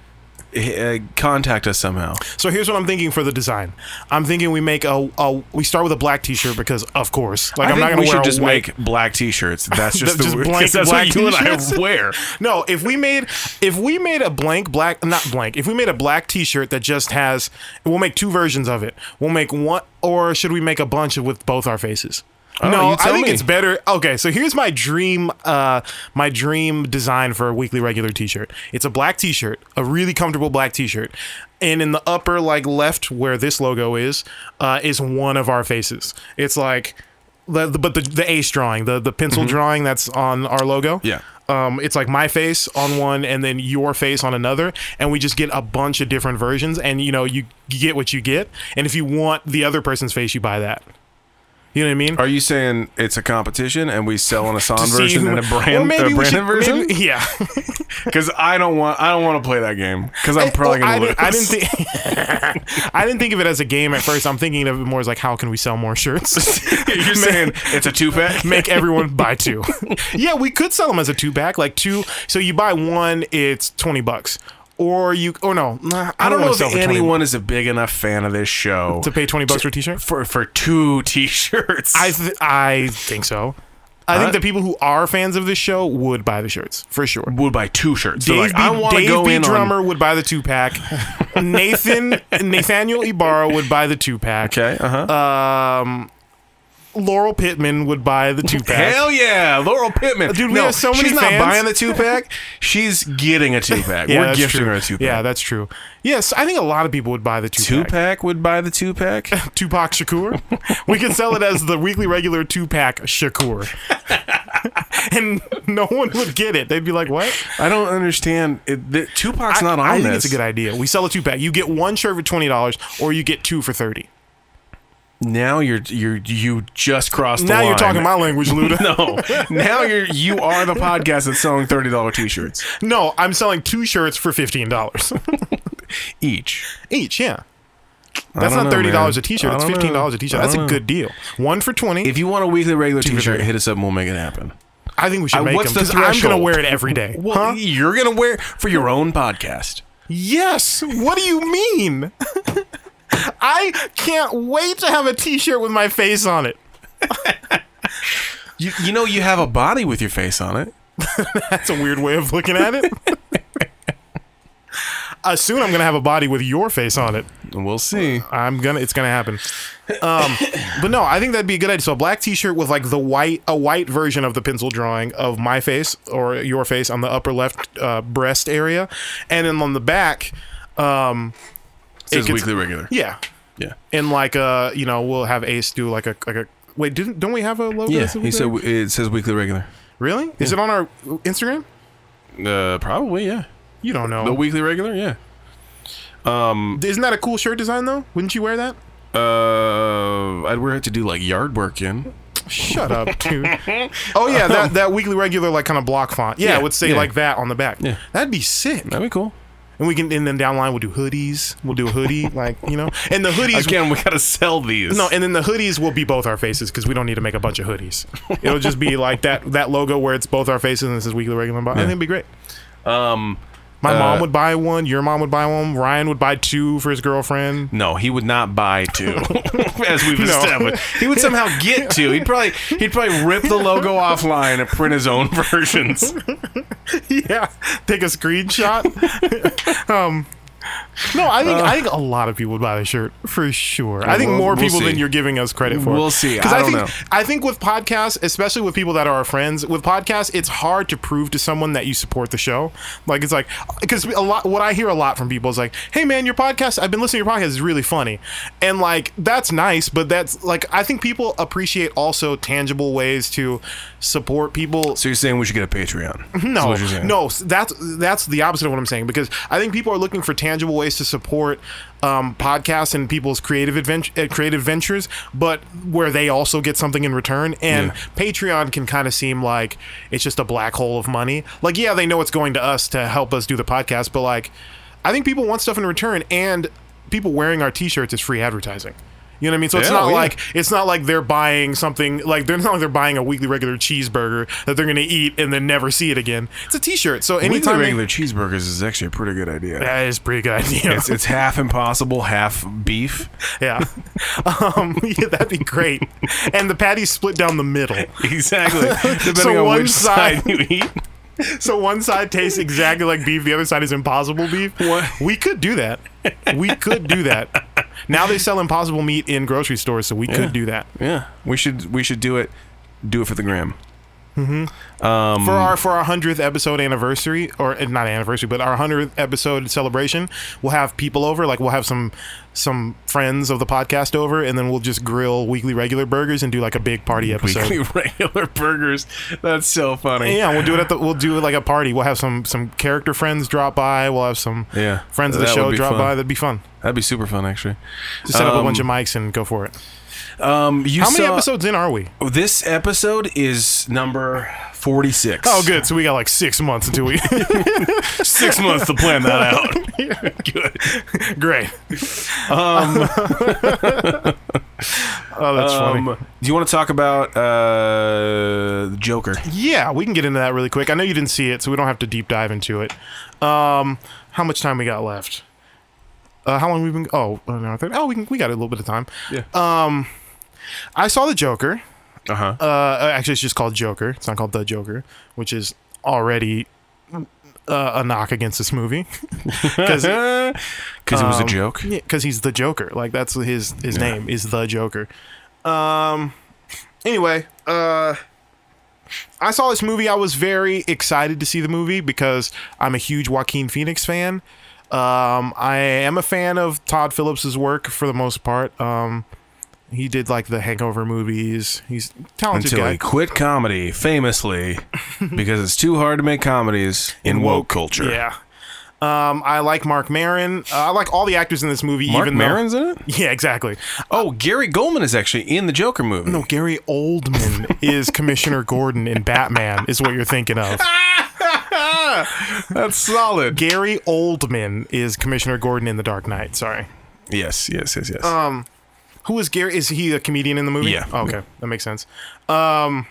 Speaker 5: eh, uh, contact us somehow.
Speaker 2: so here's what I'm thinking for the design. I'm thinking we make a, a we start with a black T-shirt because of course, like
Speaker 5: I
Speaker 2: am
Speaker 5: think
Speaker 2: not gonna
Speaker 5: we
Speaker 2: wear
Speaker 5: should
Speaker 2: a
Speaker 5: just
Speaker 2: white
Speaker 5: make black T-shirts. That's just the
Speaker 2: Just
Speaker 5: word-
Speaker 2: blank
Speaker 5: 'cause that's
Speaker 2: black
Speaker 5: what you
Speaker 2: t-shirts?
Speaker 5: and I wear.
Speaker 2: No, if we made if we made a blank black not blank, if we made a black t-shirt that just has we'll make two versions of it. We'll make one or should we make a bunch of with both our faces?
Speaker 5: you
Speaker 2: no, I
Speaker 5: tell
Speaker 2: think
Speaker 5: me.
Speaker 2: it's better. Okay, so here's my dream uh my dream design for a weekly regular t-shirt. It's a black t-shirt, a really comfortable black t-shirt. And in the upper like left where this logo is, uh is one of our faces. It's like the, the, but the, the ace drawing, the, the pencil drawing that's on our logo
Speaker 5: Yeah.
Speaker 2: um, it's like my face on one and then your face on another and we just get a bunch of different versions and you know you get what you get and if you want the other person's face you buy that you know what i mean
Speaker 5: Are you saying it's a competition and we sell an Asan
Speaker 2: See
Speaker 5: version
Speaker 2: who-
Speaker 5: and a
Speaker 2: Or
Speaker 5: brand,
Speaker 2: maybe
Speaker 5: a
Speaker 2: we
Speaker 5: brand
Speaker 2: should-
Speaker 5: version?
Speaker 2: maybe- yeah
Speaker 5: Because I don't want I don't want to play that game because I'm probably
Speaker 2: Well,
Speaker 5: gonna
Speaker 2: I,
Speaker 5: lose.
Speaker 2: didn't, I didn't think i didn't think of it as a game at first i'm thinking of it more as like how can we sell more shirts
Speaker 5: You're saying it's a two pack.
Speaker 2: make everyone buy two. yeah, we could sell them as a two pack, like two. So you buy one, it's twenty bucks, or you, or no, nah, I,
Speaker 5: I don't know
Speaker 2: wanna
Speaker 5: if
Speaker 2: sell for 20
Speaker 5: anyone is a big enough fan of this show
Speaker 2: to pay twenty bucks for a t-shirt.
Speaker 5: for for two T-shirts.
Speaker 2: I th- I think so. I
Speaker 5: Huh?
Speaker 2: think the people who are fans of this show would buy the shirts for sure.
Speaker 5: would buy two shirts. So
Speaker 2: Dave
Speaker 5: like,
Speaker 2: B,
Speaker 5: I want to
Speaker 2: Dave
Speaker 5: go
Speaker 2: B.
Speaker 5: in
Speaker 2: Drummer
Speaker 5: on.
Speaker 2: would buy the two pack. Nathan Nathaniel Ibarra would buy the two pack.
Speaker 5: Okay, uh huh.
Speaker 2: Um, Laurel Pittman would buy the two pack.
Speaker 5: Hell yeah, Laurel Pittman.
Speaker 2: Dude, we have so many
Speaker 5: She's not
Speaker 2: fans.
Speaker 5: buying the two pack. She's getting a two pack. We're
Speaker 2: that's
Speaker 5: gifting
Speaker 2: true.
Speaker 5: her a two pack.
Speaker 2: Yeah, that's true. Yes, I think a lot of people would buy the two
Speaker 5: two
Speaker 2: pack.
Speaker 5: pack would buy the two pack.
Speaker 2: Tupac Shakur. we can sell it as the weekly regular two pack Shakur. and no one would get it. They'd be like, "What?"
Speaker 5: I don't understand. It, the, Tupac's not on
Speaker 2: I, I
Speaker 5: this.
Speaker 2: think it's a good idea. We sell a two pack. You get one shirt for twenty dollars, or you get two for thirty.
Speaker 5: now you're you're you just crossed.
Speaker 2: now
Speaker 5: the
Speaker 2: you're
Speaker 5: line.
Speaker 2: talking my language, Luda.
Speaker 5: No, now you're you are the podcast that's selling thirty dollar T-shirts
Speaker 2: no, I'm selling two shirts for fifteen dollars
Speaker 5: each.
Speaker 2: each. Yeah. That's
Speaker 5: don't
Speaker 2: not
Speaker 5: know,
Speaker 2: thirty dollars a
Speaker 5: man.
Speaker 2: T-shirt.
Speaker 5: I
Speaker 2: That's
Speaker 5: don't know.
Speaker 2: fifteen dollars a T-shirt.
Speaker 5: I
Speaker 2: That's a
Speaker 5: don't
Speaker 2: good deal. One for twenty.
Speaker 5: If you want a weekly regular T-shirt,
Speaker 2: thirty.
Speaker 5: hit us up and we'll make it happen.
Speaker 2: I think we should
Speaker 5: I-
Speaker 2: make
Speaker 5: what's
Speaker 2: them.
Speaker 5: the
Speaker 2: 'cause I'm gonna
Speaker 5: threshold?
Speaker 2: wear it every day.
Speaker 5: Well,
Speaker 2: huh?
Speaker 5: you're gonna wear for your own podcast.
Speaker 2: Yes. What do you mean? I can't wait to have a T-shirt with my face on it.
Speaker 5: You you know you have a body with your face on it.
Speaker 2: That's a weird way of looking at it. uh, soon I'm gonna have a body with your face on it.
Speaker 5: We'll see.
Speaker 2: I'm gonna. It's gonna happen. Um, but no, I think that'd be a good idea. So a black T-shirt with like the white, a white version of the pencil drawing of my face or your face on the upper left uh, breast area, and then on the back, um,
Speaker 5: says
Speaker 2: gets-
Speaker 5: weekly regular.
Speaker 2: Yeah,
Speaker 5: Yeah.
Speaker 2: and like uh, you know, we'll have Ace do like a like a. Wait, didn't don't we have a logo?
Speaker 5: Yeah.
Speaker 2: that's
Speaker 5: He said w- it says weekly regular.
Speaker 2: really? Is it on our Instagram?
Speaker 5: Uh, probably yeah.
Speaker 2: You don't know.
Speaker 5: The weekly regular, yeah.
Speaker 2: Isn't that a cool shirt design though? Wouldn't you wear that?
Speaker 5: Uh, I'd wear it to do like yard work in.
Speaker 2: Shut up, dude. Oh yeah, that, that weekly regular like kind of block font. Yeah,
Speaker 5: Yeah,
Speaker 2: it would say
Speaker 5: Um, yeah.
Speaker 2: like that on the back.
Speaker 5: Yeah.
Speaker 2: That'd be sick.
Speaker 5: That'd be cool.
Speaker 2: And we can and then down line we'll do hoodies. We'll do a hoodie, like you know. And the hoodies
Speaker 5: Again, we gotta sell these.
Speaker 2: No, and then the hoodies will be both our faces because we don't need to make a bunch of hoodies. It'll just be like that that logo where it's both our faces and it says weekly regular. Yeah. I think it'd be great.
Speaker 5: um,
Speaker 2: My mom
Speaker 5: Uh,
Speaker 2: would buy one. Your mom would buy one. Ryan would buy two for his girlfriend.
Speaker 5: no, he would not buy two, as we've
Speaker 2: No.
Speaker 5: established. He would somehow get two. He'd probably he'd probably rip the logo offline and print his own versions.
Speaker 2: yeah, take a screenshot. um, no, I think I think a lot of people would buy the shirt for sure. I think
Speaker 5: Uh, We'll-
Speaker 2: more
Speaker 5: we'll
Speaker 2: people than
Speaker 5: see.
Speaker 2: you're giving us credit for.
Speaker 5: We'll see.
Speaker 2: 'Cause
Speaker 5: I don't
Speaker 2: think,
Speaker 5: know.
Speaker 2: I think with podcasts, especially with people that are our friends, with podcasts, it's hard to prove to someone that you support the show. Like it's like because a lot what I hear a lot from people is like, "Hey man, your podcast. I've been listening to your podcast. is really funny," and like that's nice, but that's like I think people appreciate also tangible ways to support people
Speaker 5: So you're saying we should get a Patreon? Is
Speaker 2: no,
Speaker 5: what you're saying.
Speaker 2: no, s- that's that's the opposite of what I'm saying because I think people are looking for tangible ways to support um, podcasts and people's creative adventure, uh, creative ventures, but where they also get something in return. And
Speaker 5: Yeah.
Speaker 2: Patreon can kind of seem like it's just a black hole of money. Like, yeah, they know it's going to us to help us do the podcast, but like, I think people want stuff in return, and people wearing our T-shirts is free advertising. You know what I mean? So it's
Speaker 5: Yeah,
Speaker 2: not
Speaker 5: yeah.
Speaker 2: like it's not like they're buying something like they're not like they're buying a weekly regular cheeseburger that they're going to eat and then never see it again. It's a T-shirt, so
Speaker 5: Weekly
Speaker 2: anytime they-
Speaker 5: regular cheeseburgers is actually a pretty good idea.
Speaker 2: that is a pretty good idea.
Speaker 5: It's, it's half impossible, half beef.
Speaker 2: yeah, um, yeah, that'd be great. And the patties split down the middle,
Speaker 5: Exactly. Depending
Speaker 2: So
Speaker 5: on
Speaker 2: one
Speaker 5: which
Speaker 2: side-
Speaker 5: side you eat.
Speaker 2: so one side tastes exactly like beef, the other side is impossible beef.
Speaker 5: What?
Speaker 2: We could do that. We could do that. Now they sell impossible meat in grocery stores, so we could do that
Speaker 5: Yeah, we should we should do it. Do it for the gram.
Speaker 2: for
Speaker 5: Mm.
Speaker 2: our for our hundredth episode anniversary, or eh, not anniversary, but our hundredth episode celebration, we'll have people over. Like we'll have some some friends of the podcast over, and then we'll just grill weekly regular burgers and do like a big party episode.
Speaker 5: Weekly regular burgers. That's so funny.
Speaker 2: Yeah, we'll do it at the we'll do it like a party. We'll have some some character friends drop by. We'll have some
Speaker 5: Yeah,
Speaker 2: friends of the
Speaker 5: that would
Speaker 2: show
Speaker 5: be
Speaker 2: drop
Speaker 5: fun.
Speaker 2: by. That'd be fun.
Speaker 5: That'd be super fun, actually.
Speaker 2: Just set up a
Speaker 5: Um,
Speaker 2: bunch of mics and go for it.
Speaker 5: Um, you
Speaker 2: How many
Speaker 5: saw-
Speaker 2: episodes in are we?
Speaker 5: This episode is number forty-six.
Speaker 2: Oh, good. So we got like six months until we.
Speaker 5: Six months to plan that out. good.
Speaker 2: Great.
Speaker 5: Um,
Speaker 2: Oh, that's funny.
Speaker 5: um, do you want to talk about uh, the Joker?
Speaker 2: Yeah, we can get into that really quick. I know you didn't see it, so we don't have to deep dive into it. Um, how much time we got left? Uh, how long we've been? Oh, an hour thirty. Oh, we can, we got a little bit of time. Um,
Speaker 5: Yeah.
Speaker 2: I saw the Joker.
Speaker 5: Uh huh.
Speaker 2: Uh, actually, it's just called Joker. It's not called the Joker, which is already uh, a knock against this movie because
Speaker 5: Because Uh, it was a joke.
Speaker 2: he's the Joker. Like that's his his name is the Joker. Um. Anyway, uh, I saw this movie. I was very excited to see the movie because I'm a huge Joaquin Phoenix fan. Um, I am a fan of Todd Phillips' work for the most part. Um, he did like the Hangover movies. He's a talented
Speaker 5: Until
Speaker 2: guy.
Speaker 5: he quit comedy, famously, because it's too hard to make comedies in woke culture.
Speaker 2: Yeah. Um, I like Mark Maron. Uh, I like all the actors in this movie.
Speaker 5: Mark
Speaker 2: even though-
Speaker 5: Maron's in it.
Speaker 2: yeah, exactly.
Speaker 5: Oh, Gary Goldman is actually in the Joker movie.
Speaker 2: No, Gary Oldman is Commissioner Gordon in Batman, is what you're thinking of.
Speaker 5: That's solid.
Speaker 2: Gary Oldman is Commissioner Gordon in The Dark Knight. Sorry.
Speaker 5: Yes, yes, yes, yes.
Speaker 2: Um, Who is Gary? Is he a comedian in the movie?
Speaker 5: Yeah.
Speaker 2: Oh, okay, that makes sense. Um,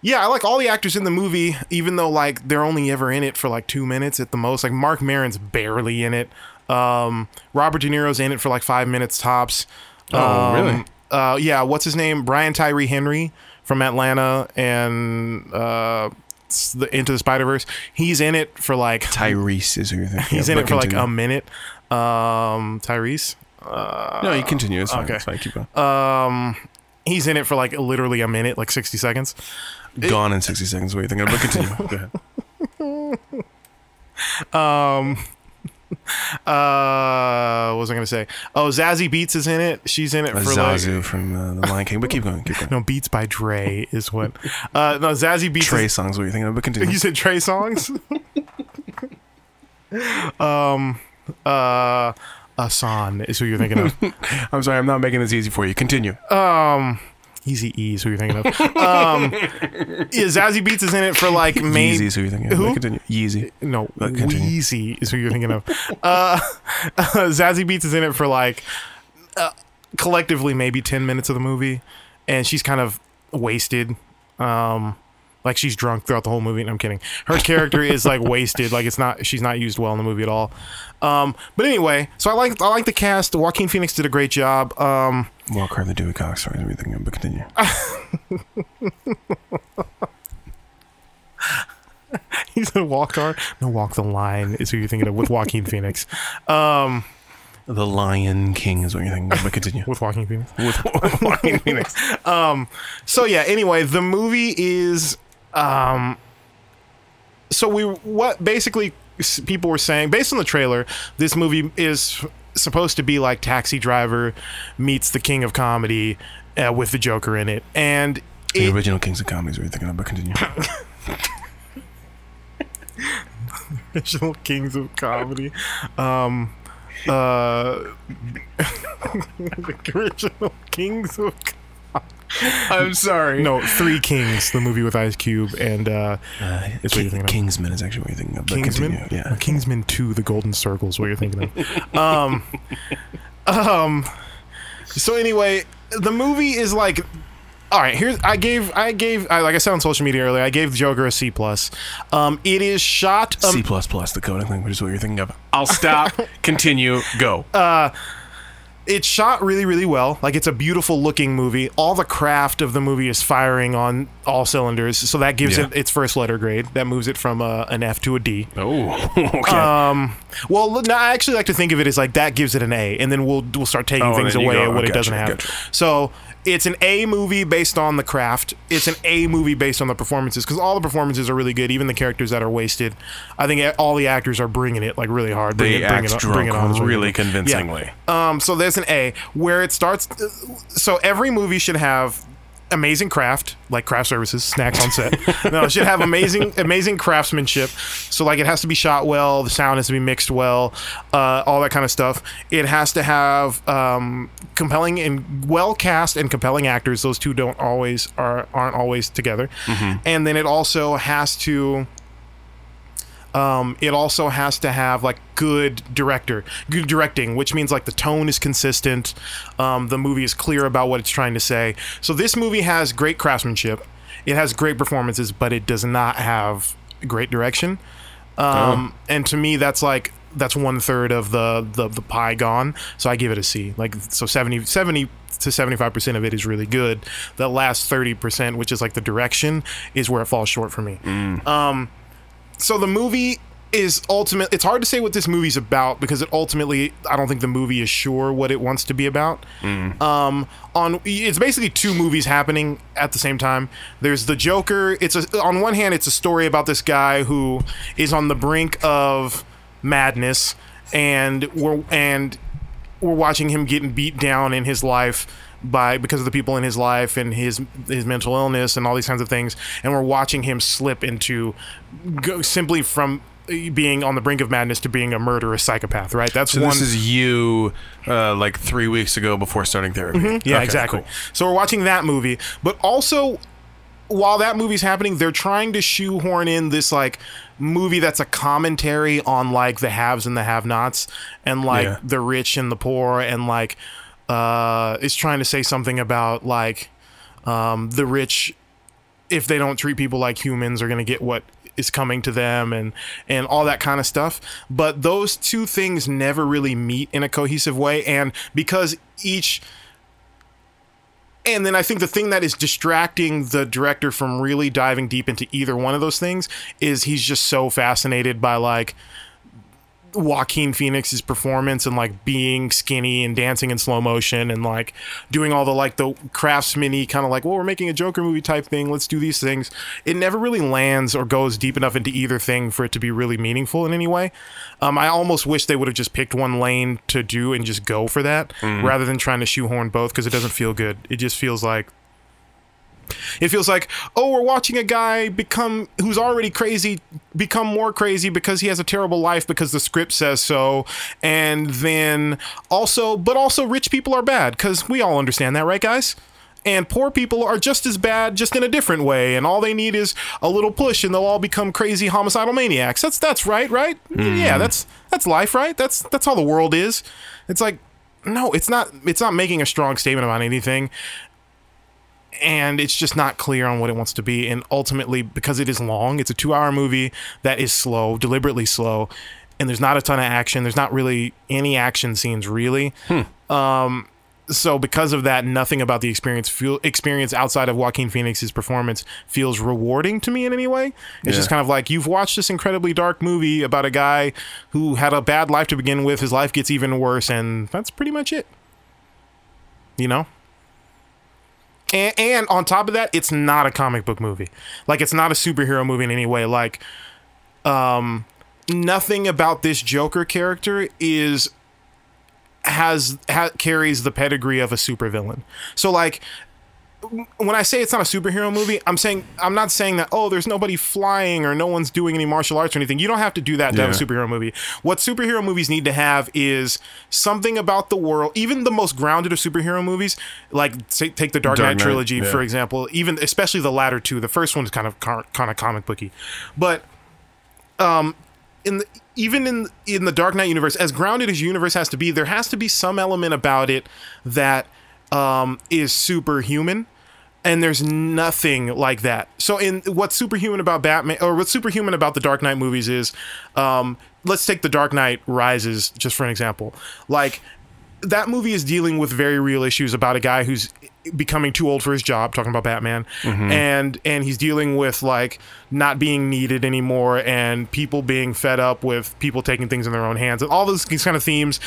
Speaker 2: yeah, I like all the actors in the movie, even though like they're only ever in it for like two minutes at the most. Like Mark Maron's barely in it. Um, Robert De Niro's in it for like five minutes tops.
Speaker 5: Oh, really?
Speaker 2: Uh, yeah. What's his name? Brian Tyree Henry from Atlanta and uh, s- the Into the Spider Verse. He's in it for like
Speaker 5: Tyrese is who you're thinking.
Speaker 2: he's
Speaker 5: of,
Speaker 2: in
Speaker 5: but
Speaker 2: it for like
Speaker 5: continue.
Speaker 2: a minute. Um, Tyrese.
Speaker 5: No, you continue. It's fine.
Speaker 2: um, okay. Uh,
Speaker 5: It's fine. Keep going.
Speaker 2: he's in it for like literally a minute, like 60 seconds.
Speaker 5: Gone in 60 seconds. What are you thinking? of? But continue. Go ahead.
Speaker 2: Uh, what was I gonna say? Oh, Zazie Beats is in it. She's in it for
Speaker 1: Zazu
Speaker 2: like
Speaker 1: from uh, The Lion King. But keep going. Keep going.
Speaker 2: no Beats by Dre is what. Uh, no Zazie Beats.
Speaker 1: Trey
Speaker 2: Is,
Speaker 1: songs. What you're thinking of? But continue.
Speaker 2: you said Trey songs. um, uh, Asan is who you're thinking of.
Speaker 1: I'm sorry. I'm not making this easy for you. Continue.
Speaker 2: Easy E is who you're thinking of. Um, yeah, Zazie Beats is in it for like main.
Speaker 1: Yeezy is who you're thinking of.
Speaker 2: Who? Uh,
Speaker 1: But continue. Yeezy.
Speaker 2: No,
Speaker 1: But continue.
Speaker 2: Wheezy is who you're thinking of. Uh, Zazie Beats is in it for like uh, collectively maybe 10 minutes of the movie, and she's kind of wasted. Um, like she's drunk throughout the whole movie. And I'm kidding. Her character is like wasted. Like it's not. She's not used well in the movie at all. Um, but anyway, so I like I like the cast. Joaquin Phoenix did a great job. Um,
Speaker 1: Well, Carla Dewey Cox. Sorry, what you're thinking of. But continue.
Speaker 2: he's a walk car. No, walk the line is who you're thinking of with Joaquin Phoenix. Um,
Speaker 1: the Lion King is what you're thinking of. But continue.
Speaker 2: with Joaquin Phoenix.
Speaker 1: With Joaquin Phoenix.
Speaker 2: Um, so yeah anyway the movie is um so we what basically s- people were saying based on the trailer this movie is supposed to be like taxi driver meets the king of comedy uh, with the joker in it and
Speaker 1: The
Speaker 2: it,
Speaker 1: original Kings of Comedy is what you're thinking of. But continue.
Speaker 2: original kings of comedy um uh the original kings of comedy
Speaker 1: I'm sorry.
Speaker 2: no three kings the movie with ice cube and uh
Speaker 1: Uh,
Speaker 2: It's what you're thinking of.
Speaker 1: Kingsman is actually what you're thinking of. But
Speaker 2: Kingsman,
Speaker 1: continue. Yeah.
Speaker 2: Or Kingsman Two: The Golden Circle is what you're thinking of. um, um, so anyway, the movie is like, all right. Here's I gave I gave I, like I said on social media earlier. I gave Joker a C plus. Um, it is shot. Um,
Speaker 1: C plus plus the coding language is what you're thinking of. I'll stop. continue. Go.
Speaker 2: it's shot really really well like it's a beautiful looking movie all the craft of the movie is firing on all cylinders so that gives
Speaker 1: Yeah.
Speaker 2: it its first letter grade that moves it from a, an f to a d
Speaker 1: oh. Okay.
Speaker 2: Um. Well, look, no, I actually like to think of it as like that gives it an A, and then we'll we'll start taking
Speaker 1: Oh, and
Speaker 2: things
Speaker 1: then you
Speaker 2: away
Speaker 1: go,
Speaker 2: at what
Speaker 1: oh,
Speaker 2: it doesn't
Speaker 1: gotcha,
Speaker 2: have.
Speaker 1: gotcha.
Speaker 2: So it's an A movie based on the craft. It's an A movie based on the performances because all the performances are really good, even the characters that are wasted. I think all the actors are bringing it like really hard. Bring
Speaker 1: they
Speaker 2: it, bring
Speaker 1: act
Speaker 2: it, on- bring
Speaker 1: drunk
Speaker 2: it on is what they
Speaker 1: really
Speaker 2: do. Yeah.
Speaker 1: convincingly.
Speaker 2: Um, so there's an A where it starts. So every movie should have amazing craft, like craft services, snacks on set. no, it should have amazing, amazing craftsmanship. So like it has to be shot well, the sound has to be mixed well, uh, all that kind of stuff. It has to have um, compelling and well cast and compelling actors. Those two don't always are aren't always together. And then it also has to um, it also has to have like good director, good directing, which means like the tone is consistent, um, the movie is clear about what it's trying to say. So this movie has great craftsmanship, it has great performances, but it does not have great direction. Um, And to me, that's like that's one third of the, the the pie gone. So I give it a C. Like so 70, 70 to seventy five percent of it is really good. The last thirty percent, which is like the direction, is where it falls short for me so the movie is ultimate it's hard to say what this movie's about because it ultimately i don't think the movie is sure what it wants to be about um on it's basically two movies happening at the same time there's the joker it's a, on one hand it's a story about this guy who is on the brink of madness and we're and we're watching him getting beat down in his life by because of the people in his life and his his mental illness and all these kinds of things and we're watching him slip into go simply from being on the brink of madness to being a murderous psychopath right that's
Speaker 1: So
Speaker 2: one
Speaker 1: this is you, uh, like three weeks ago before starting therapy.
Speaker 2: Mm-hmm. yeah
Speaker 1: Okay,
Speaker 2: exactly
Speaker 1: cool.
Speaker 2: so we're watching that movie but also while that movie's happening they're trying to shoehorn in this like movie that's a commentary on like the haves and the have-nots and like
Speaker 1: Yeah.
Speaker 2: the rich and the poor and like uh it's trying to say something about like um the rich if they don't treat people like humans are going to get what is coming to them and and all that kind of stuff but those two things never really meet in a cohesive way and because each and then I think the thing that is distracting the director from really diving deep into either one of those things is he's just so fascinated by like Joaquin Phoenix's performance and like being skinny and dancing in slow motion and like doing all the like the craftsman kind of like, well, we're making a Joker movie type thing. Let's do these things. It never really lands or goes deep enough into either thing for it to be really meaningful in any way. Um, I almost wish they would have just picked one lane to do and just go for that rather than trying to shoehorn both because it doesn't feel good. It just feels like it feels like, oh, we're watching a guy become who's already crazy become more crazy because he has a terrible life because the script says so. And then also, but also rich people are bad because we all understand that, right, guys? And poor people are just as bad, just in a different way. And all they need is a little push, and they'll all become crazy homicidal maniacs. That's that's right, right? Yeah, that's that's life, right? That's that's how the world is. It's like, no, it's not. It's not making a strong statement about anything and it's just not clear on what it wants to be. And ultimately, because it is long, it's a two hour movie that is slow, deliberately slow, and there's not a ton of action. There's not really any action scenes, really. Um, so because of that, nothing about the experience feel, experience outside of Joaquin Phoenix's performance feels rewarding to me in any way. It's just kind of like you've watched this incredibly dark movie about a guy who had a bad life to begin with. His life gets even worse, and that's pretty much it. You know. And, and on top of that, it's not a comic book movie. Like it's not a superhero movie in any way. Like, um, nothing about this Joker character is has ha, carries the pedigree of a supervillain. So like. w- When I say it's not a superhero movie, I'm saying I'm not saying that oh there's nobody flying or no one's doing any martial arts or anything. You don't have to do that to have a
Speaker 1: Yeah.
Speaker 2: superhero movie. What superhero movies need to have is something about the world, even the most grounded of superhero movies, like say, take the Dark
Speaker 1: Dark
Speaker 2: Knight
Speaker 1: Knight,
Speaker 2: trilogy
Speaker 1: yeah.
Speaker 2: for example, even especially the latter two. The first one's kind of car- kind of comic booky, but in the, even in in the Dark Knight universe, as grounded as universe has to be, there has to be some element about it that um, is superhuman, and there's nothing like that. So, in what's superhuman about Batman, or what's superhuman about the Dark Knight movies is, um, let's take the Dark Knight Rises just for an example, like. That movie is dealing with very real issues about a guy who's becoming too old for his job, talking about Batman, and and he's dealing with like not being needed anymore and people being fed up with people taking things in their own hands and all those these kind of themes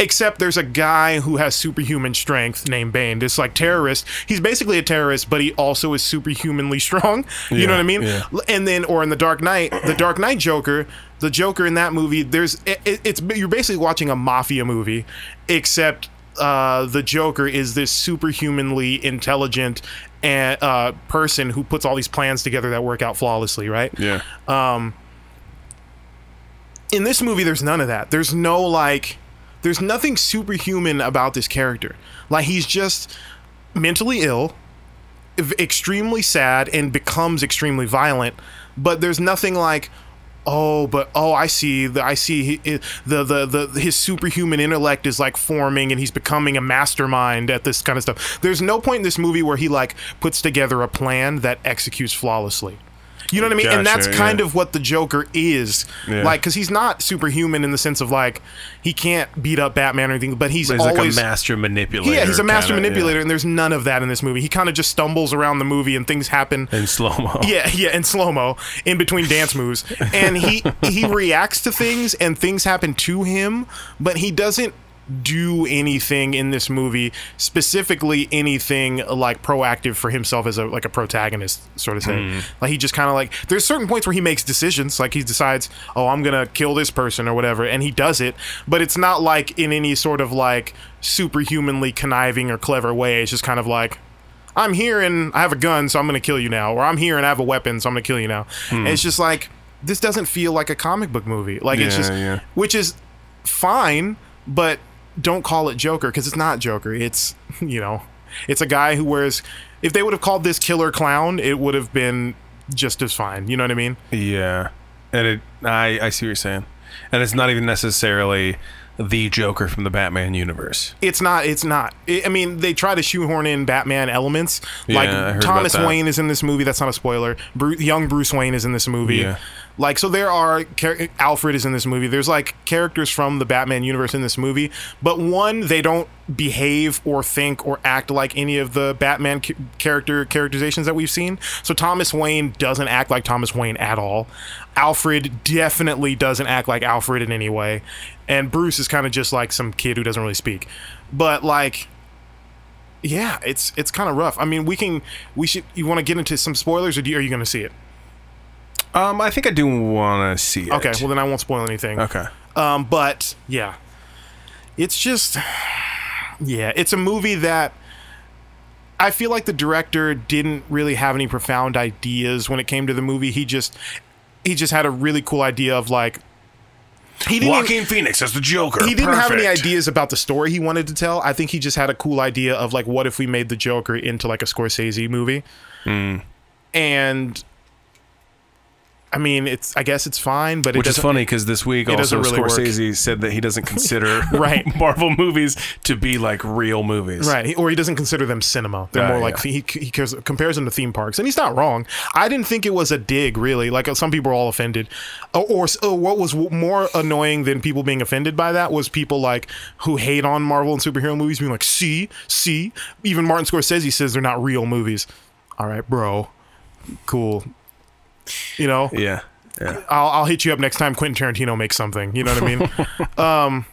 Speaker 2: except there's a guy who has superhuman strength named Bane this like terrorist he's basically a terrorist but he also is superhumanly strong you know what I mean
Speaker 1: yeah.
Speaker 2: L- and then or in the Dark Knight the Dark Knight Joker the Joker in that movie there's it, it- it's you're basically watching a mafia movie except uh, the Joker is this superhumanly intelligent and uh, person who puts all these plans together that work out flawlessly, right?
Speaker 1: Yeah.
Speaker 2: Uh, in this movie there's none of that there's no like there's nothing superhuman about this character like he's just mentally ill ev- extremely sad and becomes extremely violent but there's nothing like oh but oh i see the i see hi- i- the the, the his superhuman intellect is like forming and he's becoming a mastermind at this kind of stuff there's no point in this movie where he like puts together a plan that executes flawlessly you know what i mean and that's
Speaker 1: Gotcha, yeah.
Speaker 2: kind of what the joker is
Speaker 1: Yeah.
Speaker 2: like because he's not superhuman in the sense of like he can't beat up batman or anything but he's,
Speaker 1: He's like
Speaker 2: always
Speaker 1: a master manipulator.
Speaker 2: yeah, he's a master
Speaker 1: kinda,
Speaker 2: manipulator, and there's none of that in this movie. He kind of just stumbles around the movie, and things happen.
Speaker 1: Yeah. In slow mo.
Speaker 2: Yeah, yeah, in slow mo, in between dance moves, and he he reacts to things, and things happen to him, but he doesn't do anything in this movie specifically anything like proactive for himself as a like a protagonist sort of thing like he just kind of like there's certain points where he makes decisions like he decides oh i'm gonna kill this person or whatever and he does it but it's not like in any sort of like superhumanly conniving or clever way it's just kind of like I'm here and I have a gun, so I'm going to kill you now. Or I'm here and I have a weapon, so I'm going to kill you now.
Speaker 1: Hmm.
Speaker 2: And it's just like, this doesn't feel like a comic book movie. Like, it's
Speaker 1: Yeah,
Speaker 2: just,
Speaker 1: yeah.
Speaker 2: which is fine, but don't call it Joker because it's not Joker. It's, you know, it's a guy who wears, if they would have called this Killer Clown, it would have been just as fine. You know what I mean?
Speaker 1: Yeah, and it, I I see what you're saying, and it's not even necessarily the Joker from the Batman universe.
Speaker 2: It's not. It's not. I I mean, they try to shoehorn in Batman elements.
Speaker 1: Yeah, I heard
Speaker 2: like
Speaker 1: about
Speaker 2: Thomas
Speaker 1: that.
Speaker 2: Wayne is in this movie. That's not a spoiler. Bru- young Bruce Wayne is in this movie.
Speaker 1: Yeah.
Speaker 2: Like, so there are char- Alfred is in this movie. There's like characters from the Batman universe in this movie, but one they don't behave or think or act like any of the Batman ca- character characterizations that we've seen. So Thomas Wayne doesn't act like Thomas Wayne at all. Alfred definitely doesn't act like Alfred in any way, and Bruce is kind of just like some kid who doesn't really speak. But like yeah, it's it's kind of rough. I mean, we can we should you want to get into some spoilers or do you, are you going to see it?
Speaker 1: Um, I think I do want to see it.
Speaker 2: Okay, well then I won't spoil anything.
Speaker 1: okay.
Speaker 2: Um, but yeah, it's just yeah, it's a movie that I feel like the director didn't really have any profound ideas when it came to the movie. He just he just had a really cool idea of like he didn't even-
Speaker 1: Joaquin Phoenix as the Joker.
Speaker 2: he didn't have any
Speaker 1: Perfect.
Speaker 2: ideas about the story he wanted to tell. I think he just had a cool idea of like, what if we made the Joker into like a Scorsese movie?
Speaker 1: Hmm.
Speaker 2: And I mean, it's I guess it's fine, but
Speaker 1: Which
Speaker 2: it
Speaker 1: is
Speaker 2: doesn't-
Speaker 1: funny because this week also
Speaker 2: doesn't really work.
Speaker 1: Scorsese said that he doesn't consider
Speaker 2: Right.
Speaker 1: Marvel movies to be like real movies.
Speaker 2: Right, he- or he doesn't consider them cinema. They're
Speaker 1: Yeah,
Speaker 2: more like
Speaker 1: yeah.
Speaker 2: he, he cares- compares them to theme parks, and he's not wrong. I didn't think it was a dig, really. Like uh, some people are all offended, or, or s- or what was w- more annoying than people being offended by that was people like who hate on Marvel and superhero movies being like, "See, see." Even Martin Scorsese says they're not real movies. All right, bro, cool. You know,
Speaker 1: Yeah. Yeah.
Speaker 2: I'll, I'll hit you up next time Quentin Tarantino makes something. You know what I mean?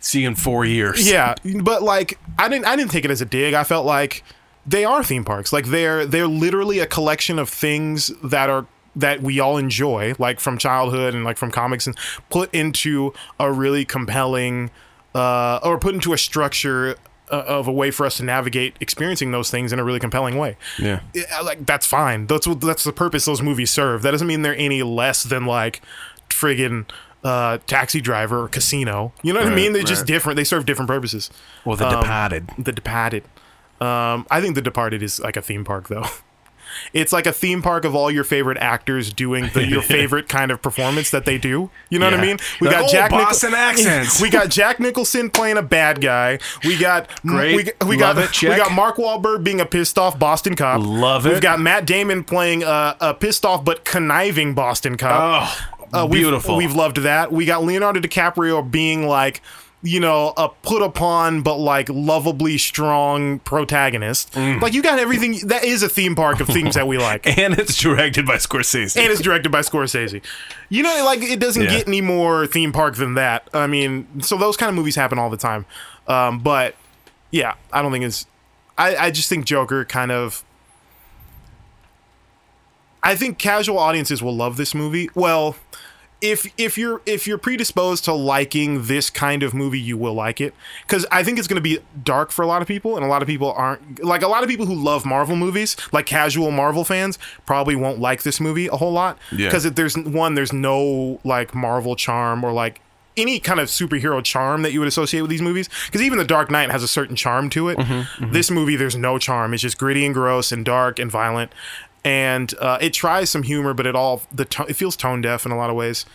Speaker 1: See you in four years.
Speaker 2: Yeah, but like I didn't I didn't take it as a dig. I felt like they are theme parks. Like they're they're literally a collection of things that are that we all enjoy, like from childhood and like from comics, and put into a really compelling uh, or put into a structure uh, of a way for us to navigate experiencing those things in a really compelling way.
Speaker 1: Yeah.
Speaker 2: Yeah, like that's fine. That's what that's the purpose those movies serve. That doesn't mean they're any less than like friggin' uh, taxi driver or casino. You know what I
Speaker 1: Right,
Speaker 2: mean? They're just
Speaker 1: right.
Speaker 2: different. They serve different purposes.
Speaker 1: Well, The
Speaker 2: Um,
Speaker 1: Departed.
Speaker 2: The Departed. Um, I think The Departed is like a theme park though. It's like a theme park of all your favorite actors doing the, your favorite kind of performance that they do. You know what I
Speaker 1: Yeah.
Speaker 2: mean? We
Speaker 1: Like
Speaker 2: got
Speaker 1: old
Speaker 2: Jack Nichol-
Speaker 1: Boston accents.
Speaker 2: We got Jack Nicholson playing a bad guy. We got
Speaker 1: Great.
Speaker 2: We, we
Speaker 1: Love
Speaker 2: got
Speaker 1: it,
Speaker 2: we
Speaker 1: Jack.
Speaker 2: got Mark Wahlberg being a pissed off Boston cop.
Speaker 1: Love
Speaker 2: We've
Speaker 1: it.
Speaker 2: got Matt Damon playing a, a pissed off but conniving Boston cop.
Speaker 1: Oh,
Speaker 2: Uh, we've-
Speaker 1: beautiful.
Speaker 2: We've, loved that. We got Leonardo DiCaprio being like, you know, a put upon but like lovably strong protagonist.
Speaker 1: Mm.
Speaker 2: Like you got everything. That is a theme park of things that we like, and
Speaker 1: and it's directed by Scorsese.
Speaker 2: it's directed by Scorsese. You know, like it doesn't
Speaker 1: Yeah.
Speaker 2: get any more theme park than that. I mean, so those kind of movies happen all the time. Um, but yeah, I don't think it's. I, I just think Joker kind of I think casual audiences will love this movie. Well, if if you're if you're predisposed to liking this kind of movie, you will like it because I think it's going to be dark for a lot of people, and a lot of people aren't like a lot of people who love Marvel movies, like casual Marvel fans, probably won't like this movie a whole lot
Speaker 1: Yeah.
Speaker 2: because there's one there's no like Marvel charm or like any kind of superhero charm that you would associate with these movies because even the dark knight has a certain charm to it this movie there's no charm it's just gritty and gross and dark and violent and uh, it tries some humor but it all the to- it feels tone deaf in a lot of ways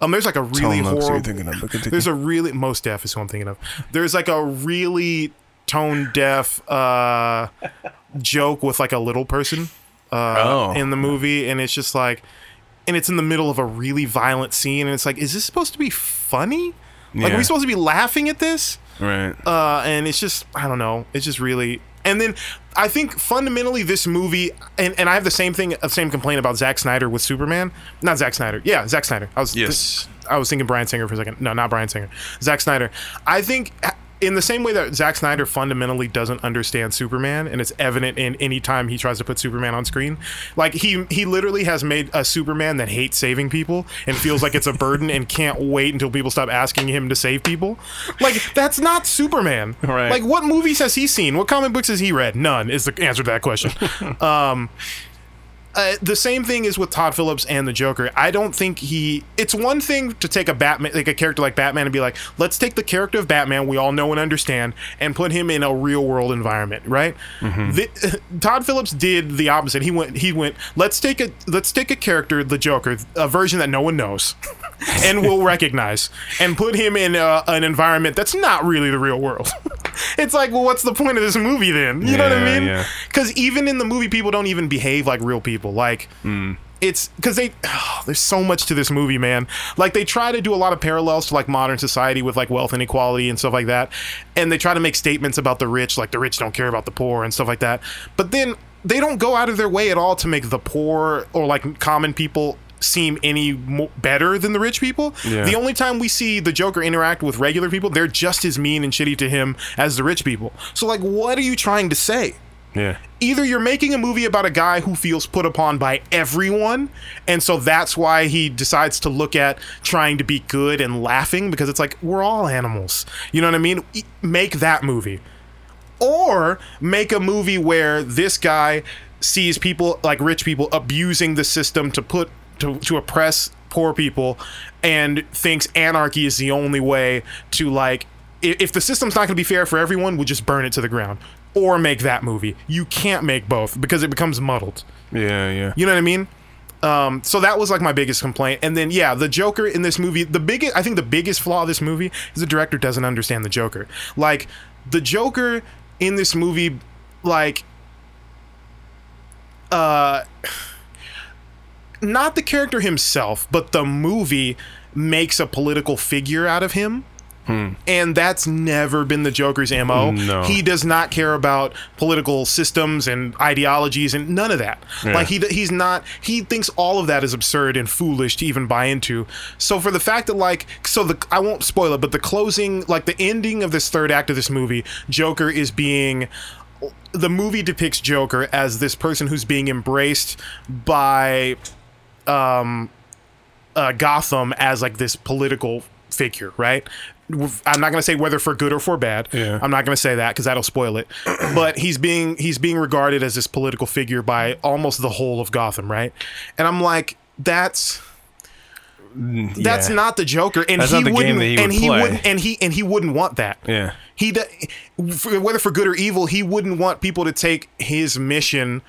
Speaker 2: um there's like a really
Speaker 1: Tone deaf's what
Speaker 2: horrible
Speaker 1: you're thinking of, but continue.
Speaker 2: there's a really most deaf is who i'm thinking of there's like a really tone deaf uh joke with like a little person uh,
Speaker 1: Oh.
Speaker 2: in the movie, and it's just like, and it's in the middle of a really violent scene, and it's like, is this supposed to be funny? Like, are
Speaker 1: Yeah.
Speaker 2: we supposed to be laughing at this?
Speaker 1: right.
Speaker 2: Uh, and it's just, I don't know, it's just really. And then I think fundamentally, this movie, and, and I have the same thing, the same complaint about Zack Snyder with Superman. Not Zack Snyder, yeah, Zack Snyder. I was
Speaker 1: Yes.
Speaker 2: I was thinking Brian Singer for a second. No, not Brian Singer. Zack Snyder. I think uh, in the same way that Zack Snyder fundamentally doesn't understand Superman, and it's evident in any time he tries to put Superman on screen, like he he literally has made a Superman that hates saving people and feels like it's a burden and can't wait until people stop asking him to save people. Like that's not Superman.
Speaker 1: Right.
Speaker 2: Like what movies has he seen? What comic books has he read? None is the answer to that question. uh, the same thing is with Todd Phillips and the Joker. I don't think he. It's one thing to take a Batman, like a character like Batman, and be like, let's take the character of Batman we all know and understand and put him in a real world environment, right?
Speaker 1: Mm-hmm.
Speaker 2: The- Todd Phillips did the opposite. He went, he went, let's take a let's take a character, the Joker, a version that no one knows and will recognize, and put him in a, an environment that's not really the real world. it's like, well, what's the point of this movie then? You know what I
Speaker 1: Yeah,
Speaker 2: mean?
Speaker 1: yeah. Hmm.
Speaker 2: Because even in the movie, people don't even behave like real people. Like it's because they there's so much to this movie, man. Like they try to do a lot of parallels to like modern society with like wealth inequality and stuff like that, and they try to make statements about the rich, like the rich don't care about the poor and stuff like that. But then they don't go out of their way at all to make the poor or like common people seem any mo better than the rich people.
Speaker 1: Yeah.
Speaker 2: The only time we see the Joker interact with regular people, they're just as mean and shitty to him as the rich people. So like, what are you trying to say?
Speaker 1: Yeah.
Speaker 2: either you're making a movie about a guy who feels put upon by everyone and so that's why he decides to look at trying to be good and laughing because it's like we're all animals you know what i mean E- make that movie or make a movie where this guy sees people like rich people abusing the system to put to, to oppress poor people and thinks anarchy is the only way to like i- if the system's not going to be fair for everyone we'll just burn it to the ground or make that movie you can't make both because it becomes muddled
Speaker 1: Yeah. Yeah.
Speaker 2: you know what I mean? Um, so that was like my biggest complaint. And then yeah, the Joker in this movie, the biggest I think the biggest flaw of this movie is the director doesn't understand the Joker. Like the Joker in this movie, like uh not the character himself, but the movie makes a political figure out of him. And that's never been the Joker's MO.
Speaker 1: Hmm. No.
Speaker 2: He does not care about political systems and ideologies and none of that.
Speaker 1: Yeah.
Speaker 2: Like he he's not he thinks all of that is absurd and foolish to even buy into. So for the fact that like so the I won't spoil it, but the closing like the ending of this third act of this movie, Joker is being the movie depicts Joker as this person who's being embraced by uh, Gotham as like this political figure, right? With- I'm not gonna say whether for good or for bad.
Speaker 1: Yeah.
Speaker 2: I'm not gonna say that because that'll spoil it. but he's being he's being regarded as this political figure by almost the whole of Gotham, right? And I'm like, that's that's
Speaker 1: Mm, Yeah.
Speaker 2: not the Joker, and
Speaker 1: That's
Speaker 2: he
Speaker 1: not the game
Speaker 2: wouldn't,
Speaker 1: that he
Speaker 2: and
Speaker 1: would
Speaker 2: he
Speaker 1: play.
Speaker 2: wouldn't, and he and he wouldn't want that.
Speaker 1: Yeah.
Speaker 2: he do- for, whether for good or evil, he wouldn't want people to take his mission,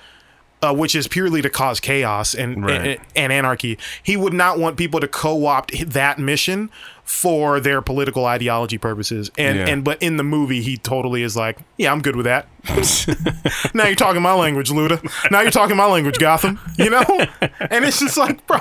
Speaker 2: uh, which is purely to cause chaos and,
Speaker 1: Right.
Speaker 2: and and anarchy. He would not want people to co-opt that mission for their political ideology purposes. And
Speaker 1: Yeah.
Speaker 2: and but in the movie, he totally is like, yeah, I'm good with that. now you're talking my language, Luda. Now you're talking my language, Gotham. You know? And it's just like, bro,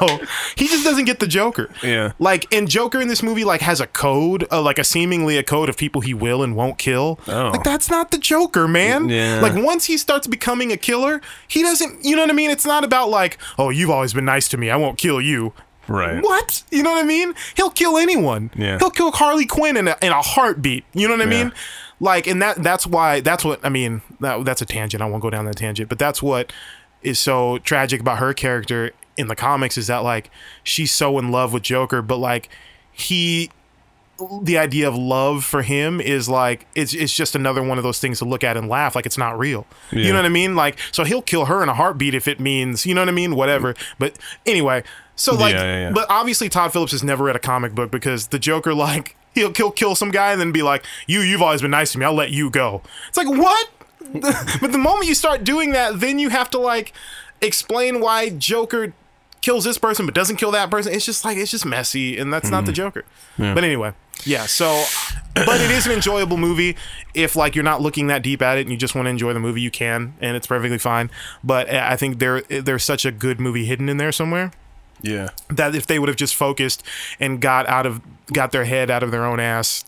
Speaker 2: he just doesn't get the Joker.
Speaker 1: Yeah.
Speaker 2: Like, and Joker in this movie, like, has a code, uh, like a seemingly a code of people he will and won't kill.
Speaker 1: Oh.
Speaker 2: Like, that's not the Joker, man.
Speaker 1: Yeah.
Speaker 2: Like, once he starts becoming a killer, he doesn't, you know what I mean? It's not about, like, oh, you've always been nice to me. I won't kill you.
Speaker 1: Right.
Speaker 2: What? You know what I mean? He'll kill anyone.
Speaker 1: Yeah.
Speaker 2: He'll kill Harley Quinn in a, in a heartbeat. You know what I
Speaker 1: Yeah.
Speaker 2: mean? Like, and that that's why that's what I mean. That, that's a tangent. I won't go down that tangent. But that's what is so tragic about her character in the comics is that like she's so in love with Joker, but like he the idea of love for him is like it's it's just another one of those things to look at and laugh like it's not real. You
Speaker 1: Yeah.
Speaker 2: know what I mean? Like so he'll kill her in a heartbeat if it means, you know what I mean, whatever. But anyway, so like
Speaker 1: Yeah, yeah, yeah.
Speaker 2: but obviously Todd Phillips has never read a comic book because the Joker like he'll kill kill some guy and then be like, "You you've always been nice to me. I'll let you go." It's like, "What?" but the moment you start doing that, then you have to like explain why Joker kills this person but doesn't kill that person. It's just like it's just messy, and that's not the Joker. But anyway, yeah. So, but it is an enjoyable movie. If like you're not looking that deep at it and you just want to enjoy the movie, you can, and it's perfectly fine. But uh, I think there there's such a good movie hidden in there somewhere
Speaker 1: Yeah.
Speaker 2: that if they would have just focused and got out of got their head out of their own ass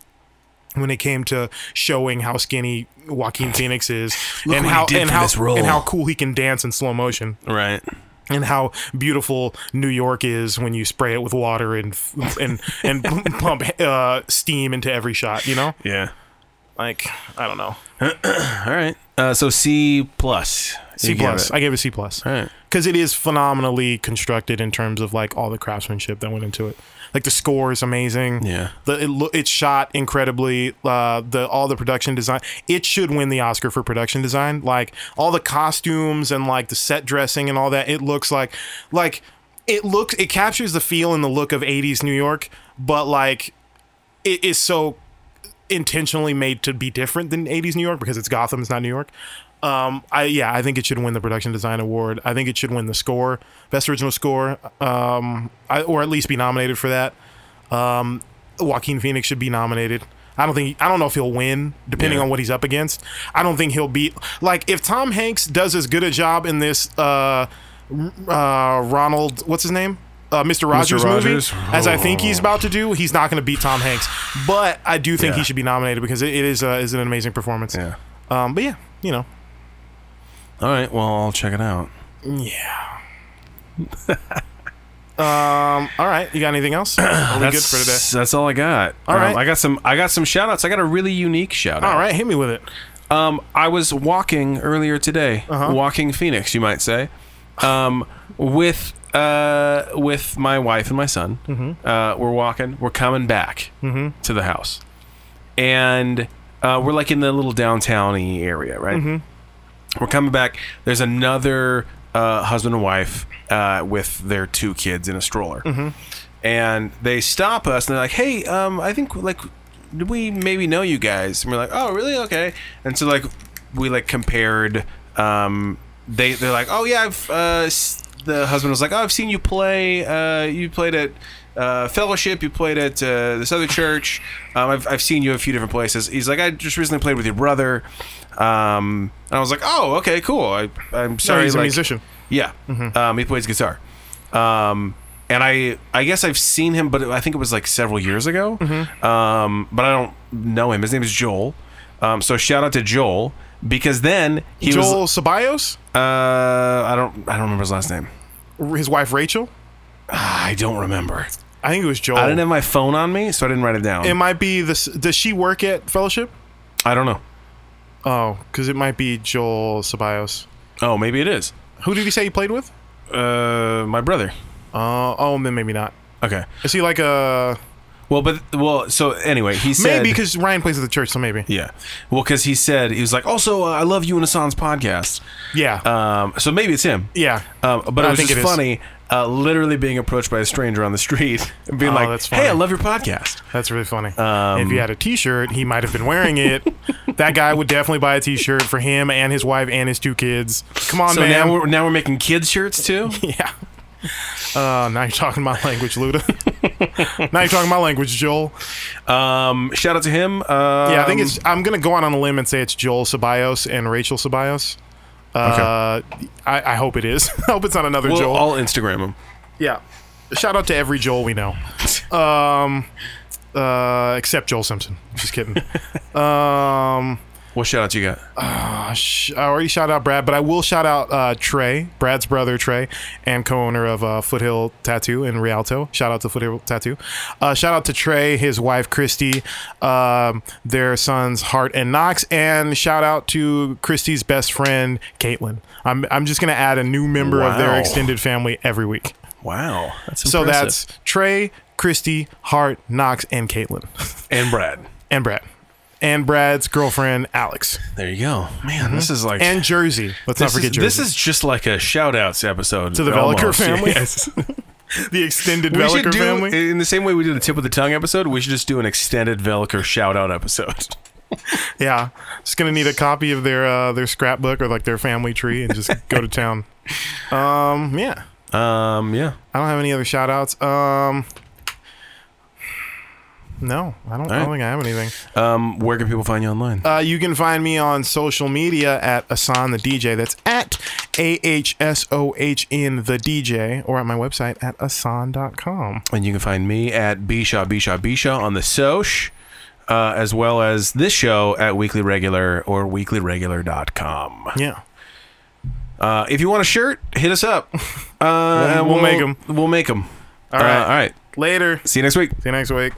Speaker 2: when it came to showing how skinny Joaquin Phoenix is and
Speaker 1: what he
Speaker 2: how
Speaker 1: did
Speaker 2: and
Speaker 1: for
Speaker 2: how
Speaker 1: this role.
Speaker 2: and how cool he can dance in slow motion
Speaker 1: Right.
Speaker 2: and how beautiful New York is when you spray it with water and f- and and pump uh, steam into every shot, you know?
Speaker 1: Yeah.
Speaker 2: Like I don't know.
Speaker 1: All right. Uh, so C plus.
Speaker 2: C
Speaker 1: You give
Speaker 2: plus.
Speaker 1: it.
Speaker 2: I gave it C plus.
Speaker 1: All right.
Speaker 2: because it is phenomenally constructed in terms of like all the craftsmanship that went into it. Like the score is amazing.
Speaker 1: Yeah.
Speaker 2: Mm-hmm. the it lo- it's shot incredibly. Uh, the all the production design. It should win the Oscar for production design. Like all the costumes and like the set dressing and all that. It looks like like it looks it captures the feel and the look of 80s New York, but like it is so intentionally made to be different than 80s New York because it's Gotham, it's not New York. Um, I yeah, I think it should win the production design award. I think it should win the score, best original score, um, I, or at least be nominated for that. Um, Joaquin Phoenix should be nominated. I don't think I don't know if he'll win depending
Speaker 1: Yeah.
Speaker 2: on what he's up against. I don't think he'll beat like if Tom Hanks does as good a job in this uh uh, Ronald, what's his name? Uh, Mr. Rogers,
Speaker 5: Rogers. Oh.
Speaker 2: movie, as I think he's about to do, he's not going to beat Tom Hanks, but I do think
Speaker 5: Yeah.
Speaker 2: he should be nominated because it, it is uh, is an amazing performance.
Speaker 5: Yeah.
Speaker 2: Um, but yeah, you know,
Speaker 5: All right. Well, I'll check it out.
Speaker 2: yeah. um. All right. You got anything else? Are we good for today?
Speaker 5: That's all I got.
Speaker 2: All
Speaker 5: Um,
Speaker 2: right.
Speaker 5: I got some. I got some shout outs. I got a really unique shout out.
Speaker 2: All right. Hit me with it.
Speaker 5: Um, I was walking earlier today, walking Phoenix, you might say, um, with uh, with my wife and my son. Uh, we're walking. We're coming back to the house, and uh, we're like in the little downtown-y area, right? We're coming back. There's another uh, husband and wife uh, with their two kids in a stroller, and they stop us and they're like, "Hey, um, I think like did we maybe know you guys?" And we're like, "Oh, really? Okay." And so like we like compared. Um, they they're like, "Oh yeah, I've." Uh, s- the husband was like, "Oh, I've seen you play. Uh, you played at." Uh, fellowship you played at uh, this other church um, I've, I've seen you a few different places he's like i just recently played with your brother um, and i was like oh okay cool I, i'm sorry
Speaker 2: No, he's a
Speaker 5: like-
Speaker 2: musician.
Speaker 5: yeah,
Speaker 2: Mm-hmm.
Speaker 5: um, he plays guitar, um, and I I guess I've seen him, but I think it was like several years ago.
Speaker 2: Mm-hmm.
Speaker 5: Um, but I don't know him. His name is Joel. Um, so shout out to Joel because then he
Speaker 2: Joel
Speaker 5: was
Speaker 2: Ceballos,
Speaker 5: uh, I don't I don't remember his last name.
Speaker 2: his wife Rachel.
Speaker 5: I don't remember.
Speaker 2: I think it was Joel.
Speaker 5: I didn't have my phone on me, so I didn't write it down.
Speaker 2: it might be this. Does she work at Fellowship?
Speaker 5: I don't know.
Speaker 2: Oh, because it might be Joel Ceballos.
Speaker 5: Oh, maybe it is.
Speaker 2: Who did he say he played with?
Speaker 5: Uh, my brother.
Speaker 2: Uh, oh, then maybe not.
Speaker 5: Okay.
Speaker 2: Is he like a
Speaker 5: Well, but well, so anyway, he said
Speaker 2: maybe because Ryan plays at the church, so maybe.
Speaker 5: yeah. Well, because he said he was like, also, uh, I love you and Hassan's podcast.
Speaker 2: Yeah,
Speaker 5: Um, so maybe it's him.
Speaker 2: yeah.
Speaker 5: Um, but
Speaker 2: I
Speaker 5: it was
Speaker 2: think
Speaker 5: just
Speaker 2: it is.
Speaker 5: funny, uh, literally being approached by a stranger on the street and being
Speaker 2: Oh,
Speaker 5: like,
Speaker 2: that's
Speaker 5: "Hey, I
Speaker 2: funny.
Speaker 5: love your podcast."
Speaker 2: That's really funny.
Speaker 5: um,
Speaker 2: if he had a T-shirt, he might have been wearing it. that guy would definitely buy a T-shirt for him and his wife and his two kids. Come on,
Speaker 5: So
Speaker 2: man.
Speaker 5: now we're now we're making kids shirts too.
Speaker 2: yeah. Uh, now you're talking my language, Luda. now you're talking my language, Joel.
Speaker 5: Um, shout out to him. Um,
Speaker 2: Yeah, I think it's. I'm gonna go out on a limb and say it's Joel Ceballos and Rachel Ceballos. Uh, I, I hope it is. I hope it's not another
Speaker 5: We'll
Speaker 2: Joel.
Speaker 5: all Instagram him.
Speaker 2: yeah. Shout out to every Joel we know. Um, uh, except Joel Simpson. Just kidding. um,
Speaker 5: What shout out you got?
Speaker 2: I sh- I already shout out Brad, but I will shout out uh, Trey, Brad's brother Trey, and co-owner of uh, Foothill Tattoo in Rialto. Shout out to Foothill Tattoo. Uh, shout out to Trey, his wife Christy, um, their sons Hart and Knox, and shout out to Christy's best friend Caitlin. I'm I'm just gonna add a new member of their
Speaker 5: Wow.
Speaker 2: extended family every week.
Speaker 5: Wow, that's
Speaker 2: So
Speaker 5: impressive.
Speaker 2: that's Trey, Christy, Hart, Knox, and Caitlin,
Speaker 5: and Brad.
Speaker 2: and Brad, and Brad's girlfriend Alex,
Speaker 5: There you go, man. This is like
Speaker 2: and Jersey. Let's not
Speaker 5: Mm-hmm. this,
Speaker 2: forget
Speaker 5: is,
Speaker 2: Jersey.
Speaker 5: this is just like a shout outs episode
Speaker 2: To the Velliker family? the extended
Speaker 5: We should
Speaker 2: Veliker
Speaker 5: do
Speaker 2: family.
Speaker 5: in the same way we did the tip of the tongue episode. We should just do an extended Velliker shout out episode.
Speaker 2: Yeah, just gonna need a copy of their uh, their scrapbook or like their family tree and just go to town. Um, yeah,
Speaker 5: Um, yeah.
Speaker 2: I don't have any other shout outs. Um, no, I don't. I
Speaker 5: right.
Speaker 2: don't think I have anything.
Speaker 5: Um, where can people find you online?
Speaker 2: Uh, you can find me on social media at Asan the DJ. That's at A H S O H N the DJ, or at my website at asan.com.
Speaker 5: And you can find me at Bisha Bisha Bisha on the Soch, uh, as well as this show at Weekly Regular or weeklyregular.com.
Speaker 2: Yeah.
Speaker 5: Uh, if you want a shirt, hit us up. Uh,
Speaker 2: we'll make 'em.
Speaker 5: We'll make them. All
Speaker 2: Uh, right.
Speaker 5: all right.
Speaker 2: Later.
Speaker 5: See you next week.
Speaker 2: See you next week.